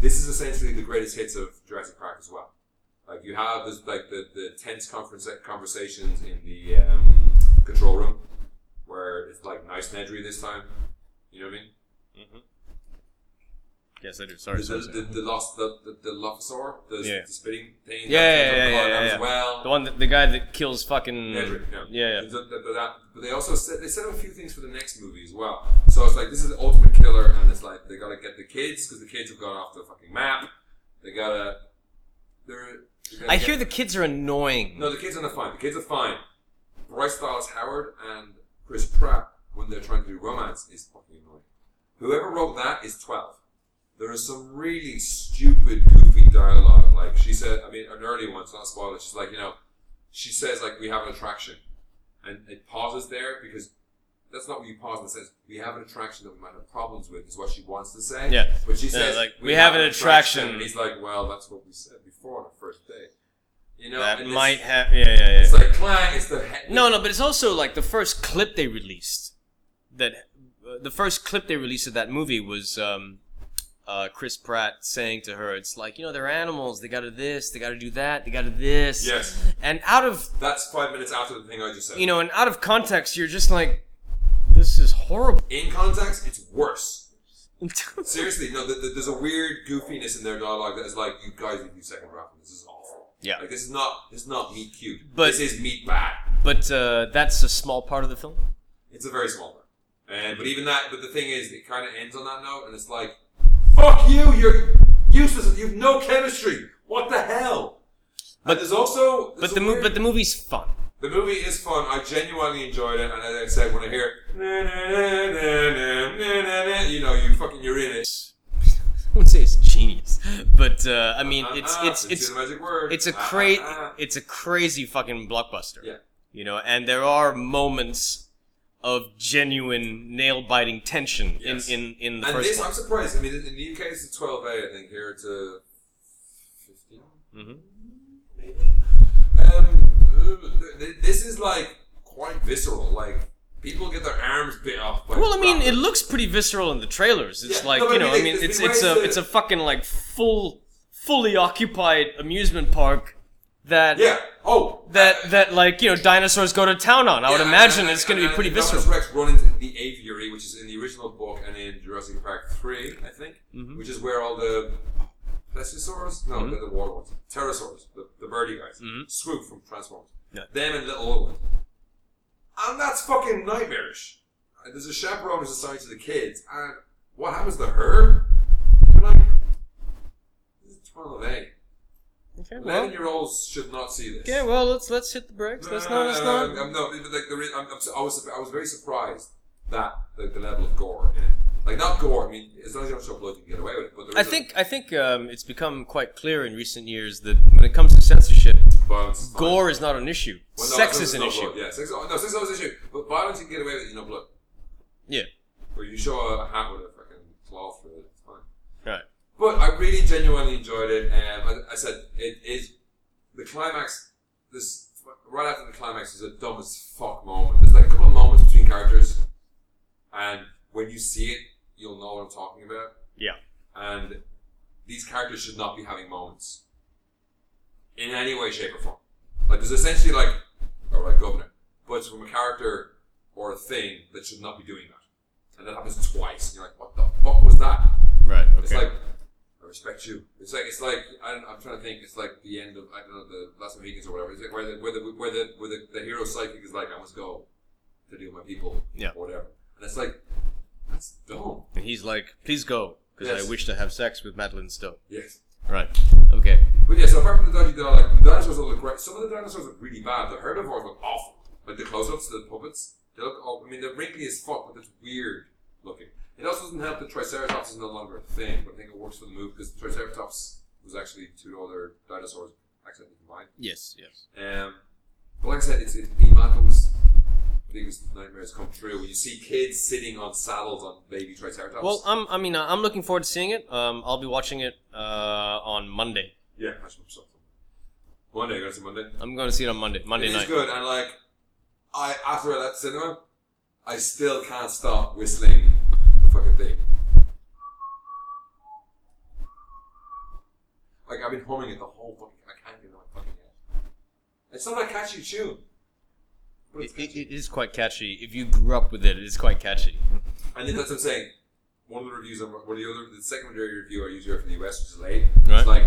This is essentially the greatest hits of Jurassic Park as well. Like you have this, like the the tense conference conversations in the um, control room where it's like nice and edgy this time. You know what I mean?
yes, I do. Sorry.
the,
sorry,
the,
sorry.
the, the lost the the, the Lophosaur, the,
Yeah.
the spitting thing. that-
Yeah, yeah, yeah,
that-
yeah,
that
yeah,
As well.
The one, that, the guy that kills fucking.
Nedry, yeah.
Yeah, yeah.
The- the- but, that, but they also said, they set up a few things for the next movie as well. So it's like this is the ultimate killer, and it's like they gotta get the kids because the kids have gone off the fucking map. They gotta. They're. they gotta
I
get-
hear the kids are annoying.
No, the kids are not fine. The kids are fine. Bryce Dallas Howard and Chris Pratt, when they're trying to do romance, is fucking annoying. Whoever wrote that is 12. There is some really stupid, goofy dialogue. Like, she said, I mean, an early one, it's not a spoiler. She's like, you know, she says, like, we have an attraction. And it pauses there because that's not what you pause and says, we have an attraction that we might have problems with, is what she wants to say.
Yeah.
But she
Yeah,
says,
like, we have an attraction.
And he's like, well, that's what we said before on our first date. You know,
that
and it's-
might have. Yeah, yeah, yeah.
it's like clang. It's the he-
No, no, but it's also like the first clip they released. That uh, the first clip they released of that movie was um, uh, Chris Pratt saying to her, "It's like you know they're animals. They got to this. They got to do that. They got to this."
Yes.
And out of
That's five minutes after the thing I just said.
you know, and out of context, you're just like, "This is horrible."
in context, it's worse. Seriously, no. th th there's a weird goofiness in their dialogue that is like, you guys need to do second round. This is awful.
Yeah.
Like this is not. This is not meat cute.
But-
this is meat bad.
but uh, that's a small part of the film.
It's a very small one. And but even that. But the thing is, it kind of ends on that note, and it's like, fuck you. You're useless. You've no chemistry. What the hell? But there's also there's
But
a
the mo-
weird-
but the movie's fun.
The movie is fun. I genuinely enjoyed it, and as I said, when I hear na, na, na, na, na, na, na, you know, you fucking you're in it.
I wouldn't say it's genius, but uh, I mean it's
Ah, ah,
it's it's
the magic word.
it's a
Ah, ah,
cra-
ah.
it's a crazy fucking blockbuster.
Yeah.
You know, and there are moments of genuine nail biting tension
Yes.
in, in, in the
And
first
this,
one.
I'm surprised. I mean, in the UK, it's a 12A, I think. Here, it's a 15.
Mhm.
Um, th- th- this is like quite visceral. Like people get their arms bit off. By
Well, I mean,
rappers.
it looks pretty visceral in the trailers. It's
Yeah,
like
no, but
you
I
know,
mean, it-
I mean,
it's
it's
been
it's a
ways to-
it's a fucking like full, fully occupied amusement park that
yeah. Oh,
that that like you know dinosaurs go to town on. I would
Yeah,
imagine
and-
it's going to
and-
be pretty
and Indominus
visceral.
Rex run into the aviary, which is in the original book and in Jurassic Park three, I think,
Mm-hmm.
which is where all the plesiosaurs, no, they're the water ones, pterosaurs, the, the birdie guys, swoop from Transformers,
Mm-hmm. Yeah.
them and little Owen, and that's fucking nightmarish. Uh, There's a chaperone who's assigned to the kids, and what happens to her? You're like, this is twelve A.
Okay, well,
Eleven-year-olds should not see this.
okay, well, let's let's hit the brakes. Let's not, let's
No, no,
not.
no, no, no, no, like there is, I'm, I'm, su- I was, I was very surprised that the, the level of gore in it, like not gore. I mean, as long as you don't show blood, you can get away with it. But there
I
is a
think I think um, it's become quite clear in recent years that when it comes to censorship,
violence is fine.
gore is not an issue.
Well, no, as
Sex
long as
is an
there's
issue.
no Blood. Yeah, sex. oh, No, sex is always an issue. But violence, you can get away with. You know, blood.
Yeah.
Or you show a, a hat with a fucking claw through it. It's fine.
Right.
But I really genuinely enjoyed it. Um, I, I said it is the climax. This right after the climax is a dumb as fuck moment. There's like a couple of moments between characters, and when you see it, you'll know what I'm talking about.
Yeah.
And these characters should not be having moments in any way, shape, or form. Like there's essentially like, all right, governor, but it's from a character or a thing that should not be doing that, and that happens twice. And you're like, what the fuck was that?
Right.
It's
Okay.
like I respect you. It's like it's like I don't, I'm trying to think. It's like the end of I don't know the Last of Mohicans or whatever. It's like where the where the where the, where the, the hero psychic is like I must go to deal with my people.
Yeah.
Or whatever. And it's like that's dumb.
And he's like, "Please go, because
Yes.
I wish to have sex with Madeline Stowe."
Yes.
Right. Okay.
But yeah. So apart from the dodgy dog, like the dinosaurs all look great. Some of the dinosaurs look really bad. The herbivores look awful. Like the close-ups, the puppets, they look. Awful. I mean, they're wrinkly as fuck, but it's weird looking. It also doesn't help that Triceratops is no longer a thing, but I think it works for the move because Triceratops was actually two other dinosaurs accidentally combined.
Yes. Yes.
Um, but like I said, it's, it's Dean Malcolm's biggest nightmares come true when you see kids sitting on saddles on baby Triceratops.
Well, I'm, I mean, I'm looking forward to seeing it. Um, I'll be watching it uh, on Monday.
yeah, I should stop. Monday, guys, Monday.
I'm going to see it on Monday. Monday
It is
night.
good, and like, I after I left the cinema, I still can't stop whistling the fucking thing. Like I've been humming it the whole fucking. I can't get it out of my fucking head. It's not a catchy tune. But it's
It- it-
catchy.
it is quite catchy. If you grew up with it, it is quite catchy.
And then that's what I'm saying. One of the reviews, I'm, one of the other, the secondary review I usually read from the US, which is late.
Right.
It's like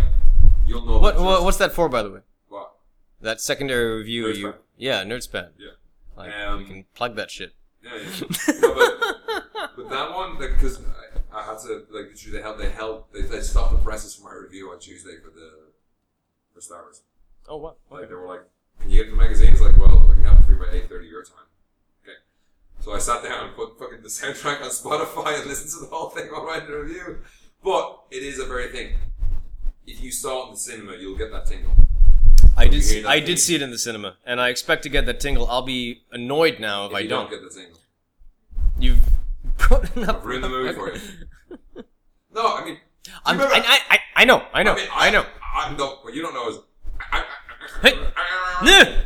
you'll know.
What,
the
what
first-
What's that for, by the way?
what?
That secondary review
Nerdspan.
you. Yeah, Nerdspan.
Yeah.
Like,
Um,
we can plug that shit.
Yeah, yeah. No, but, but that one, because I, I had to like literally they held they held they, they stopped the presses for my review on Tuesday for the for Star Wars.
Oh, what?
Like they were like, "Can you get the magazines?" Like, well, I can have it for you by eight thirty your time. Okay. So I sat down and put fucking the soundtrack on Spotify and listened to the whole thing while writing the review. But it is a very thing. If you saw it in the cinema, you'll get that tingle.
I did.
you hear
See,
that
I
thing?
did see it in the cinema, and I expect to get that tingle. I'll be annoyed now if,
If
I
you
don't.
don't get the tingle.
You've brought it up.
I've ruined the movie for you. No, I mean,
I'm,
remember-
I, I, I, I know. I know. I,
mean,
know.
I, no, what you don't know is. I, I,
Hey. Yeah.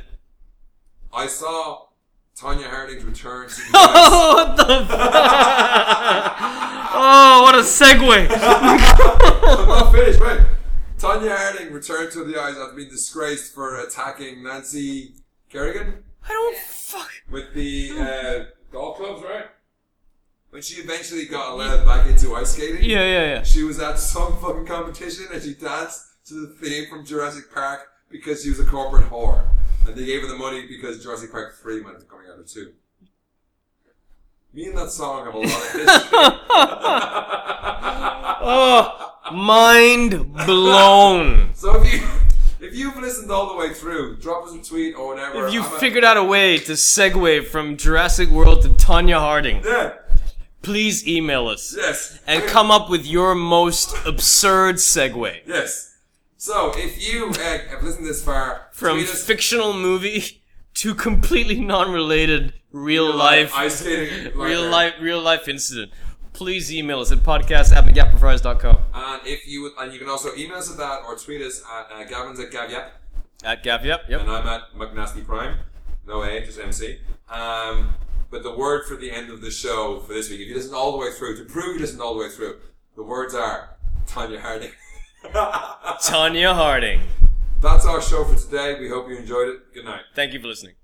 I saw Tanya Harding's return. to the US.
Oh, what the fuck? Oh, what a segue.
I'm not finished, right? Tanya Harding returned to the eyes after being disgraced for attacking Nancy Kerrigan
I don't fuck.
with the uh, golf clubs, right? When she eventually got allowed back into ice skating,
Yeah, yeah,
she was at some fucking competition and she danced to the theme from Jurassic Park because she was a corporate whore. And they gave her the money because Jurassic Park 3 might be coming out of 2. Me and that song have a lot of history.
yeah. Oh, mind blown.
so if you if If you've listened all the way through, drop us a tweet or whatever.
If you
I'm a-
figured out a way to segue from Jurassic World to Tanya Harding,
yeah,
please email us
yes,
and
I-
come up with your most absurd segue
Yes. So if you uh, have listened this far,
from
tweet us-
fictional movie to completely non-related real life
ice skating,
real life real life incident. Please email us at podcast at gaprofries.com
And if you would, and you can also email us at that or tweet us at uh, Gavin's at Gavyap,
at Gav. Yep, yep.
and I'm at McNasty Prime. No A, just MC. Um, but the word for the end of the show for this week, if you listen all the way through, to prove you listened all the way through, the words are Tanya Harding.
Tanya Harding.
That's our show for today. We hope you enjoyed it. Good night.
Thank you for listening.